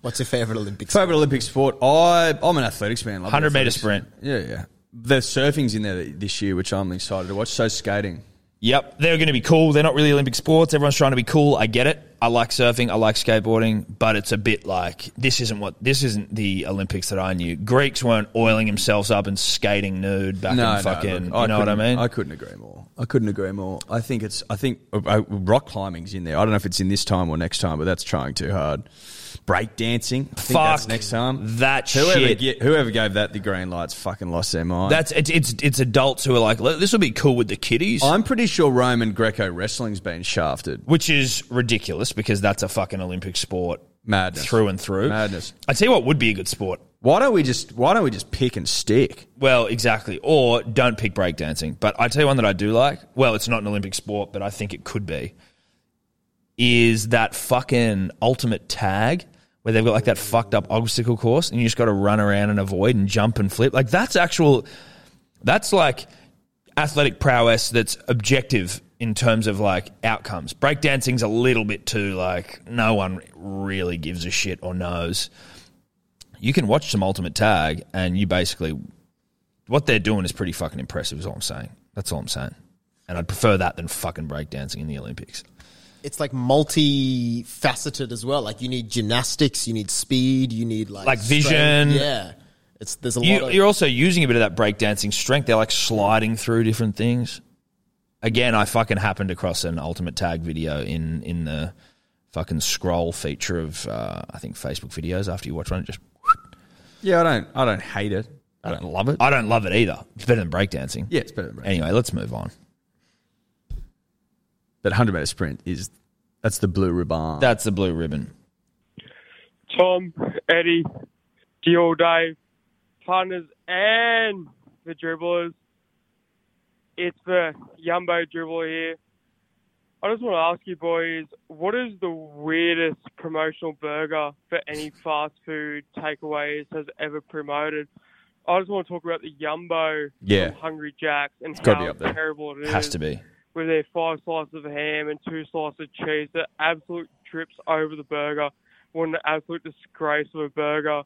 What's your favourite Olympic Favorite Olympic sport? I I'm an athletics man. Love 100 metre athletics. sprint. Yeah, yeah. There's surfing's in there this year, which I'm excited to watch. So skating. Yep, they're going to be cool. They're not really Olympic sports. Everyone's trying to be cool. I get it. I like surfing. I like skateboarding, but it's a bit like this isn't what this isn't the Olympics that I knew. Greeks weren't oiling themselves up and skating nude back in fucking. look, I you know what I couldn't- mean? I couldn't agree more. I couldn't agree more. I think it's. I think uh, uh, rock climbing's in there. I don't know if it's in this time or next time, but that's trying too hard. Break dancing. I think that's Fuck next time. that whoever shit. ge- whoever gave that the green lights fucking lost their mind. That's it's it's, it's adults who are like, this will be cool with the kiddies. I'm pretty sure Roman Greco wrestling's been shafted. which is ridiculous because that's a fucking Olympic sport, Madness. through and through. Madness. I tell you what would be a good sport. Why don't we just Why don't we just pick and stick? Well, exactly. Or don't pick breakdancing. But I tell you one that I do like. Well, it's not an Olympic sport, but I think it could be. Is that fucking ultimate tag where they've got like that fucked up obstacle course and you just got to run around and avoid and jump and flip? Like that's actual. That's like athletic prowess that's objective in terms of like outcomes. Breakdancing's a little bit too like no one really gives a shit or knows. You can watch some ultimate tag and you basically what they're doing is pretty fucking impressive is all I'm saying. That's all I'm saying. And I'd prefer that than fucking breakdancing in the Olympics. It's like multifaceted as well. Like you need gymnastics, you need speed, you need like Like strength. vision. Yeah, it's there's a You, lot. Of, you're also using a bit of that breakdancing strength. They're like sliding through different things. Again, I fucking happened across an ultimate tag video in in the fucking scroll feature of uh, I think Facebook videos. After you watch one, it just Yeah, I don't. I don't hate it. I don't love it. I don't love it either. It's better than breakdancing. Yeah, it's better than breakdancing. Anyway, let's move on. That 100 meter sprint is that's the blue ribbon. That's the blue ribbon. Tom, Eddie, Dio Dave, partners, and the dribblers. It's the Yumbo dribbler here. I just want to ask you boys, what is the weirdest promotional burger that any fast food takeaways has ever promoted? I just want to talk about the Yumbo Yeah. from Hungry Jack's and It's gotta be how up there. terrible it is Has to be. with their five slices of ham and two slices of cheese that absolute drips over the burger. What an absolute disgrace of a burger.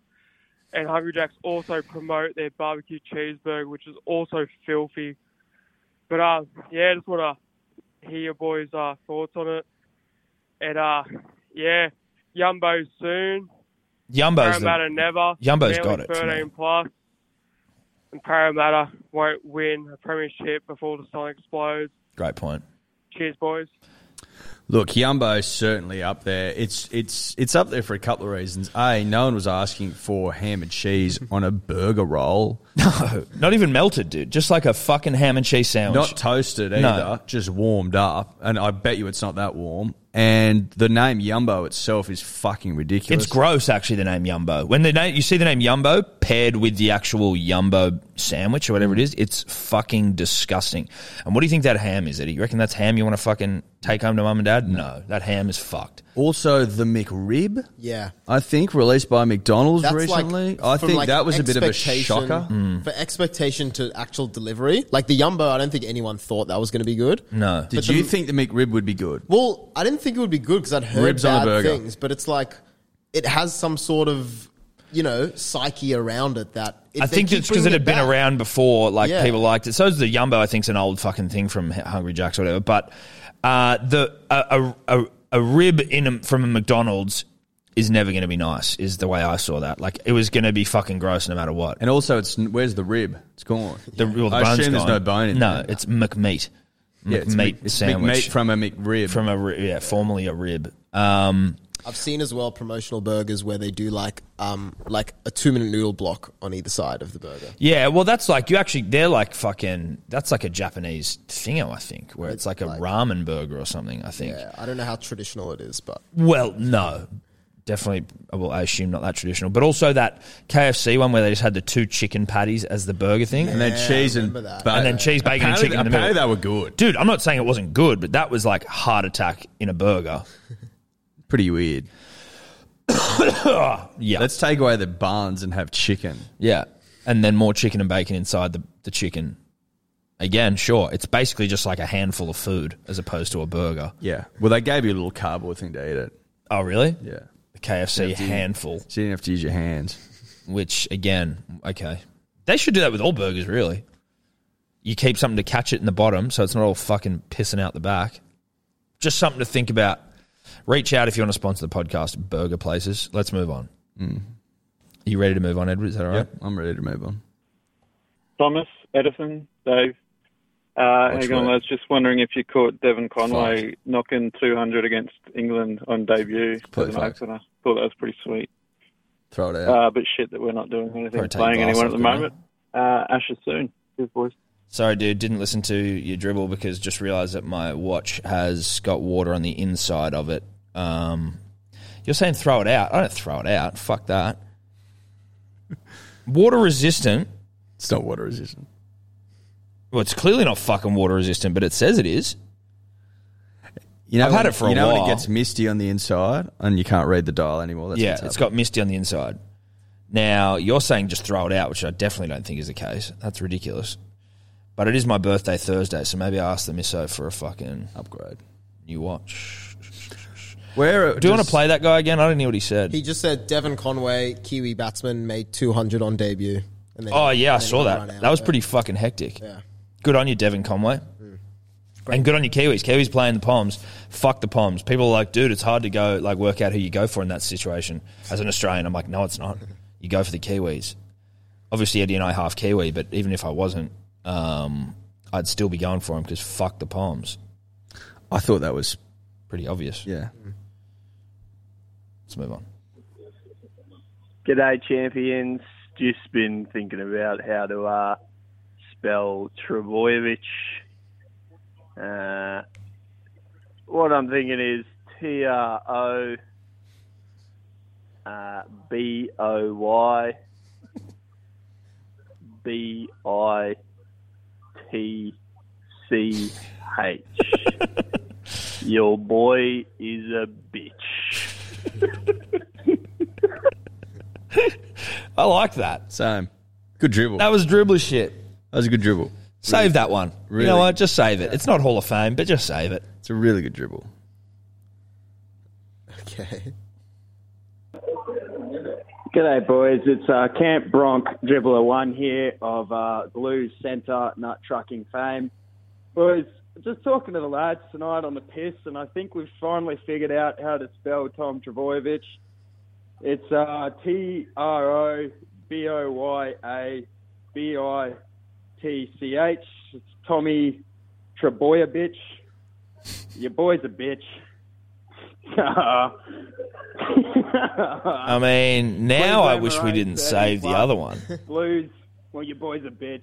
And Hungry Jack's also promote their barbecue cheeseburger, which is also filthy. But uh, yeah, just want to hear your boys' uh, thoughts on it. And uh, yeah, Yumbo soon. Yumbo's Parramatta the, never. Yumbo's Manly got it. for me. 13 plus. And Parramatta won't win a premiership before the sun explodes. Great point. Cheers, boys. Look, Yumbo's certainly up there. It's it's it's up there for a couple of reasons. A, no one was asking for ham and cheese on a burger roll. No, not even melted, dude. Just like a fucking ham and cheese sandwich. Not toasted either, No. just warmed up. And I bet you it's not that warm. And the name Yumbo itself is fucking ridiculous. It's gross, actually, the name Yumbo. When the name, you see the name Yumbo paired with the actual Yumbo sandwich or whatever it is, it's fucking disgusting. And what do you think that ham is, Eddie? You reckon that's ham you want to fucking take home to mum and dad? No, that ham is fucked. also, the McRib, yeah, I think, released by McDonald's That's recently. Like, I from, think like, that was a bit of a expectation- shocker. Hmm. Hmm. for expectation to actual delivery. Like the Yumbo, I don't think anyone thought that was going to be good. No. Did But you the- think the McRib would be good? Well, I didn't think it would be good because I'd heard Ribs on a bad burger. things, but it's like it has some sort of you know psyche around it that if I they think keep it's because it bringing had been back- around before, like Yeah. people liked it. So is the Yumbo, I think, is an old fucking thing from H- Hungry Jack's or whatever. But uh, the a, a, a, a rib in a, from a McDonald's is never going to be nice, is the way I saw that. Like it was going to be fucking gross no matter what. And also, it's where's the rib? It's gone. The, well, the I bone's assume there's gone. no bone in no, there. it's McMeat. Yeah, it's McMeat Mc- it's sandwich. McMeat from a McRib. From a ri- yeah, formerly a rib. Um, I've seen as well promotional burgers where they do like um like a two minute noodle block on either side of the burger. yeah, well, that's like you actually. They're like fucking. That's like a Japanese thing, I think, where it's, like a ramen burger or something. I think. Yeah, I don't know how traditional it is, but Well, no, definitely, well, I assume not that traditional, but also that KFC one where they just had the two chicken patties as the burger thing, And then Yeah, I cheese and remember that. ba- and then cheese, bacon, and Apparently- chicken. in the middle. apparently they were good, dude. I'm not saying it wasn't good, but that was like heart attack in a burger. Pretty weird. yeah. Let's take away the barns and have chicken. Yeah. And then more chicken and bacon inside the, the chicken. Again, sure. It's basically just like a handful of food as opposed to a burger. Yeah. Well, they gave you a little cardboard thing to eat it. Oh, really? Yeah. The KFC handful. So you didn't have to use your hands. Which, again, okay. They should do that with all burgers, really. You keep something to catch it in the bottom so it's not all fucking pissing out the back. Just something to think about. Reach out if you want to sponsor the podcast, Burger Places. Let's move on. Mm. You ready to move on, Edward? Is that all right? I'm ready to move on. Thomas, Edison, Dave. Uh, Which hang on, way? I was just wondering if you caught Devin Conway knocking 200 against England on debut Completely as an fucked. opener. Thought that was pretty sweet. Throw it out. Uh, but shit that we're not doing anything, Probably take playing your glass anyone at the off, moment. don't Uh, Asher soon. Cheers, boys. Sorry, dude, didn't listen to your dribble because just realised that my watch has got water on the inside of it. Um, you're saying throw it out. I don't throw it out. Fuck that. Water resistant. It's not water resistant. Well, it's clearly not fucking water resistant, but it says it is. You know I've had when- it for a you know while. when it gets misty on the inside and you can't read the dial anymore. That's yeah, what's it's happened. got misty on the inside. Now you're saying just throw it out, which I definitely don't think is the case. That's ridiculous. But it is my birthday Thursday, so maybe I ask the misso for a fucking upgrade new watch. Where uh, Do you want to play that guy again? I don't know what he said. He just said Devon Conway, Kiwi batsman, made 200 on debut. And Oh yeah, I and then saw he ran that. out. That was pretty fucking hectic. Yeah. Mm. Good on you, Devin Conway. And good on your Kiwis. Kiwis playing the Palms. Fuck the Palms. People are like, dude, it's hard to go like work out who you go for in that situation. As an Australian, I'm like, no, it's not. You go for the Kiwis. Obviously, Eddie and I half Kiwi, but even if I wasn't, um, I'd still be going for him because fuck the Palms. I thought that was pretty obvious. Yeah. Mm. Let's move on. G'day, champions. Just been thinking about how to uh, spell Trebojevic. Uh, what I'm thinking is T R O uh, B O Y B I T C H. Your boy is a bitch. I like that. Same. Good dribble. That was dribbler shit. That was a good dribble. Save that one. You Really? know what? Just save it. It's not Hall of Fame, but just save it. It's a really good dribble. Okay. G'day, boys. It's uh, Camp Bronk Dribbler One here of uh, Blues Centre Nut Trucking fame. Boys, just talking to the lads tonight on the piss, and I think we've finally figured out how to spell Tom Travojevic. It's uh, T R O B O Y A B I T C H. It's Tommy Trebojevic. Your boy's a bitch. I mean, now I Queensland wish we Maroons didn't 30 save the plus. other one. Blues, well, your boy's a bitch.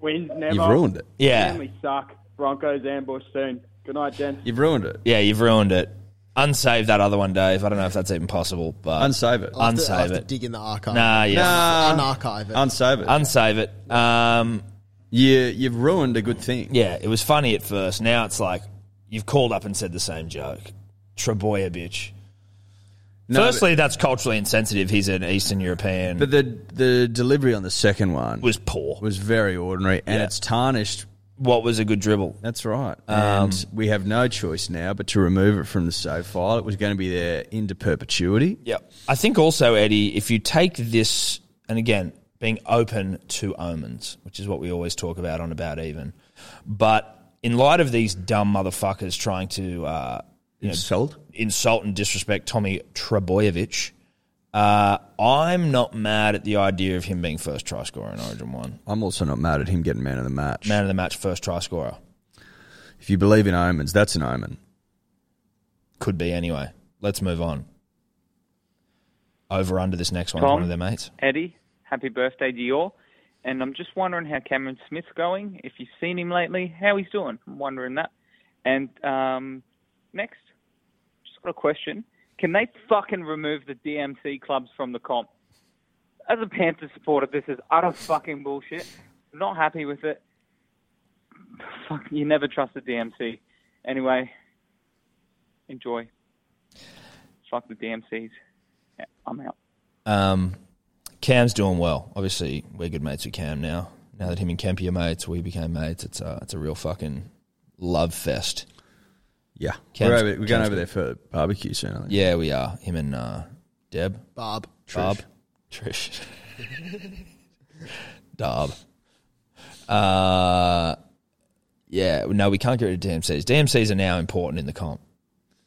Wins never. ruined it. Yeah. Family suck. Broncos ambush soon. Good night, gents. You've ruined it. Yeah, you've ruined it. Unsave that other one, Dave. I don't know if that's even possible, but unsave it. I'll have to- I'll have Unsave to it. dig in the archive. Nah, yeah. Nah. Unarchive it. Unsave it. Unsave it. Um, you you've ruined a good thing. Yeah, it was funny at first. Now it's like you've called up and said the same joke. Treboya bitch. No, Firstly, that's culturally insensitive. He's an Eastern European. But the the delivery on the second one was poor. Was very ordinary, and Yeah. it's tarnished. What was a good dribble? Um, That's right. and we have no choice now but to remove it from the save file. It was going to be there into perpetuity. Yeah. I think also, Eddie, if you take this, and again, being open to omens, which is what we always talk about on About Even, but in light of these dumb motherfuckers trying to uh, you insult, insult and disrespect Tommy Trebojevic, uh, I'm not mad at the idea of him being first try scorer in Origin One, I'm also not mad at him getting man of the match. man of the match, first try scorer. If you believe in omens, that's an omen. Could be anyway. Let's move on. Over under this next one, Tom? one of their mates. Eddie, happy birthday to you all. And I'm just wondering how Cameron Smith's going. If you've seen him lately, how he's doing. I'm wondering that. And um, next, just got a question. Can they fucking remove the DMC clubs from the comp? As a Panthers supporter, this is utter fucking bullshit. I'm not happy with it. Fuck, you never trust the DMC. Anyway, enjoy. Fuck the DMCs. Yeah, I'm out. Um, Cam's doing well. Obviously, we're good mates with Cam now. Now that him and Kempy are mates, we became mates. It's a, it's a real fucking love fest. Yeah. Cam's- we're over, we're going Cam's over good. there for barbecue soon, I think. Yeah, we are. Him and uh, Deb. Barb. Barb. Trish. Darb. Uh, yeah, no, we can't get rid of DMCs. DMCs are now important in the comp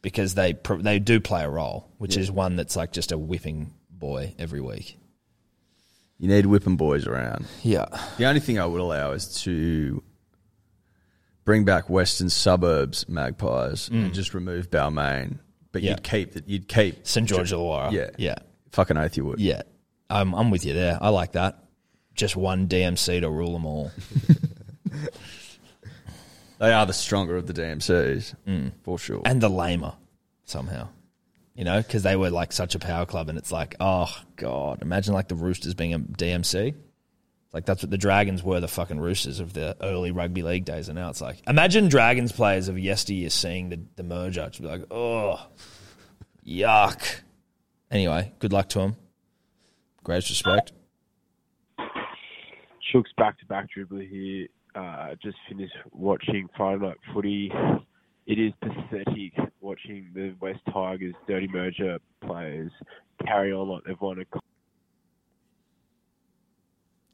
because they pr- they do play a role, which Yeah. is one that's like just a whipping boy every week. You need whipping boys around. Yeah. The only thing I would allow is to bring back Western suburbs magpies Mm. and just remove Balmain. But Yeah. you'd keep that. You'd keep St George Illawarra. Yeah, yeah. Fucking oath you would. Yeah, I'm I'm with you there. I like that. Just one DMC to rule them all. They are the stronger of the DMCs for sure, Mm. and the lamer somehow. You know, because they were like such a power club, and it's like, oh god, imagine like the Roosters being a DMC. Like that's what the Dragons were, the fucking Roosters of the early rugby league days, and now it's like, imagine Dragons players of yesteryear seeing the the merger, to be like, oh, yuck. Anyway, good luck to him. Greatest respect. Chooks back to back dribbler here. Uh, just finished watching Friday night footy. It is pathetic watching the West Tigers dirty merger players carry on like they've won a co-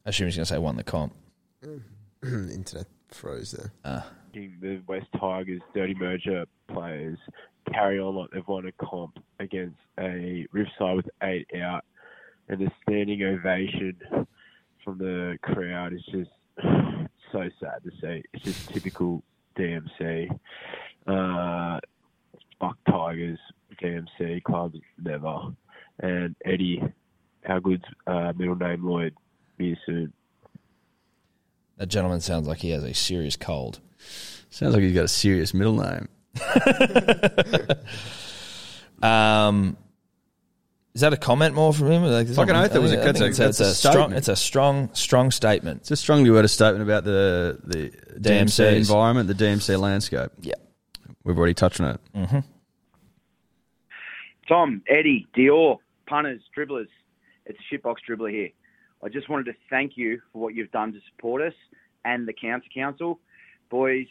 I assume he's going to say won the comp. Internet froze there. Ah. watching the West Tigers dirty merger players carry on like they've won a comp against a Riverside with eight out and the standing ovation from the crowd is just so sad to see. It's just typical DMC. Uh, fuck Tigers, DMC clubs, never. And Eddie, our good uh, middle name Lloyd, be here soon. That gentleman sounds like he has a serious cold. Sounds like he's got a serious middle name. Um, is that a comment more from him? Like, Fucking oath, it was a- I think that's a- it's that's a it's strong. statement. It's a strong, strong statement. It's a strongly worded statement about the the DMC DMCs. environment, the DMC landscape. Yeah, we've already touched on it. Mm-hmm. Tom, Eddie, Dior, punters, dribblers, it's Shitbox Dribbler here. I just wanted to thank you for what you've done to support us and the County Council. Boys,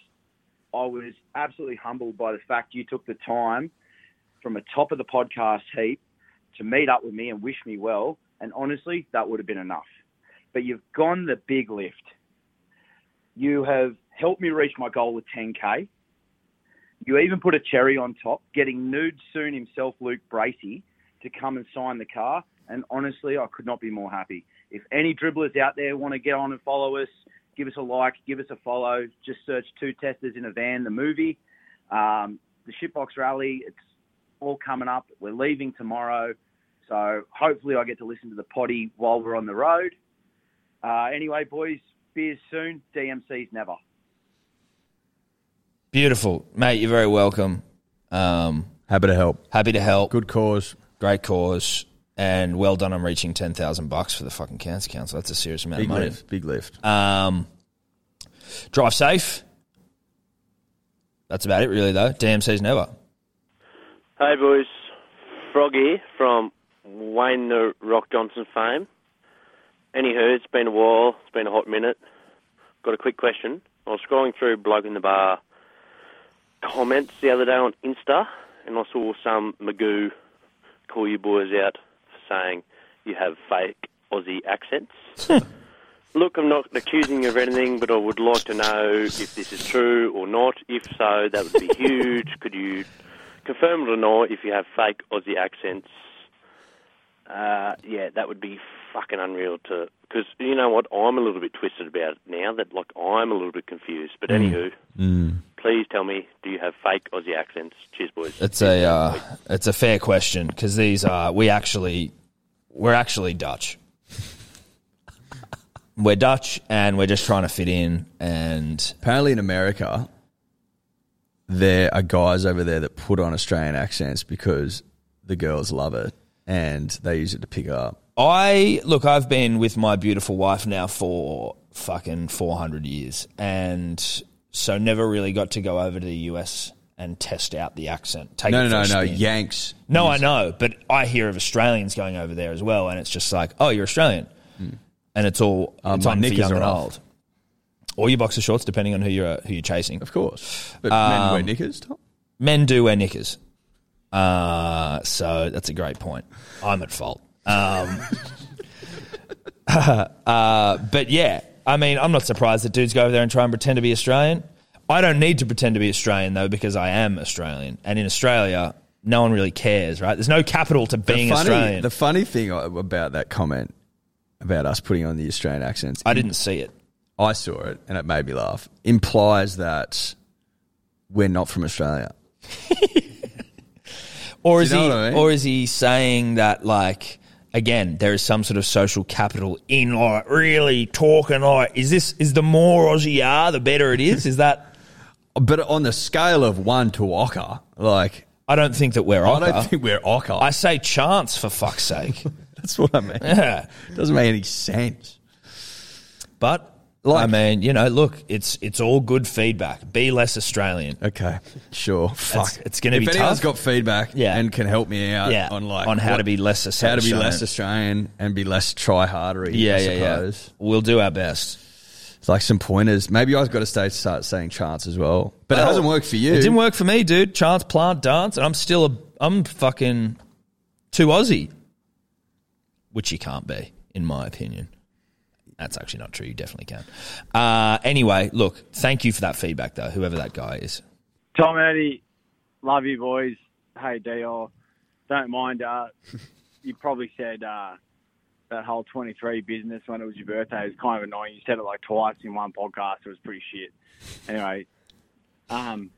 I was absolutely humbled by the fact you took the time from a top of the podcast heap to meet up with me and wish me well. And honestly, that would have been enough. But you've gone the big lift. You have helped me reach my goal of 10K. You even put a cherry on top, getting nude soon himself, Luke Bracey, to come and sign the car. And honestly, I could not be more happy. If any dribblers out there want to get on and follow us, give us a like, give us a follow. Just search Two Testers in a Van, the movie. Um, the Shipbox Rally, it's all coming up. We're leaving tomorrow. So hopefully I get to listen to the potty while we're on the road. Uh, anyway, boys, beers soon. DMC's never. Beautiful, mate. You're very welcome. Um, happy to help. Happy to help. Good cause. Great cause. And well done on reaching ten thousand bucks for the fucking cancer council. That's a serious amount Big of money. lift, big lift. Um, drive safe. That's about it, really. Though DMC's never. Hey boys, Frog here from Wayne the Rock Johnson fame. Anywho, it's been a while, it's been a hot minute. Got a quick question. I was scrolling through Bloke in the Bar comments the other day on Insta, and I saw some Magoo call you boys out for saying you have fake Aussie accents. Look, I'm not accusing you of anything, but I would like to know if this is true or not. If so, that would be huge. Could you confirm or not if you have fake Aussie accents? Uh, yeah, that would be fucking unreal to. Because you know what, I'm a little bit twisted about it now. That like I'm a little bit confused. But anywho, Mm. please tell me, do you have fake Aussie accents? Cheers, boys. It's a uh, it's a fair question because these are we actually we're actually Dutch. we're Dutch and we're just trying to fit in. And apparently in America, there are guys over there that put on Australian accents because the girls love it and they use it to pick up. I look, I've been with my beautiful wife now for fucking 400 years. And so never really got to go over to the US and test out the accent. Take no, it no, for a no, no, spin. Yanks. No, I know, but I hear of Australians going over there as well, and it's just like, oh, you're Australian, and it's all Um, it's my on for knickers young are and off. old, or your boxer shorts, depending on who you're who you're chasing. Of course, But men wear knickers, Tom? Men do wear knickers, uh, so that's a great point. I'm at fault, um, uh, but yeah, I mean, I'm not surprised that dudes go over there and try and pretend to be Australian. I don't need to pretend to be Australian though, because I am Australian, and in Australia. No one really cares, right? There's no capital to being the funny, Australian. The funny thing about that comment about us putting on the Australian accents, I didn't see it. I saw it and it made me laugh. Implies that we're not from Australia. Or Do is you know he what I mean? or is he saying that like again, there is some sort of social capital in like really talking like is this is the more Aussie you are, the better it is? Is that But on the scale of one to Ocker, like I don't think that we're I Ocker. don't think we're Ocker. I say chance for fuck's sake. That's what I mean. Yeah. Doesn't make any sense. But I mean, you know, look, it's it's all good feedback. Be less Australian. Okay. Sure. Fuck. It's, it's gonna if be anyone's tough. got feedback Yeah. and can help me out Yeah, on like on how to be less how to be Australian. less Australian and be less try hardery. Yeah, I yeah, yeah. suppose. We'll do our best. It's like some pointers. Maybe I've got to stay, start saying chance as well, but it Well, hasn't worked for you. It didn't work for me, dude. Chance plant dance, and I'm still a I'm fucking too Aussie, which you can't be, in my opinion. That's actually not true. You definitely can. Uh, anyway, look, thank you for that feedback, though. Whoever that guy is, Tom Eddie, love you boys. Hey Dior, don't mind. Uh, you probably said uh, that whole 23 business when it was your birthday is kind of annoying. You said it like twice in one podcast. It was pretty shit. Anyway, um,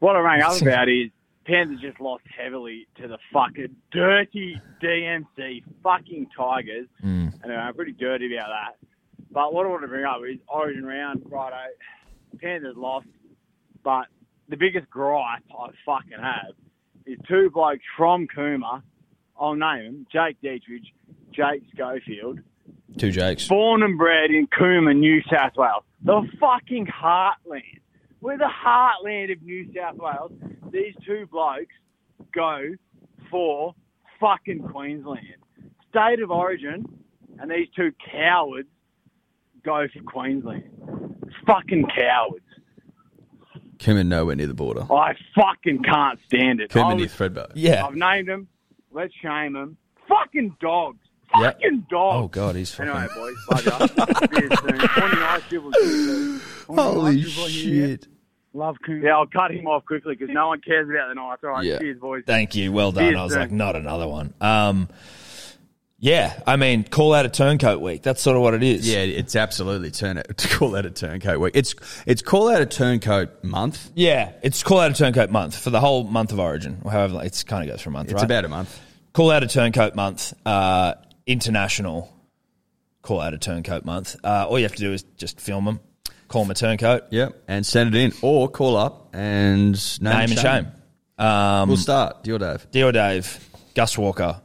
what I rang up about is Panthers just lost heavily to the fucking dirty DMC fucking Tigers. Anyway, I'm pretty dirty about that. But what I want to bring up is Origin round, righto. Panthers lost, but the biggest gripe I fucking have is two blokes from Cooma. I'll name them: Jake Dietrich, Jake Schofield, two Jakes. born and bred in Cooma, New South Wales, the fucking heartland. We're the heartland of New South Wales. These two blokes go for fucking Queensland, state of origin, and these two cowards go for Queensland. Fucking cowards. Came in nowhere near the border. Oh, I fucking can't stand it. Came I in near was- Threadbow. I've named him. Let's shame him. Fucking dogs. Yeah. Fucking dogs. Oh, God, he's fucking- Anyway, boys, bugger. See you soon. 29 dribble here. 29 Holy dribble here. shit. Love Coon. Yeah, I'll cut him off quickly because no one cares about the night. All right, Yeah. cheers, boys. Thank you. Well done. Cheers, I was sir. like, not another one. Um, yeah, I mean, call out a turncoat week. That's sort of what it is. Yeah, it's absolutely turn it to call out a turncoat week. It's it's call out a turncoat month. Yeah, it's call out a turncoat month for the whole month of Origin, or however it's kind of goes for a month. It's right? about a month. Call out a turncoat month, uh, international. Call out a turncoat month. Uh, all you have to do is just film them, call them a turncoat. Yep, and send it in or call up and name, Name, and shame. Um, We'll start. Deal Dave. Deal Dave. Gus Walker.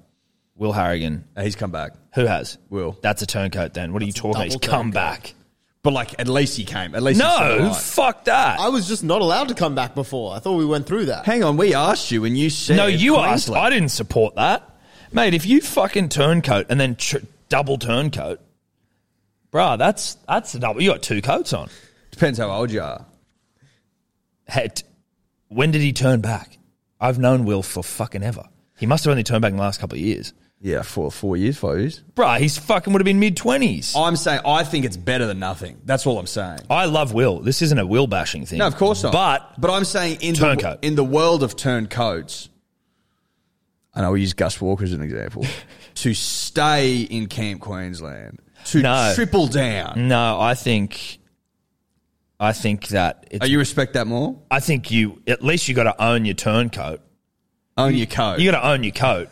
Will Harrigan. Uh, He's come back. Who has? Will. That's a turncoat then. What are you talking about? He's double come turncoat. back. But like, at least he came. At least no, he's still alive. fuck that. I was just not allowed to come back before. I thought we went through that. Hang on, we asked you and you said No, you asked. I didn't support that, mate. If you fucking turncoat and then tr- double turncoat, bruh, that's that's a double. You got two coats on. Depends how old you are. Hey, t- when did he turn back? I've known Will for fucking ever. He must have only turned back in the last couple of years. Yeah, four four years, five years. Bruh, he's fucking would have been mid twenties. I'm saying I think it's better than nothing. That's all I'm saying. I love Will. This isn't a Will bashing thing. No, of course not. But but I'm saying in Turncoat. the in the world of turncoats, and I will use Gus Walker as an example to stay in Camp Queensland to No. triple down. No, I think, I think that. It's, Oh, you respect that more? I think you at least you got to own your turncoat. Own your coat. You got to own your coat.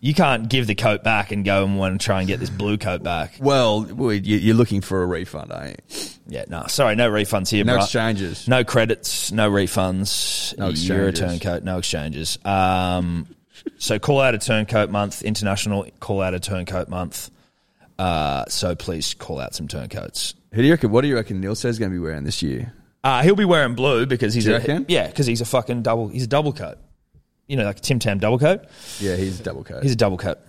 you can't give the coat back and go and want to try and get this blue coat back. Well, well, you- you're looking for a refund, aren't you? Yeah, no. Sorry, no refunds here. No bruh. exchanges. No credits. No refunds. No You're a exchanges. turncoat. No exchanges. Um, So call out a turncoat month, international call out a turncoat month. Uh, so please call out some turncoats. Who do you reckon? What do you reckon Neil says going to be wearing this year? Uh, he'll be wearing blue because he's Do you a reckon? yeah because he's a fucking double he's a double coat, you know like a Tim Tam double coat. Yeah, he's a double coat. He's a double coat. Uh,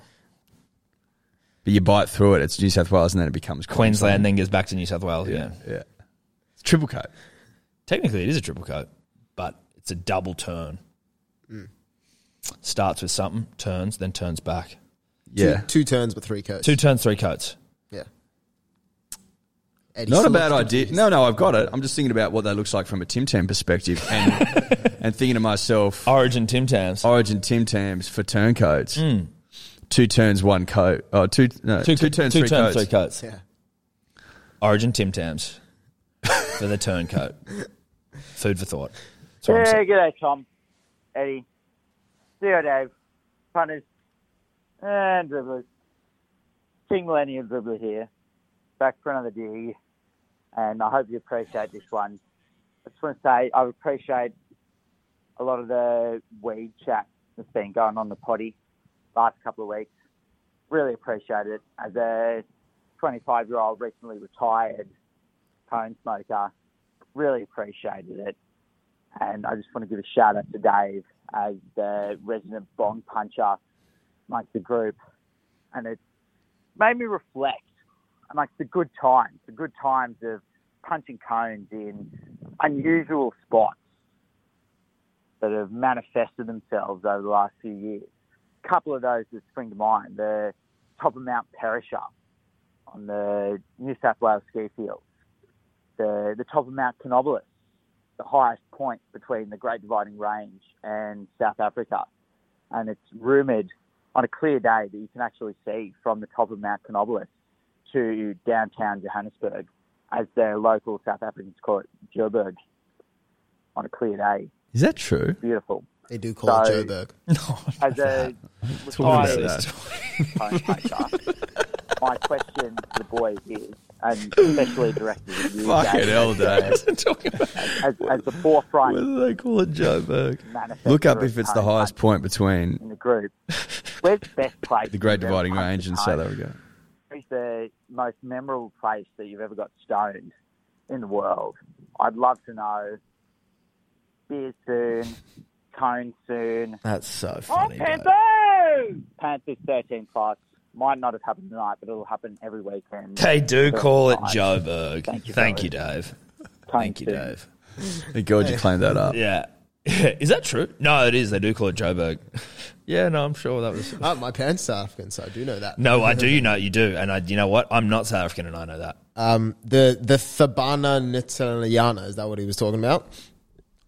But you bite through it. It's New South Wales, and then it becomes Queensland then goes back to New South Wales. Yeah, yeah. It's triple coat. Technically, it is a triple coat, but it's a double turn. Mm. Starts with something, turns, then turns back. Two, two turns but three coats. two turns, three coats. Eddie Not a still bad looks idea. No, no, I've got it. I'm just thinking about what that looks like from a Tim Tam perspective, and and thinking to myself, Origin Tim Tams, Hmm. Origin Tim Tams for turncoats. Two turns, one coat. Oh, two, no, two, Two- turns, two three turns, coats. three coats. Yeah. Origin Tim Tams for the turncoat. Food for thought. That's what I'm yeah, saying. good day, Tom, Eddie, Theo, Dave, punters, and dribblers. King Millennium Dribbler here, back for another day, and I hope you appreciate this one. I just want to say I appreciate a lot of the weed chat that's been going on the potty last couple of weeks. Really appreciate it. As a 25 year old recently retired cone smoker, really appreciated it. And I just want to give a shout out to Dave as the resident bong puncher amongst the group. And it made me reflect on like the good times, the good times of punching cones in unusual spots that have manifested themselves over the last few years. A couple of those that spring to mind, the top of Mount Perisher on the New South Wales ski fields, the, the top of Mount Canobulus the highest point between the Great Dividing Range and South Africa. And it's rumoured on a clear day that you can actually see from the top of Mount Canobulus to downtown Johannesburg, as their local South Africans call it, Joburg, on a clear day. Is that true? Beautiful. They do call it Joburg. As a Talk about retired that. contractor, my question to the boys is, and especially directed at you, Fucking Dave, hell, as, Dave. as, as the forefront. What do they call it, Joburg? manifestor Look up of if it's the time highest point between in the group. Where's the best place? the Great you've ever Dividing punched Range a and cone? South Africa. Where's the most memorable place that you've ever got stoned in the world? I'd love to know. Beers soon, cone soon. Oh, That's so Panthers! Panthers 13 plus. Might not have happened tonight, but it'll happen every weekend. They do Till call it tonight. Joburg. Thank you, you, Dave. Thank you, Dave. Thank God you cleaned that up. Yeah. is that true? No, it is. They do call it Joburg. yeah, no, I'm sure that was. Oh, my parents are African, so I do know that. No, I do. You know, you do. And I, you know what? I'm not South African and I know that. Um, the the Thabana Nitsanayana is that what he was talking about?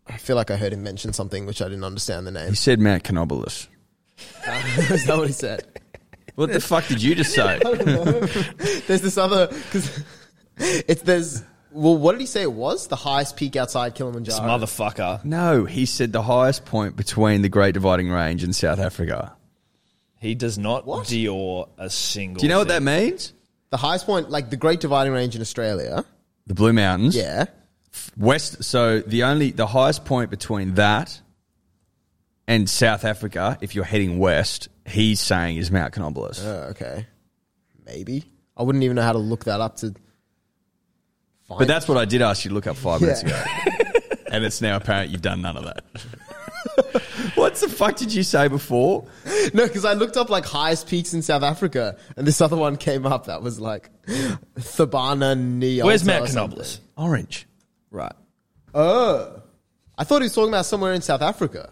I feel like I heard him mention something which I didn't understand the name. He said Mount Canobulus. is that what he said? What the fuck did you just say? I don't know. there's this other because it's there's well, what did he say it was? The highest peak outside Kilimanjaro. motherfucker. No, he said the highest point between the Great Dividing Range and South Africa. He does not Dior a single. Do you know what thing. that means? The highest point, like the Great Dividing Range in Australia. The Blue Mountains. Yeah. West. So the only the highest point between that and South Africa, if you're heading west, he's saying is Mount Canobulus. Oh, okay. Maybe I wouldn't even know how to look that up to. Fine. But that's what I did ask you to look up five minutes ago, Yeah. and it's now apparent you've done none of that. What's the fuck did you say before? No, because I looked up like highest peaks in South Africa, and this other one came up that was like Thabana Neon. Where's Mount Canobulus? Orange. Right. Oh, I thought he was talking about somewhere in South Africa.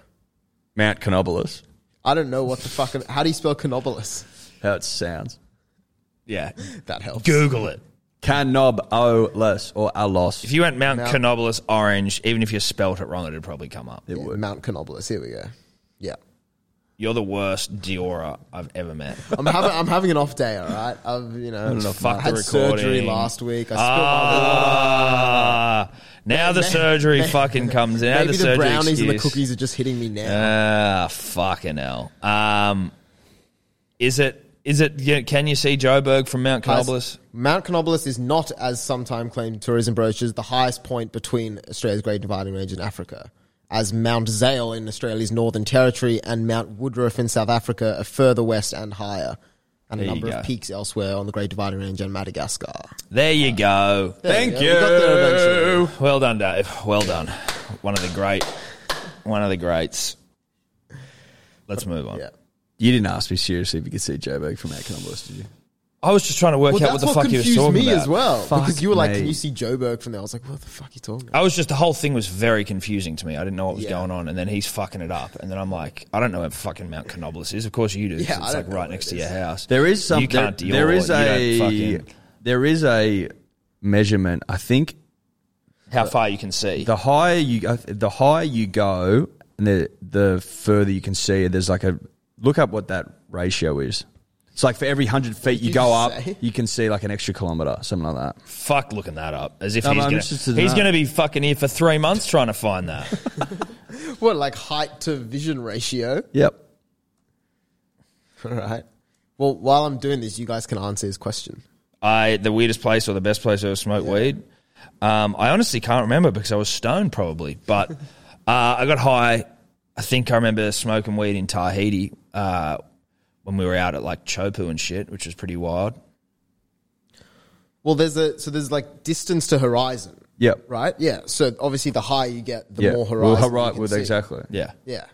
Mount Canobulus. I don't know what the fucking. How do you spell Canobulus? How it sounds. Yeah, that helps. Google it. Canob o less or alos. If you went Mount Mount- Canobulus Orange, even if you spelt it wrong, it'd probably come up. It would. Mount Canobulus. Here we go. Yeah. You're the worst Diora I've ever met. I'm having, I'm having an off day, all right? I've, you know, I don't know, fuck I had the surgery recording. last week. I spilled Ah, now the May- surgery may- fucking comes. Now Maybe the the, surgery brownies and the excuse. cookies are just hitting me now. Ah, fucking hell. Um, is it? Is it? yeah, Can you see Joburg from Mount Canobulus? Highest- Mount Canobulus is not, as sometime claimed tourism brochures, the highest point between Australia's Great Dividing Range and Africa. as Mount Zale in Australia's Northern Territory and Mount Woodruff in South Africa are further west and higher, and There a you number go. of peaks elsewhere on the Great Dividing Range and Madagascar. There you go. There Thank you go. We got there you. well done, Dave. Well done. One of the great. One of the greats. Let's move on. You didn't ask me seriously if you could see J Bag from Out Columbus, did you? I was just trying to work well, out what that's the fuck he was confused talking me about. as well because you were like, me. "Can you see Joburg from there?" I was like, "What the fuck are you talking?" I was just the whole thing was very confusing to me. I didn't know what was Yeah. going on, and then he's fucking it up, and then I'm like, I don't know where fucking Mount Canoblis is. Of course you do. 'cause Yeah, I it's don't like right next to your house. There is something. You can't deal. there is a fucking, there is a measurement. I think how far you can see. The higher you go- the higher you go, and the the further you can see. There's like a look up what that ratio is. It's like for every hundred feet you you go up, just say? you can see like an extra kilometer, something like that. Fuck looking that up as if No, no, I'm he's interested in gonna, he's that. going to be fucking here for three months trying to find that. About? What like height to vision ratio? Yep. All right. Well, while I'm doing this, you guys can answer his question. I the weirdest place or the best place I ever smoked weed. Um, I honestly can't remember because I was stoned probably, but uh, I got high. I think I remember smoking weed in Tahiti uh, when we were out at like Chopu and shit, which was pretty wild. Well, there's a so there's like distance to horizon. Yep. Right. Yeah. So obviously, the higher you get, the Yeah. more Well, horizon. you hori- can well, see. exactly. Yeah. Yeah.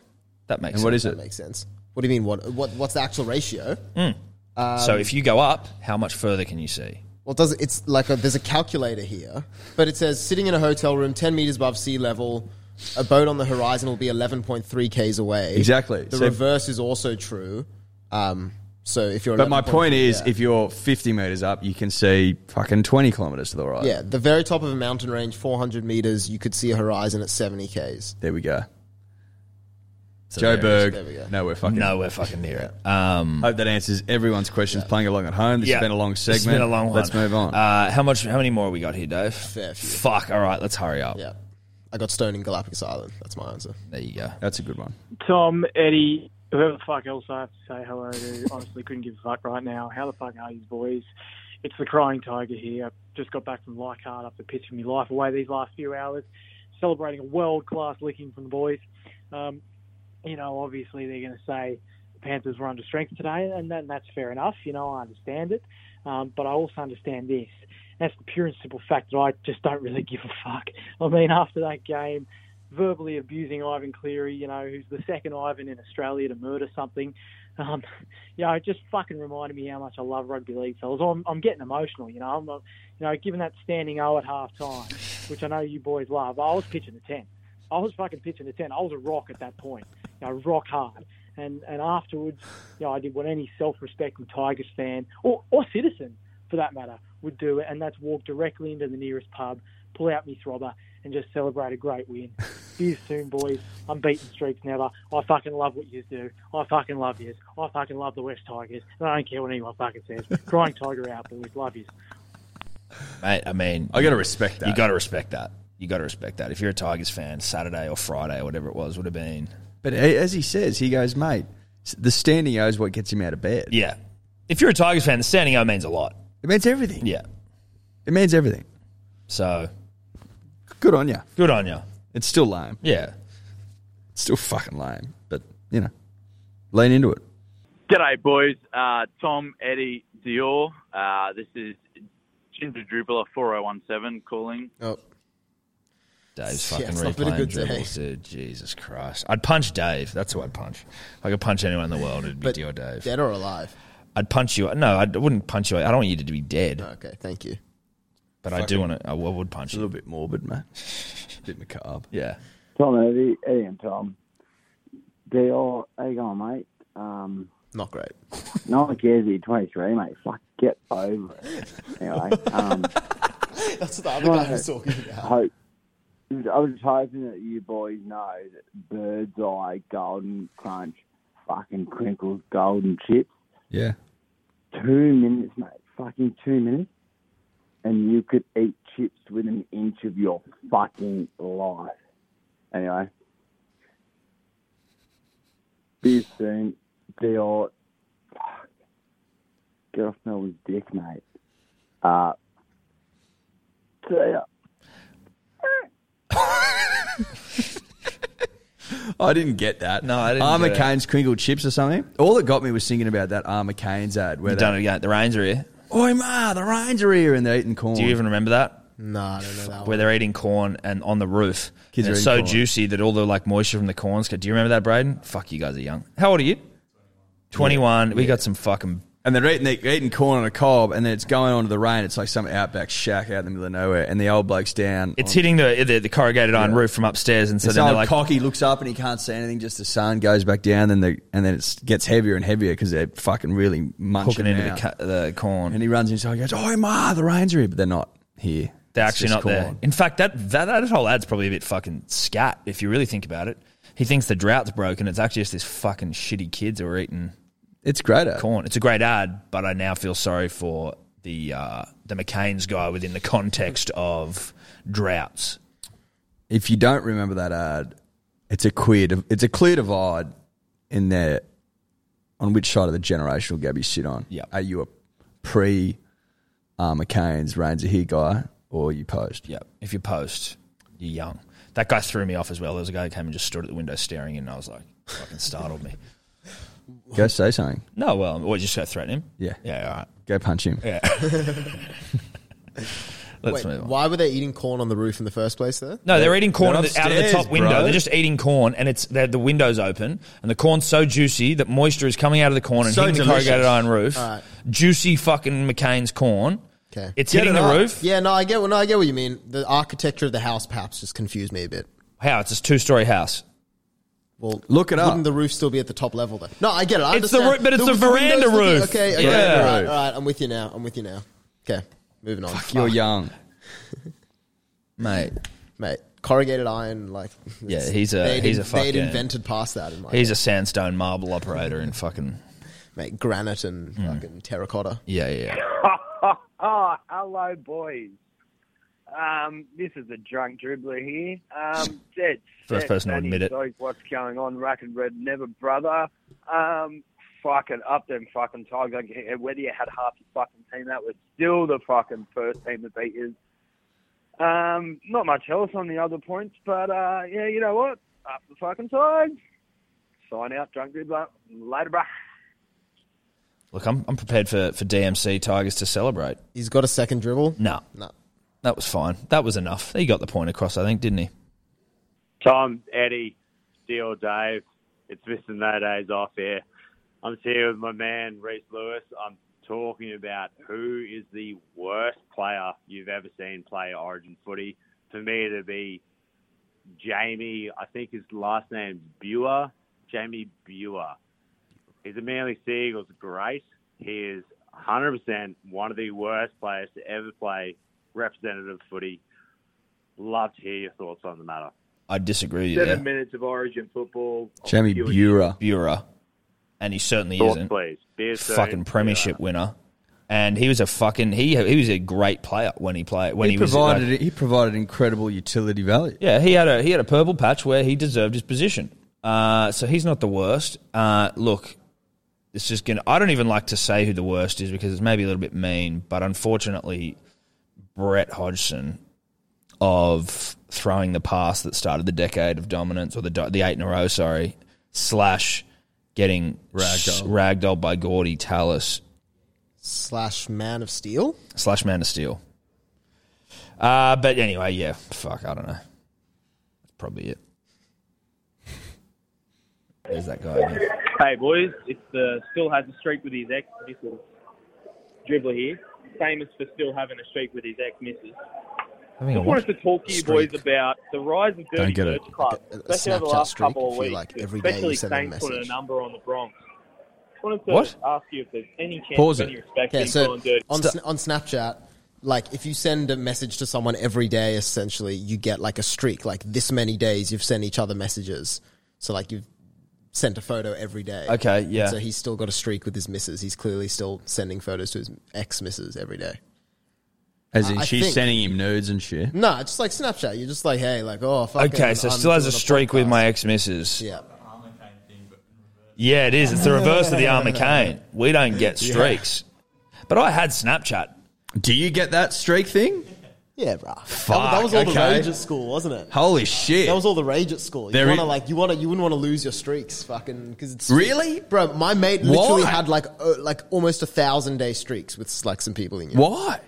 That makes And what sense. is it? That makes sense. What do you mean? What what what's the actual ratio? Mm. Um, so if you go up, how much further can you see? Well, it does it's like a, there's a calculator here, but it says sitting in a hotel room, ten meters above sea level, a boat on the horizon will be eleven point three k's away. Exactly. The So- reverse is also true. Um, so if you're, But my 11.3, point is, yeah. if you're 50 meters up, you can see fucking 20 kilometers to the right. yeah, the very top of a mountain range, four hundred meters, you could see a horizon at seventy k's. There we go. So Joe there it is. Berg, There we go. nowhere fucking, nowhere fucking near it. Um, Hope that answers everyone's questions. Playing along at home. This Yeah. has been a long This segment. has been a long one. Let's move on. Uh, how much? How many more we got here, Dave? Fuck. All right, let's hurry up. Yeah. I got stoned in Galapagos Island. That's my answer. There you go. That's a good one. Tom, Eddie, whoever the fuck else I have to say hello to, honestly couldn't give a fuck right now. How the fuck are you boys? It's the crying tiger here. Just got back from Leichhardt after pissing me life away these last few hours, celebrating a world class licking from the boys. Um, you know, obviously they're going to say the Panthers were under strength today, and then that's fair enough. You know, I understand it, um, but I also understand this. That's the pure and simple fact that I just don't really give a fuck. I mean, after that game, verbally abusing Ivan Cleary, you know, who's the second Ivan in Australia to murder something. Um, you know, it just fucking reminded me how much I love rugby league. So I was, I'm, I'm getting emotional, you know. I'm, uh, you know, given that standing O at half time, which I know you boys love, I was pitching a 10. I was fucking pitching a 10. I was a rock at that point, you know, rock hard. And, and afterwards, you know, I did what any self-respecting Tigers fan or, or citizen, for that matter, would do, and that's walk directly into the nearest pub, pull out me throbber, and just celebrate a great win. See you soon, boys. I'm beating streaks never. I fucking love what you do. I fucking love yous. I fucking love the West Tigers. And I don't care what anyone fucking says. Crying Tiger out, boys. Love yous. Mate, I mean, I gotta respect that. You got to respect that. You got to respect that. If you're a Tigers fan, Saturday or Friday or whatever it was would have been. But a- as he says, he goes, mate, s- the standing O is what gets him out of bed. Yeah. If you're a Tigers fan, the standing O means a lot. It means everything. Yeah. It means everything. So good on you. Good on you. It's still lame. Yeah. It's still fucking lame. But, you know, lean into it. G'day, boys. Uh, Tom, Eddie, Dior. Uh, this is Ginger Dribbler 4017 calling. Oh. Dave's Yeah, fucking it's not been a replaying good day. dribbles, dude. Jesus Christ. I'd punch Dave. That's who I'd punch. If I could punch anyone in the world, it'd be Dior Dave. Dead or alive? I'd punch you. No, I wouldn't punch you. I don't want you to be dead. Oh, Okay, thank you. But I do want to. I would punch you. A little bit morbid, mate. bit macabre. Yeah. Tom and Eddie, Eddie and Tom. They all, how you going, mate? Um, Not great. no one cares that you're 23, mate. Fuck, get over it. Anyway, um, That's what the other guy was so, talking about. Hope, I was just hoping that you boys know that Bird's Eye, Golden Crunch, fucking Crinkles, Golden Chips, Yeah. two minutes, mate. Fucking two minutes. And you could eat chips with an inch of your fucking life. Anyway. Be you soon. Dior. Fuck. Get off Melbourne's dick, mate. Uh, see ya. I didn't get that. No, I didn't Armor get it. Cane's Kringle Chips or something. All that got me was thinking about that Armor Cane's ad. Where You've done it again. The Rains are here. Oi, ma, the Rains are here and they're eating corn. Do you even remember that? No, I don't know that Where they're eating corn and on the roof. Kids and are it's eating so corn. juicy that all the like moisture from the corns. Do you remember that, Braden? Fuck, you guys are young. How old are you? Twenty one. We got some fucking. And they're eating, they're eating corn on a cob and then it's going onto the rain. It's like some outback shack out in the middle of nowhere and the old bloke's down. It's on- hitting the the, the corrugated iron roof from upstairs, and so this then they're old like, cocky looks up and he can't see anything. Just the sun goes back down, and the and then it gets heavier and heavier because they're fucking really munching Hooking into the out. ca- the corn. And he runs inside, and goes, "Oh ma, the rains are here," but they're not here. They're It's actually just not there. corn. In fact, that, that that whole ad's probably a bit fucking scat if you really think about it. He thinks the drought's broken. It's actually just this fucking shitty kids who are eating. It's great ad. corn. It's a great ad, but I now feel sorry for the uh, the McCain's guy within the context of droughts. If you don't remember that ad, it's a clear it's a clear divide in there on which side of the generational gap you sit on. Yeah, are you a pre uh, McCain's rains are here guy or you post? Yeah, if you post, you're young. That guy threw me off as well. There was a guy who came and just stood at the window staring in, and I was like, fucking startled me. Go say something. No, well, what, just go threaten him? Yeah. Yeah, all right. Go punch him. Yeah. Let's Wait, move on. why were they eating corn on the roof in the first place? There, No, they're eating corn They're on the- out of the upstairs, top window. bro. They're just eating corn, and it's they're- the window's open, and the corn's so juicy that moisture is coming out of the corn and So hitting delicious. the corrugated iron roof. All right. Juicy fucking McCain's corn. Okay, It's Get hitting it the up. roof. Yeah, no, I get. No, I get what you mean. The architecture of the house perhaps just confused me a bit. How? It's a two story house. Well, look it up. Wouldn't the roof still be at the top level though? No, I get it. I It's the understand. roo- but it's The- a the window's veranda looking- roof. Okay, okay, Yeah. all right, roof. all right. I'm with you now. I'm with you now. Okay, moving on. Fuck, you're young, mate. Mate, corrugated iron, like Yeah, he's a- they'd- he's a They'd fucking- invented past that in my He's a sandstone marble operator in fucking. mate granite and Mm. fucking terracotta. Yeah, yeah. oh, hello, boys. Um, this is a drunk dribbler here. Um, Jed, First person to Matty, admit it. Guys, what's going on? Rack and red, never brother. Um, fucking up them fucking tigers. I don't care Whether you had half the fucking team, that was still the fucking first team to beat us. Um, not much else on the other points, but uh, yeah, you know what? Up the fucking tigers. Sign out, drunk dribbler. Later, bruh. Look, I'm, I'm prepared for, for DMC Tigers to celebrate. He's got a second dribble. No. No. That was fine. That was enough. He got the point across, I think, didn't he? Tom, Eddie, Deal, Dave. It's Mr. No Days Off here. I'm here with my man, Reese Lewis. I'm talking about who is the worst player you've ever seen play Origin footy. For me, it'd be Jamie, I think his last name's Buer. Jamie Buer. He's a Manly Seagulls great. He is 100% one of the worst players to ever play representative footy. Love to hear your thoughts on the matter. I disagree with you Seven there. minutes of Origin football. Jamie Bura. Bura. And he certainly Thoughts, isn't. Oh, please. Beer soon. fucking premiership winner. And he was a fucking he he was a great player when he played when he, he, was provided like- he provided incredible utility value. Yeah, he had a he had a purple patch where he deserved his position. Uh, so he's not the worst. Uh, look, this is gonna. I don't even like to say who the worst is because it's maybe a little bit mean, but unfortunately, Brett Hodgson of throwing the pass that started the decade of dominance or the do- the eight in a row, sorry, slash getting Ragdolled. s- ragdolled by Gordy Tallis slash Man of Steel. slash Man of Steel. Uh, but anyway, yeah, fuck, I don't know. That's probably it. There's that guy. Again. Hey boys, it's uh, the still has a streak with his ex missus. Dribbler here, famous for still having a streak with his ex missus. Having a what? Just wanted to talk to you Streak. boys about the rise of Don't dirty get it. birds clubs, especially over the Snapchat last streak, couple if of you weeks. like, every day you especially send them a Saints put a message. number on the Bronx. Just wanted to What? ask you if there's any chance Pause of it. any respect Okay, being so calling dirty. on Sna- on Snapchat, like if you send a message to someone every day, essentially you get like a streak, like this many days you've sent each other messages. So like you've sent a photo every day. Okay, yeah. And so he's still got a streak with his missus. He's clearly still sending photos to his ex missus every day. As in, I- I she's think- sending him nudes and shit. No, it's just like Snapchat. You're just like, hey, like oh, fucking, Okay, so I'm still has a doing streak with my ex missus. Yeah. Yeah, it is. It's the reverse of the Armour Kane. We don't get Yeah. streaks. But I had Snapchat. Do you get that streak thing? Yeah, bro. That was- Fuck, that was all the okay. rage at school, wasn't it? Holy shit. That was all the rage at school. You There want to is- like you want to you wouldn't want to lose your streaks, fucking, because it's Really? bro. My mate literally Why? had like uh, like almost a thousand day streaks with like some people in you. Why?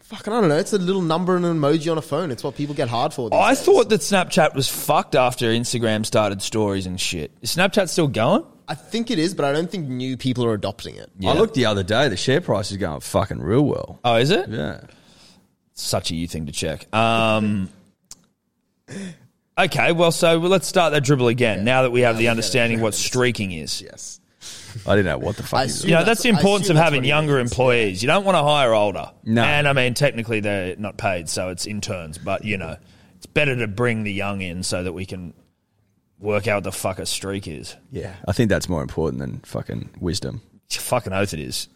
Fucking, I don't know. It's a little number and an emoji on a phone. It's what people get hard for. I thought that Snapchat was fucked after Instagram started stories and shit. Is Snapchat still going? I think it is, but I don't think new people are adopting it. I looked the other day. The share price is going fucking real well. Oh, is it? Yeah. Such a you thing to check. Um, okay, well, so let's start that dribble again. Now that we have the understanding what streaking is. Yes. I didn't know what the fuck. You know, that's, the importance of having younger employees. You don't want to hire older. No. And I mean, technically, they're not paid, so it's interns, but you know, it's better to bring the young in so that we can work out what the fuck a streak is. Yeah, I think that's more important than fucking wisdom. Fucking oath it is.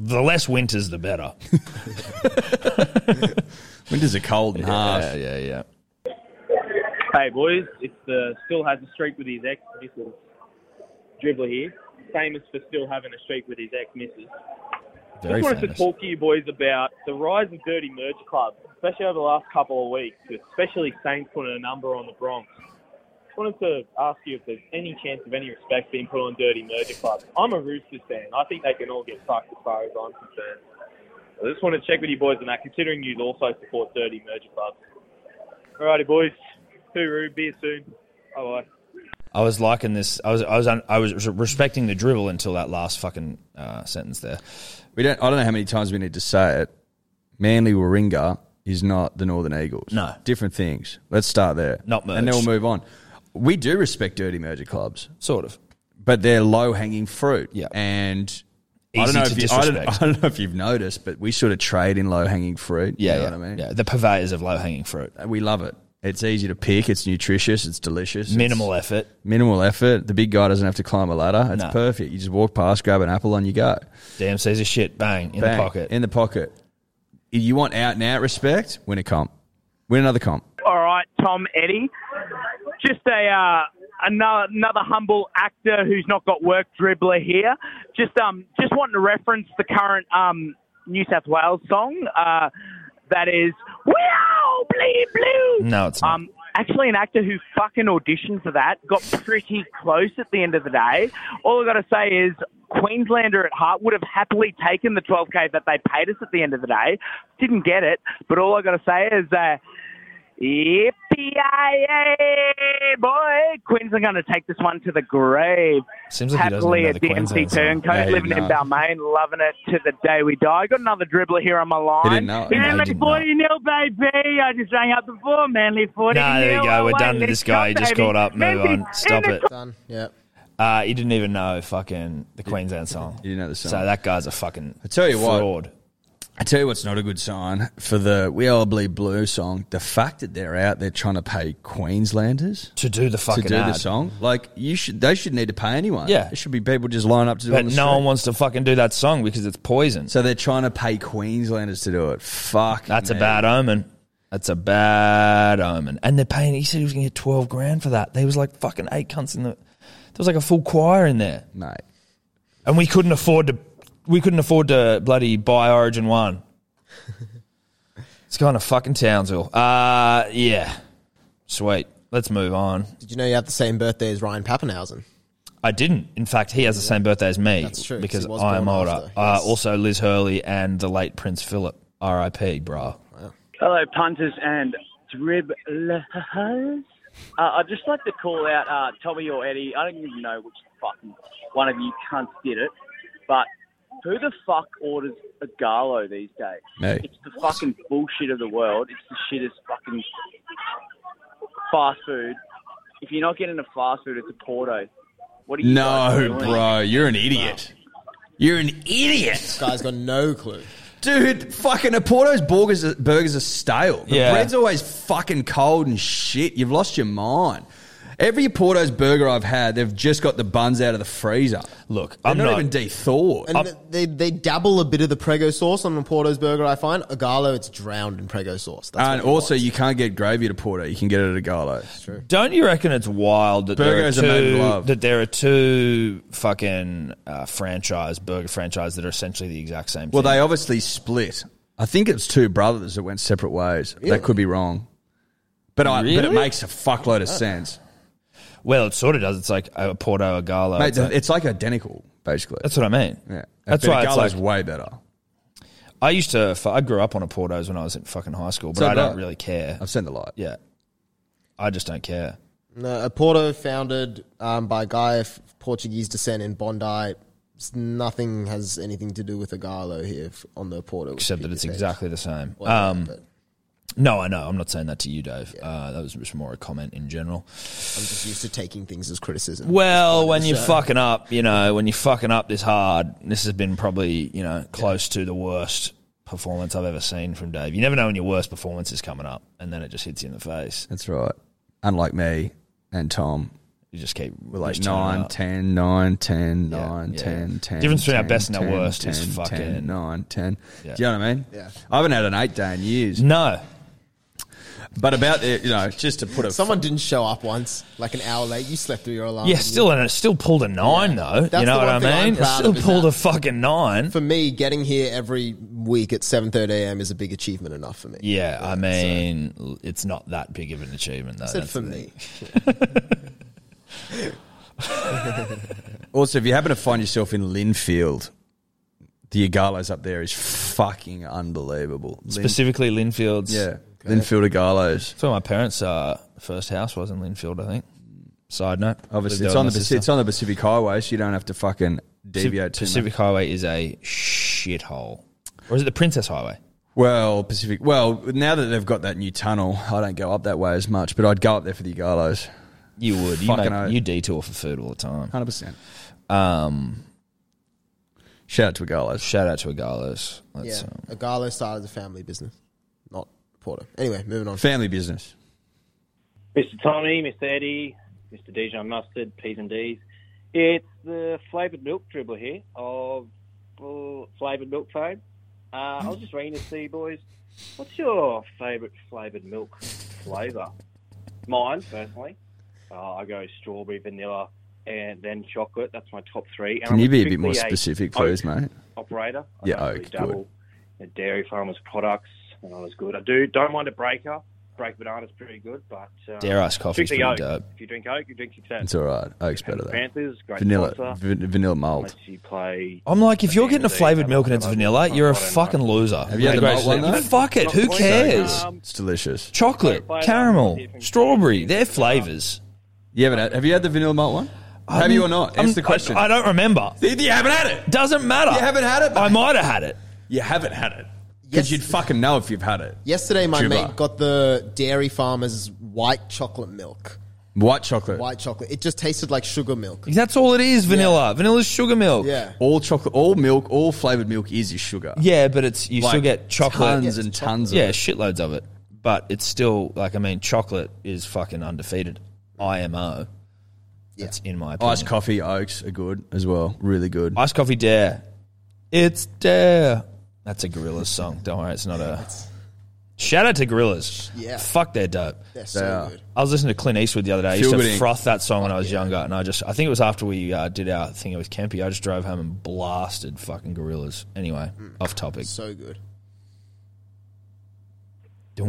The less winters, the better. Winters are cold and Yeah, harsh. yeah, yeah. Hey boys, it's uh, the still has a streak with his ex missus. Dribbler here, famous for still having a streak with his ex missus. Very Just wanted famous. to talk to you boys about the rise of dirty merge clubs, especially over the last couple of weeks, with especially Saints putting a number on the Bronx. Just wanted to ask you if there's any chance of any respect being put on dirty merger clubs. I'm a Roosters fan. I think they can all get fucked as far as I'm concerned. I just want to check with you boys on that, considering you also support dirty merger clubs. Alrighty, boys. Hooroo, be here soon. Bye bye. I was liking this. I was, I was, un, I was respecting the dribble until that last fucking uh, sentence there. We don't. I don't know how many times we need to say it. Manly Warringah is not the Northern Eagles. No, different things. Let's start there. Not merged. and then we'll move on. We do respect dirty merger clubs, sort of, but they're low hanging fruit. Yeah, and I Easy don't know to if you, I, disrespect. don't, I don't know if you've noticed, but we sort of trade in low hanging fruit. Yeah, you know yeah, what I mean. Uh, yeah. The purveyors of low hanging fruit. We love it. It's easy to pick. It's nutritious. It's delicious. Minimal it's- effort. Minimal effort. The big guy doesn't have to climb a ladder. It's No. perfect. You just walk past, grab an apple, and you go. DMC's a shit. Bang in the Bang, pocket. In the pocket. If you want out and out respect, win a comp. Win another comp. All right, Tom Eddie. Just a uh, another another humble actor who's not got work dribbler here. Just um just wanting to reference the current um New South Wales song. Uh, that is Wow Blee Blue. No, it's not. Um, actually, an actor who fucking auditioned for that got pretty close at the end of the day. All I got to say is Queenslander at heart would have happily taken the 12k that they paid us at the end of the day. Didn't get it, but all I got to say is. Uh, E Yippee-yay, boy. Queens are going to take this one to the grave. Seems like like he doesn't Happily know a the DMC Queensland song. turncoat, Yeah, he living in didn't know. Balmain, loving it to the day we die. Got another dribbler here on my line. He didn't know it. No, he Manly didn't 40 nil, baby. I just rang up the four. Manly 40 Nah, there you nil. go. We're I done won with this guy. He cup, just baby. caught up. Move Manly on. Stop in the it. cup. Done. Yeah. Uh, he didn't even know fucking the Queensland song. You didn't know the song. So that guy's a fucking. I tell you what. fraud. I tell you what's not a good sign for the We All Bleed Blue song. The fact that they're out there trying to pay Queenslanders to do the fucking to do ad. the song, like you should, they should need to pay anyone. Yeah. it should be people just line up to do. it But on no the one wants to fucking do that song because it's poison. So they're trying to pay Queenslanders to do it. Fuck. That's a me. bad omen. That's a bad omen. And they're paying. He said he was going to get twelve grand for that. There was like fucking eight cunts in the. There was like a full choir in there, mate. And we couldn't afford to. We couldn't afford to bloody buy Origin One. it's going to fucking Townsville. Uh yeah, sweet. Let's move on. Did you know you have the same birthday as Ryan Pappenhausen? I didn't. In fact, he has the same birthday as me. That's true, 'cause Because he was I am born older. after, Uh, also, Liz Hurley and the late Prince Philip. R.I.P. Bro. Hello, punters and dribblers. Uh, I'd just like to call out uh, Tommy or Eddie. I don't even know which fucking One of you cunts did it, but who the fuck orders a Garlo these days? Me. It's the fucking bullshit of the world. It's the shittest fucking fast food. If you're not getting a fast food, it's a Porto. What are you guys No, doing? bro, you're an idiot. You're an idiot. This guy's got no clue. Dude, fucking Oporto's burgers are, burgers are stale. The Yeah. bread's always fucking cold and shit. You've lost your mind. Every Oporto's burger I've had, they've just got the buns out of the freezer. Look, They're I'm not, not- even de-thawed. And they, they dabble a bit of the Prego sauce on a Porto's burger, I find. A Galo, it's drowned in Prego sauce. That's and also, you can't get gravy at Porto. You can get it at a Garlo. true. Don't you reckon it's wild that Burgers are there are made with two love. that there are two fucking uh, franchise burger franchise that are essentially the exact same Well, thing? they obviously split I think it's two brothers that went separate ways. Really? That could be wrong, but I but it Really? makes a fuckload Oh, of sense. Well, it sort of does. It's like a Porto, a Gala. Mate, it's like- it's like identical basically. That's what I mean. Yeah, That's But why it's Igalo's like- way better. I used to. fu- I grew up on a Portos when I was in fucking high school, but So I did I. don't really care. I've seen the light. Yeah, I just don't care. No, a Porto founded um, by a guy of Portuguese descent in Bondi. S- Nothing has anything to do with Igalo here f- on the Porto. Except that it's exactly the same. Well, Um, but- no, I know. I'm not saying that to you, Dave. Uh, that was just more a comment in general. I'm just used to taking things as criticism. Well, when the you're show. fucking up, you know, when you're fucking up this hard, this has been probably, you know, close to the worst performance I've ever seen from Dave. You never know when your worst performance is coming up, and then it just hits you in the face. That's right. Unlike me and Tom, you just keep we're like just turning nine, up. 10, 9, 10, 9, yeah. 10, 10. Difference between our 10, best and our 10, worst is 10, fucking- 10, 9, 10. Yeah. Do you know what I mean? Yeah. I haven't had an eight day in years. No. But about it, you know, just to put a Someone didn't show up once, like an hour late. You slept through your alarm. Yeah, still in it. Still pulled a nine though. That's you know the what one I thing I'm mean? proud Still of is pulled that. a fucking nine. For me, getting here every week at 7:30 a.m. is a big achievement enough for me. Yeah, I mean, l- it's not that big of an achievement though. Said that's for the me. Also, if you happen to find yourself in Linfield, the Igalo's up there is fucking unbelievable. Lin- Specifically Linfield's. Yeah. Linfield Agalos. That's where my parents' uh, first house was in Linfield, I think. Side note. Lived Obviously, it's there on the with my Paci- sister. it's on the Pacific Highway, so you don't have to fucking deviate. too Pacific much. Highway is a shithole. Or is it the Princess Highway? Well, Pacific. Well, now that they've got that new tunnel, I don't go up that way as much, but I'd go up there for the Agalos. You would. You, make, you detour for food all the time. 100%. Um, shout out to Agalos. Shout out to Agalos. That's, Yeah, um, Igalo started as a family business, not Porto. Anyway, moving on. Family business. Mr. Tommy, Mr. Eddie, Mr. Dijon Mustard, P's and D's. It's the flavoured milk dribbler here of uh, flavoured milk fame. Uh, I was just ringing to see, boys, what's your favourite flavoured milk flavour? Mine, personally, uh, I go strawberry, vanilla, and then chocolate. That's my top three. And Can I'm you be a bit more strictly a specific, please, oat mate? Operator. I Yeah, don't really oat, good. Dabble in dairy farmers' products, and I was good. I do don't mind a breaker. Break banana's pretty good, but um, Dare Ice coffee's strictly pretty oak. dope. If you drink oak, you drink success. It's all right. Oak's better though. Panthers, great vanilla, sponsor. v- vanilla mold. Unless you play. I'm like, if you're getting a flavoured milk and it's vanilla, you're a fucking loser. Have you had the Great malt one sleep. though? Fuck it. Who cares? It's delicious. Chocolate, caramel, strawberry, they're flavours. You haven't had, have you had the vanilla malt one? have you or not? Answer the question. I, I don't remember. You haven't had it. Doesn't matter. You haven't had it. I might have had it. You haven't had it because you'd fucking know if you've had it. Yesterday, my Juba. mate got the dairy farmer's white chocolate milk. White chocolate. White chocolate. It just tasted like sugar milk. That's all it is. Vanilla. Vanilla's sugar milk. Yeah. All chocolate, all milk, all flavored milk is your sugar. Yeah, but it's you Like, still get chocolate. tons and tons of Yeah, it. shitloads of it. But it's still like I mean, chocolate is fucking undefeated. IMO. That's in my opinion. Iced coffee, oaks are good as well. Really good. Iced coffee dare. It's dare. That's a Gorillas song. Don't worry, it's not a. Shout out to Gorillas. Yeah. Fuck, they're dope. They're so They are. good. I was listening to Clint Eastwood the other day. I used Feel to good ink. froth that song when I was younger, and I just I think it was after we uh, did our thing with Kempy. I just drove home and blasted fucking Gorillas. Anyway, Mm. off topic. So good. Yeah,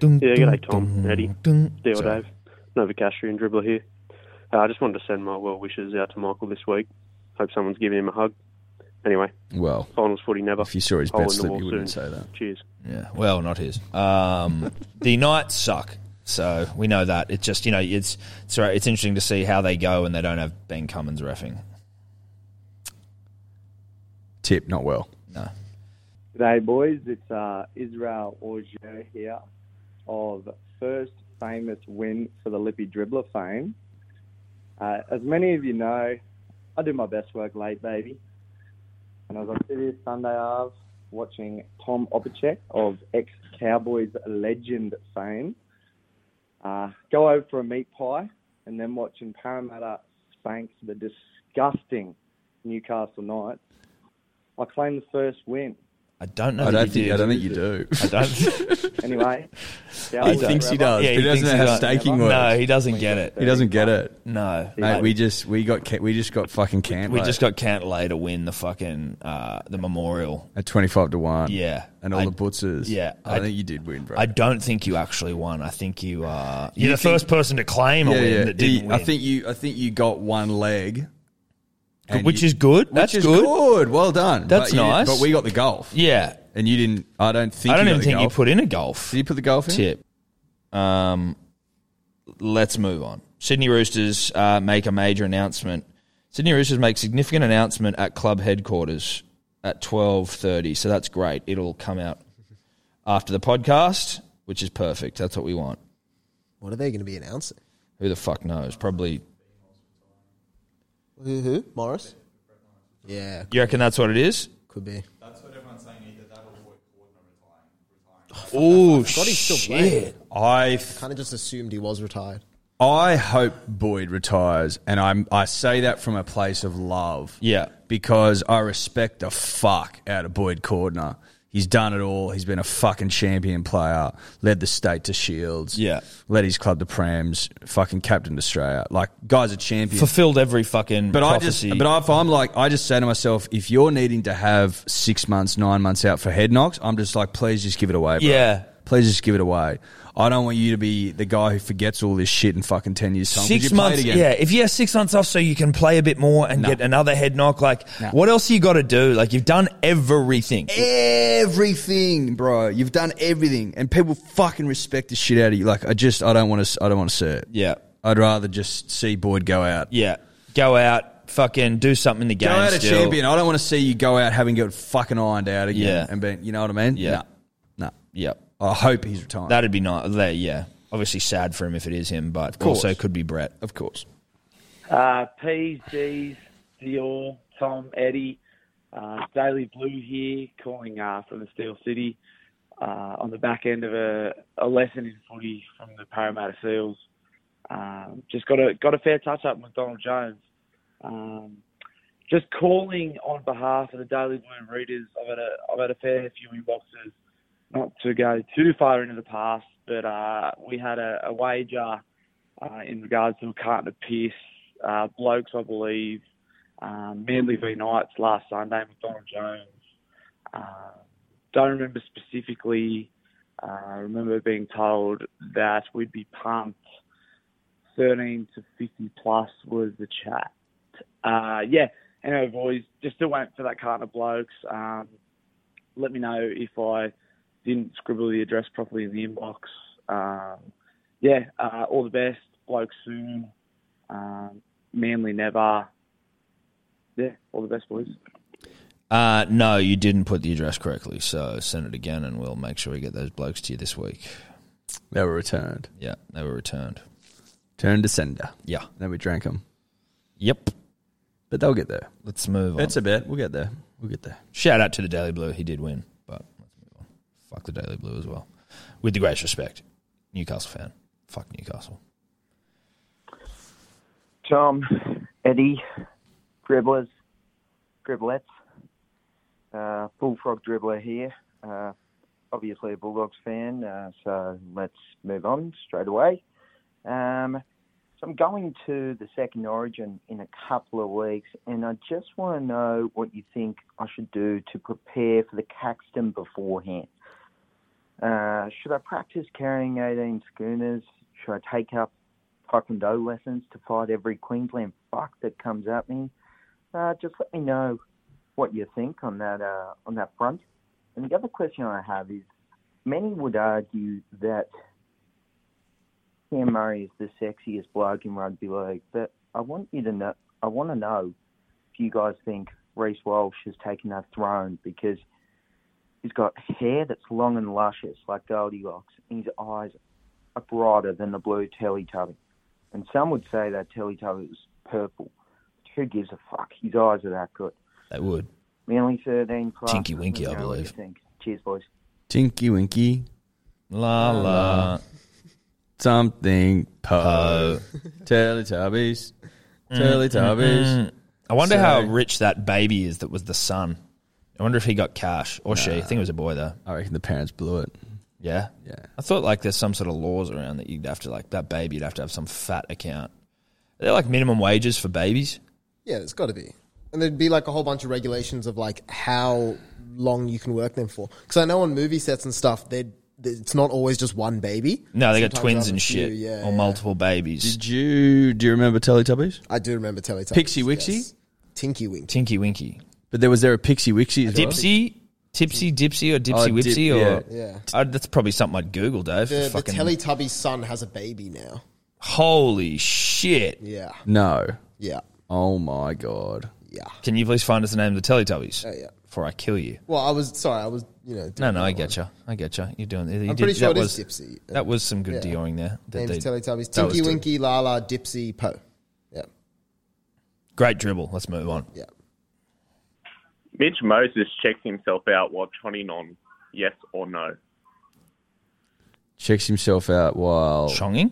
g'day Tom, Eddie, Deal Sorry. Dave, Novocastrian dribbler here. Uh, I just wanted to send my well wishes out to Michael this week. Hope someone's giving him a hug. Anyway, Well, finals footy never. If you saw his bed slip, you wouldn't say that. Cheers. Yeah. Well, not his. Um, the Knights suck, so we know that. It's just you know it's it's right- it's interesting to see how they go and they don't have Ben Cummins refing. Tip, not well. No. G'day, boys. It's uh, Israel Auger here of first famous win for the Lippy Dribbler fame. Uh, as many of you know, I do my best work late, baby. And I was on City Sunday Ave watching Tom Opacek of ex Cowboys legend fame uh, go over for a meat pie and then watching Parramatta spank the disgusting Newcastle Knights. I claimed the first win I don't know. I that don't you think- did. I don't think you do. I don't. Anyway, I he don't. thinks he does, Yeah, but he doesn't thinks know how does. staking works. No, he doesn't get it. He doesn't get it. No, mate, we just we got ca- we just got fucking canned. we mate. just got Cantlay to win the fucking uh, the memorial. at twenty five to one. Yeah, and all I- the butzers. Yeah, I, think you did win, bro. I don't think you actually won. I think you uh, You you're the think- first person to claim a Yeah, win yeah. that didn't He- win. I think you. I think you got one leg, and Which you- is good. Which That's is good. Well done. That's But you- nice. But we got the golf. Yeah, and you didn't. I don't think. I don't you even got the think you golf. put in a golf. Did you put the golf in? Tip. Um, let's move on. Sydney Roosters uh, make a major announcement. Sydney Roosters make significant announcement at club headquarters at twelve thirty. So that's great. It'll come out after the podcast, which is perfect. That's what we want. What are they going to be announcing? Who the fuck knows? Probably. Who? who? Morris? Yeah, You reckon that's what it is? could be. Oh God, he's still playing. shit! I Kind of just assumed he was retired. I hope Boyd retires, and I'm I say that from a place of love. Yeah, because I respect the fuck out of Boyd Cordner. He's done it all. He's been a fucking champion player. Led the state to Shields. Yeah. Led his club to prams. Fucking captained Australia. Like, guy's a champion. Fulfilled every fucking But prophecy. I just, but if I'm like, I just say to myself, if you're needing to have six months, nine months out for head knocks, I'm just like, please just give it away. Bro. Yeah. Please just give it away. I don't want you to be the guy who forgets all this shit in fucking ten years time. 'cause you Six played months, again. yeah. If you have six months off, so you can play a bit more and No. get another head knock. Like, No. what else you got to do? Like, you've done everything. everything, bro. You've done everything, and people fucking respect the shit out of you. Like I just, I don't want to, I don't want to see it. Yeah, I'd rather just see Boyd go out. Yeah, go out, fucking do something in the Go game. out a still. champion. I don't want to see you go out having got fucking ironed out again. Yeah. and being, you know what I mean? Yeah. no, no. Yeah, I hope he's retired. That'd be nice. There, yeah. Obviously, sad for him if it is him, but course. also could be Brett. Of course. Uh, P's, D's, Dior, Tom, Eddie, uh, Daily Blue here, calling uh, from the Steel City uh, on the back end of a, a lesson in footy from the Parramatta Seals. Um, just got a got a fair touch up with Donald Jones. Um, just calling on behalf of the Daily Blue readers. I've had a I've had a fair few inboxes not to go too far into the past, but uh, we had a, a wager uh, in regards to a carton of piss, uh, blokes, I believe, um, Manly v Knights last Sunday, McDonald Jones. Uh, don't remember specifically. Uh, I remember being told that we'd be pumped. 13 to 50 plus was the chat. Uh, yeah, anyway, boys, just still waiting for that carton of blokes. Um, let me know if I didn't scribble the address properly in the inbox. Um, yeah, uh, all the best. Bloke soon. Um, manly never. Yeah, all the best, boys. Uh, no, you didn't put the address correctly, so send it again, and we'll make sure we get those blokes to you this week. They were returned. Yeah, they were returned. Turned to sender. Yeah. Then we drank them. Yep. But they'll get there. Let's move on. It's a bet. We'll get there. We'll get there. Shout out to the Daily Blue. He did win, but let's move on. Fuck the Daily Blue as well. With the greatest respect, Newcastle fan. Fuck Newcastle. Tom, Eddie, dribblers, driblets, uh, bullfrog dribbler here. Uh, obviously a Bulldogs fan, uh, so let's move on straight away. Um, so I'm going to the second origin in a couple of weeks, and I just want to know what you think I should do to prepare for the Caxton beforehand. Uh, should I practice carrying 18 schooners? Should I take up taekwondo lessons to fight every Queensland fuck that comes at me? Uh, just let me know what you think on that uh, on that front. And the other question I have is, many would argue that Cam Murray is the sexiest bloke in rugby league, but I want you to know, I want to know if you guys think Reese Walsh has taken that throne because he's got hair that's long and luscious like Goldilocks, and his eyes are brighter than the blue Teletubby. And some would say that Teletubby was purple. But who gives a fuck? His eyes are that good. They would. Manly 13 plus. Tinky Winky, Let me I know what you believe. think. Cheers, boys. Tinky Winky. La la. Something po. Teletubbies. Mm, Teletubbies. mm, mm. I wonder So- how rich that baby is that was the son. I wonder if he got cash or she. I think it was a boy though. I reckon the parents blew it. Yeah, yeah. I thought like there's some sort of laws around that you'd have to like that baby. You'd have to have some fat account. They're like minimum wages for babies. Yeah, it's got to be. And there'd be like a whole bunch of regulations of like how long you can work them for. Because I know on movie sets and stuff, they it's not always just one baby. No, they got Sometimes twins they have and a few, shit, Oh Yeah, or multiple babies. Did you do you remember Teletubbies? I do remember Teletubbies. Pixie Wixie, Tinky Winky, Tinky Winky. But there was there a Pixie Wixie, as well? Dipsy, Tipsy, Dipsy, or Dipsy Oh, Whipsy, dip- or yeah. Yeah. Uh, that's probably something I'd Google, Dave. the, the Fucking- Teletubby son has a baby now. Holy shit! Yeah. No. Yeah. Oh my god. Yeah. Can you please find us the name of the Teletubbies? Oh, yeah. Before I kill you. Well, I was sorry. I was you know. No, no, I get you. I get you. You're doing. You I'm pretty sure that it was, is Dipsy. That was some good Yeah. deoring there. That Names they- Teletubbies. that was Tinky good. Winky, Lala, Dipsy, Po. Yeah. Great dribble. Let's move on. Yeah. Mitch Moses checks himself out while chonning on yes or no. Checks himself out while chonging.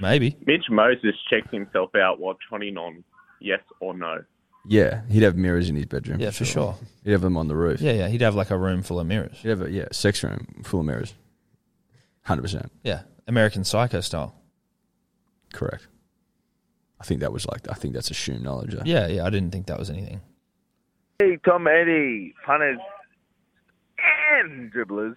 Maybe. Mitch Moses checks himself out while chonning on yes or no. Yeah, he'd have mirrors in his bedroom. Yeah, for sure. He'd have them on the roof. Yeah, yeah. He'd have like a room full of mirrors. He'd have a, yeah, sex room full of mirrors. Hundred percent Yeah, American Psycho style. correct. I think that was like I think that's assumed knowledge. Though. Yeah, yeah. I didn't think that was anything. Hey, Tom Eddie, punters and dribblers.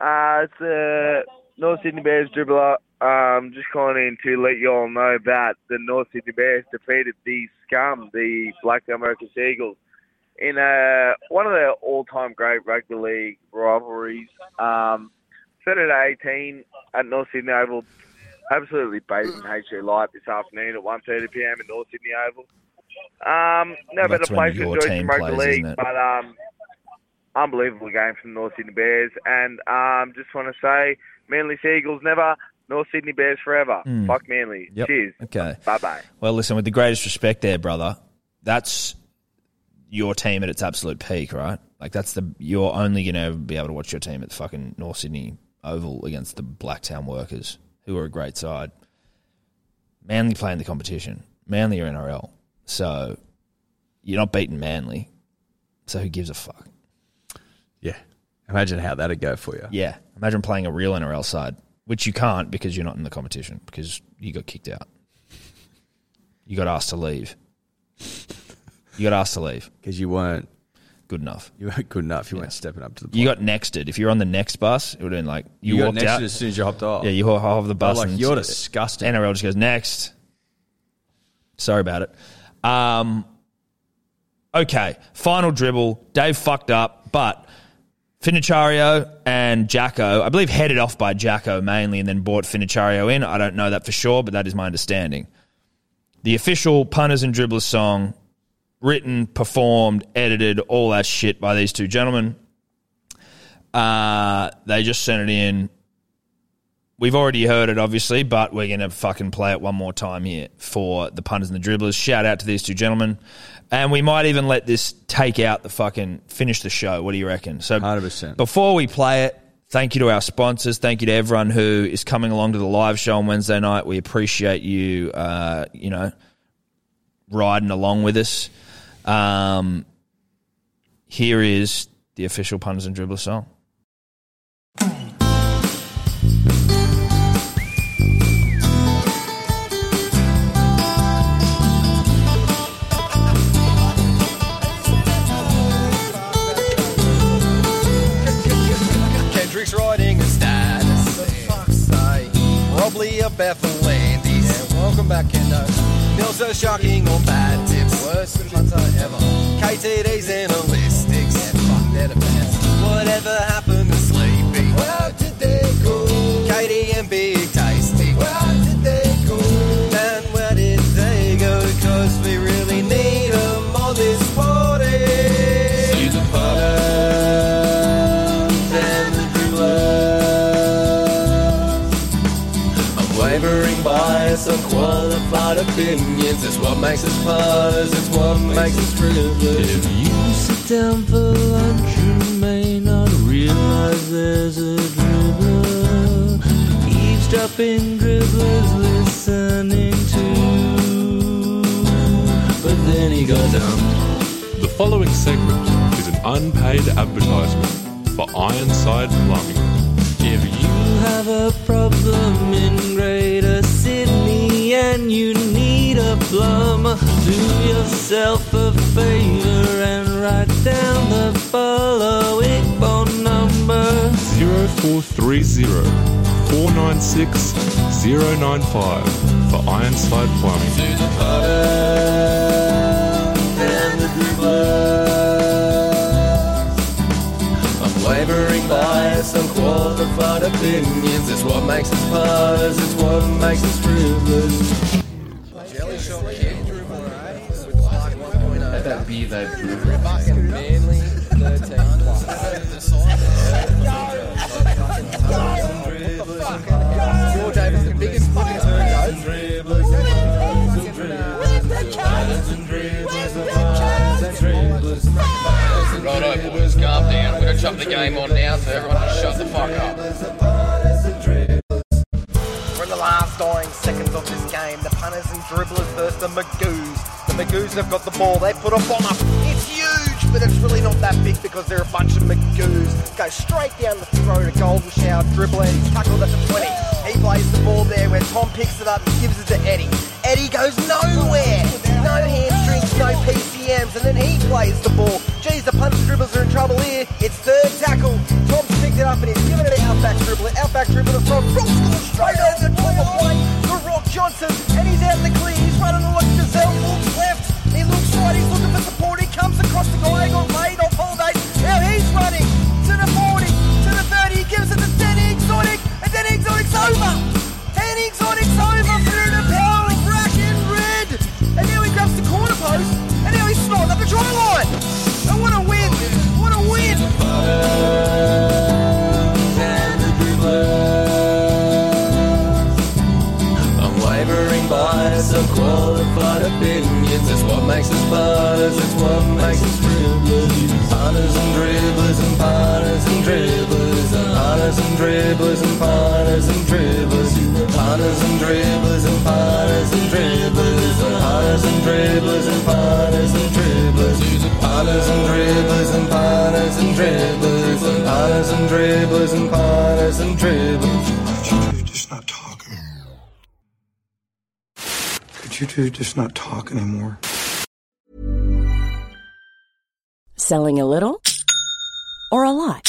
Uh, it's the North Sydney Bears dribbler. Um, just calling in to let you all know that the North Sydney Bears defeated the scum, the Black America Seagulls, in uh one of the all-time great rugby league rivalries. Um, Saturday 18 at North Sydney Oval. Absolutely blazing HG light this afternoon at 1.30pm in North Sydney Oval. Um, no That's better place when to your enjoy some team rugby plays, league, isn't it? but um, unbelievable game from the North Sydney Bears. And um, just want to say, Manly Seagulls never, North Sydney Bears forever. Mm. Fuck Manly. Yep. Cheers. Okay. Bye bye. Well, listen, with the greatest respect there, brother, that's your team at its absolute peak, right? Like that's the you're only gonna be able to watch your team at fucking North Sydney Oval against the Blacktown Workers, who are a great side. Manly playing the competition. Manly are NRL. So you're not beating Manly. So who gives a fuck? Yeah. Imagine how that'd go for you. Yeah. Imagine playing a real NRL side, which you can't because you're not in the competition because you got kicked out. You got asked to leave. You got asked to leave because you weren't good enough. You weren't good enough. You weren't stepping up to the. You got nexted. If you're on the next bus, it would have been like you, You got walked nexted out as soon as you hopped off. Yeah, you hop off the bus. They're like, and "You're disgusting." NRL just goes next. Sorry about it. Um, okay, final dribble. Dave fucked up, but Finichario and Jacko, I believe, headed off by Jacko mainly, and then brought Finichario in. I don't know that for sure, but that is my understanding. The official punters and dribblers song, written, performed, edited, all that shit by these two gentlemen. Uh, they just sent it in. We've already heard it, obviously, but we're going to fucking play it one more time here for the punters and the dribblers. Shout out to these two gentlemen. And we might even let this take out the fucking finish the show. What do you reckon? So, 100%. before we play it, thank you to our sponsors. Thank you to everyone who is coming along to the live show on Wednesday night. We appreciate you, uh, you know, riding along with us. Um, here is the official punters and dribblers song. Kendrick's riding a status. For fuck's sake. Probably a Bethel Landis. Yeah, welcome back, Kendo. Mills are shocking on bad tips. Worst punter ever. KTD's analytics. Yeah, fuck, they're the best. Whatever happened to Sleepy? Where did they go? Katie and Big Tasty. Where did they go? And where did they go? Cause we really need them on this party. See the punters and the dribblers. A wavering bias of qualified opinions is what makes us punters, it's what makes us dribblers. If you sit down for lunch, you may not realize there's a dribbler. Eavesdropping dribblers "Oh, listening to. But then he got dumped. The following segment is an unpaid advertisement for Ironside Plumbing. If you You have a problem in Greater Sydney and you need a plumber. Do yourself a favor and write down the following phone number. 0430 496 095 for Ironside Plumbing. And the Unwavering bias, unqualified opinions. It's what makes us buzz, it's what makes us frivolous. Jelly shot kid, with Clark 1.0. Had that beer they brewed. Fucking oh. manly, 13 George Davis, the biggest fucking Righto, boys, calm down. We're going to jump the game on now, so everyone just shut the fuck up. We're in the last dying seconds of this game. The punters and dribblers versus the Magoos. The Magoos have got the ball. They put a bomb up. It's huge, but it's really not that big because they're a bunch of Magoos. Go straight down the throw to Golden Shower. Dribbler. He's tackled at the 20. He plays the ball there where Tom picks it up and gives it to Eddie. Eddie goes nowhere. No hamstrings, no PCMs, and then he plays the ball. Geez, the punters and dribblers are in trouble here. It's third tackle. Tom's picked it up and he's given it to outback dribbler. Outback dribbler from straight over the top of play to Rock Johnson, and he's out in the clear. He's running like Gazelle. Looks left, he looks right, he's looking for support. He comes across the guy who got laid off holidays. Now he's running to the 40, to the 30. He gives it to Dan Exotic, and Dan Exotic's over. Dan Exotic's over through the power of black and red. And now he grabs the corner post, and now he's snotting up the try line. And what a win! What a win! Unwavering bias of qualified opinions It's what makes us buzz, it's what makes us dribblers Partners and dribblers and partners and dribblers Partners and dribblers and partners and dribblers Partners and dribblers and partners and dribblers Partners and dribblers and partners and dribblers Partners and dribblers and partners and dribblers Partners and dribblers and partners and dribblers Could you two just not talk anymore? Selling a little or a lot?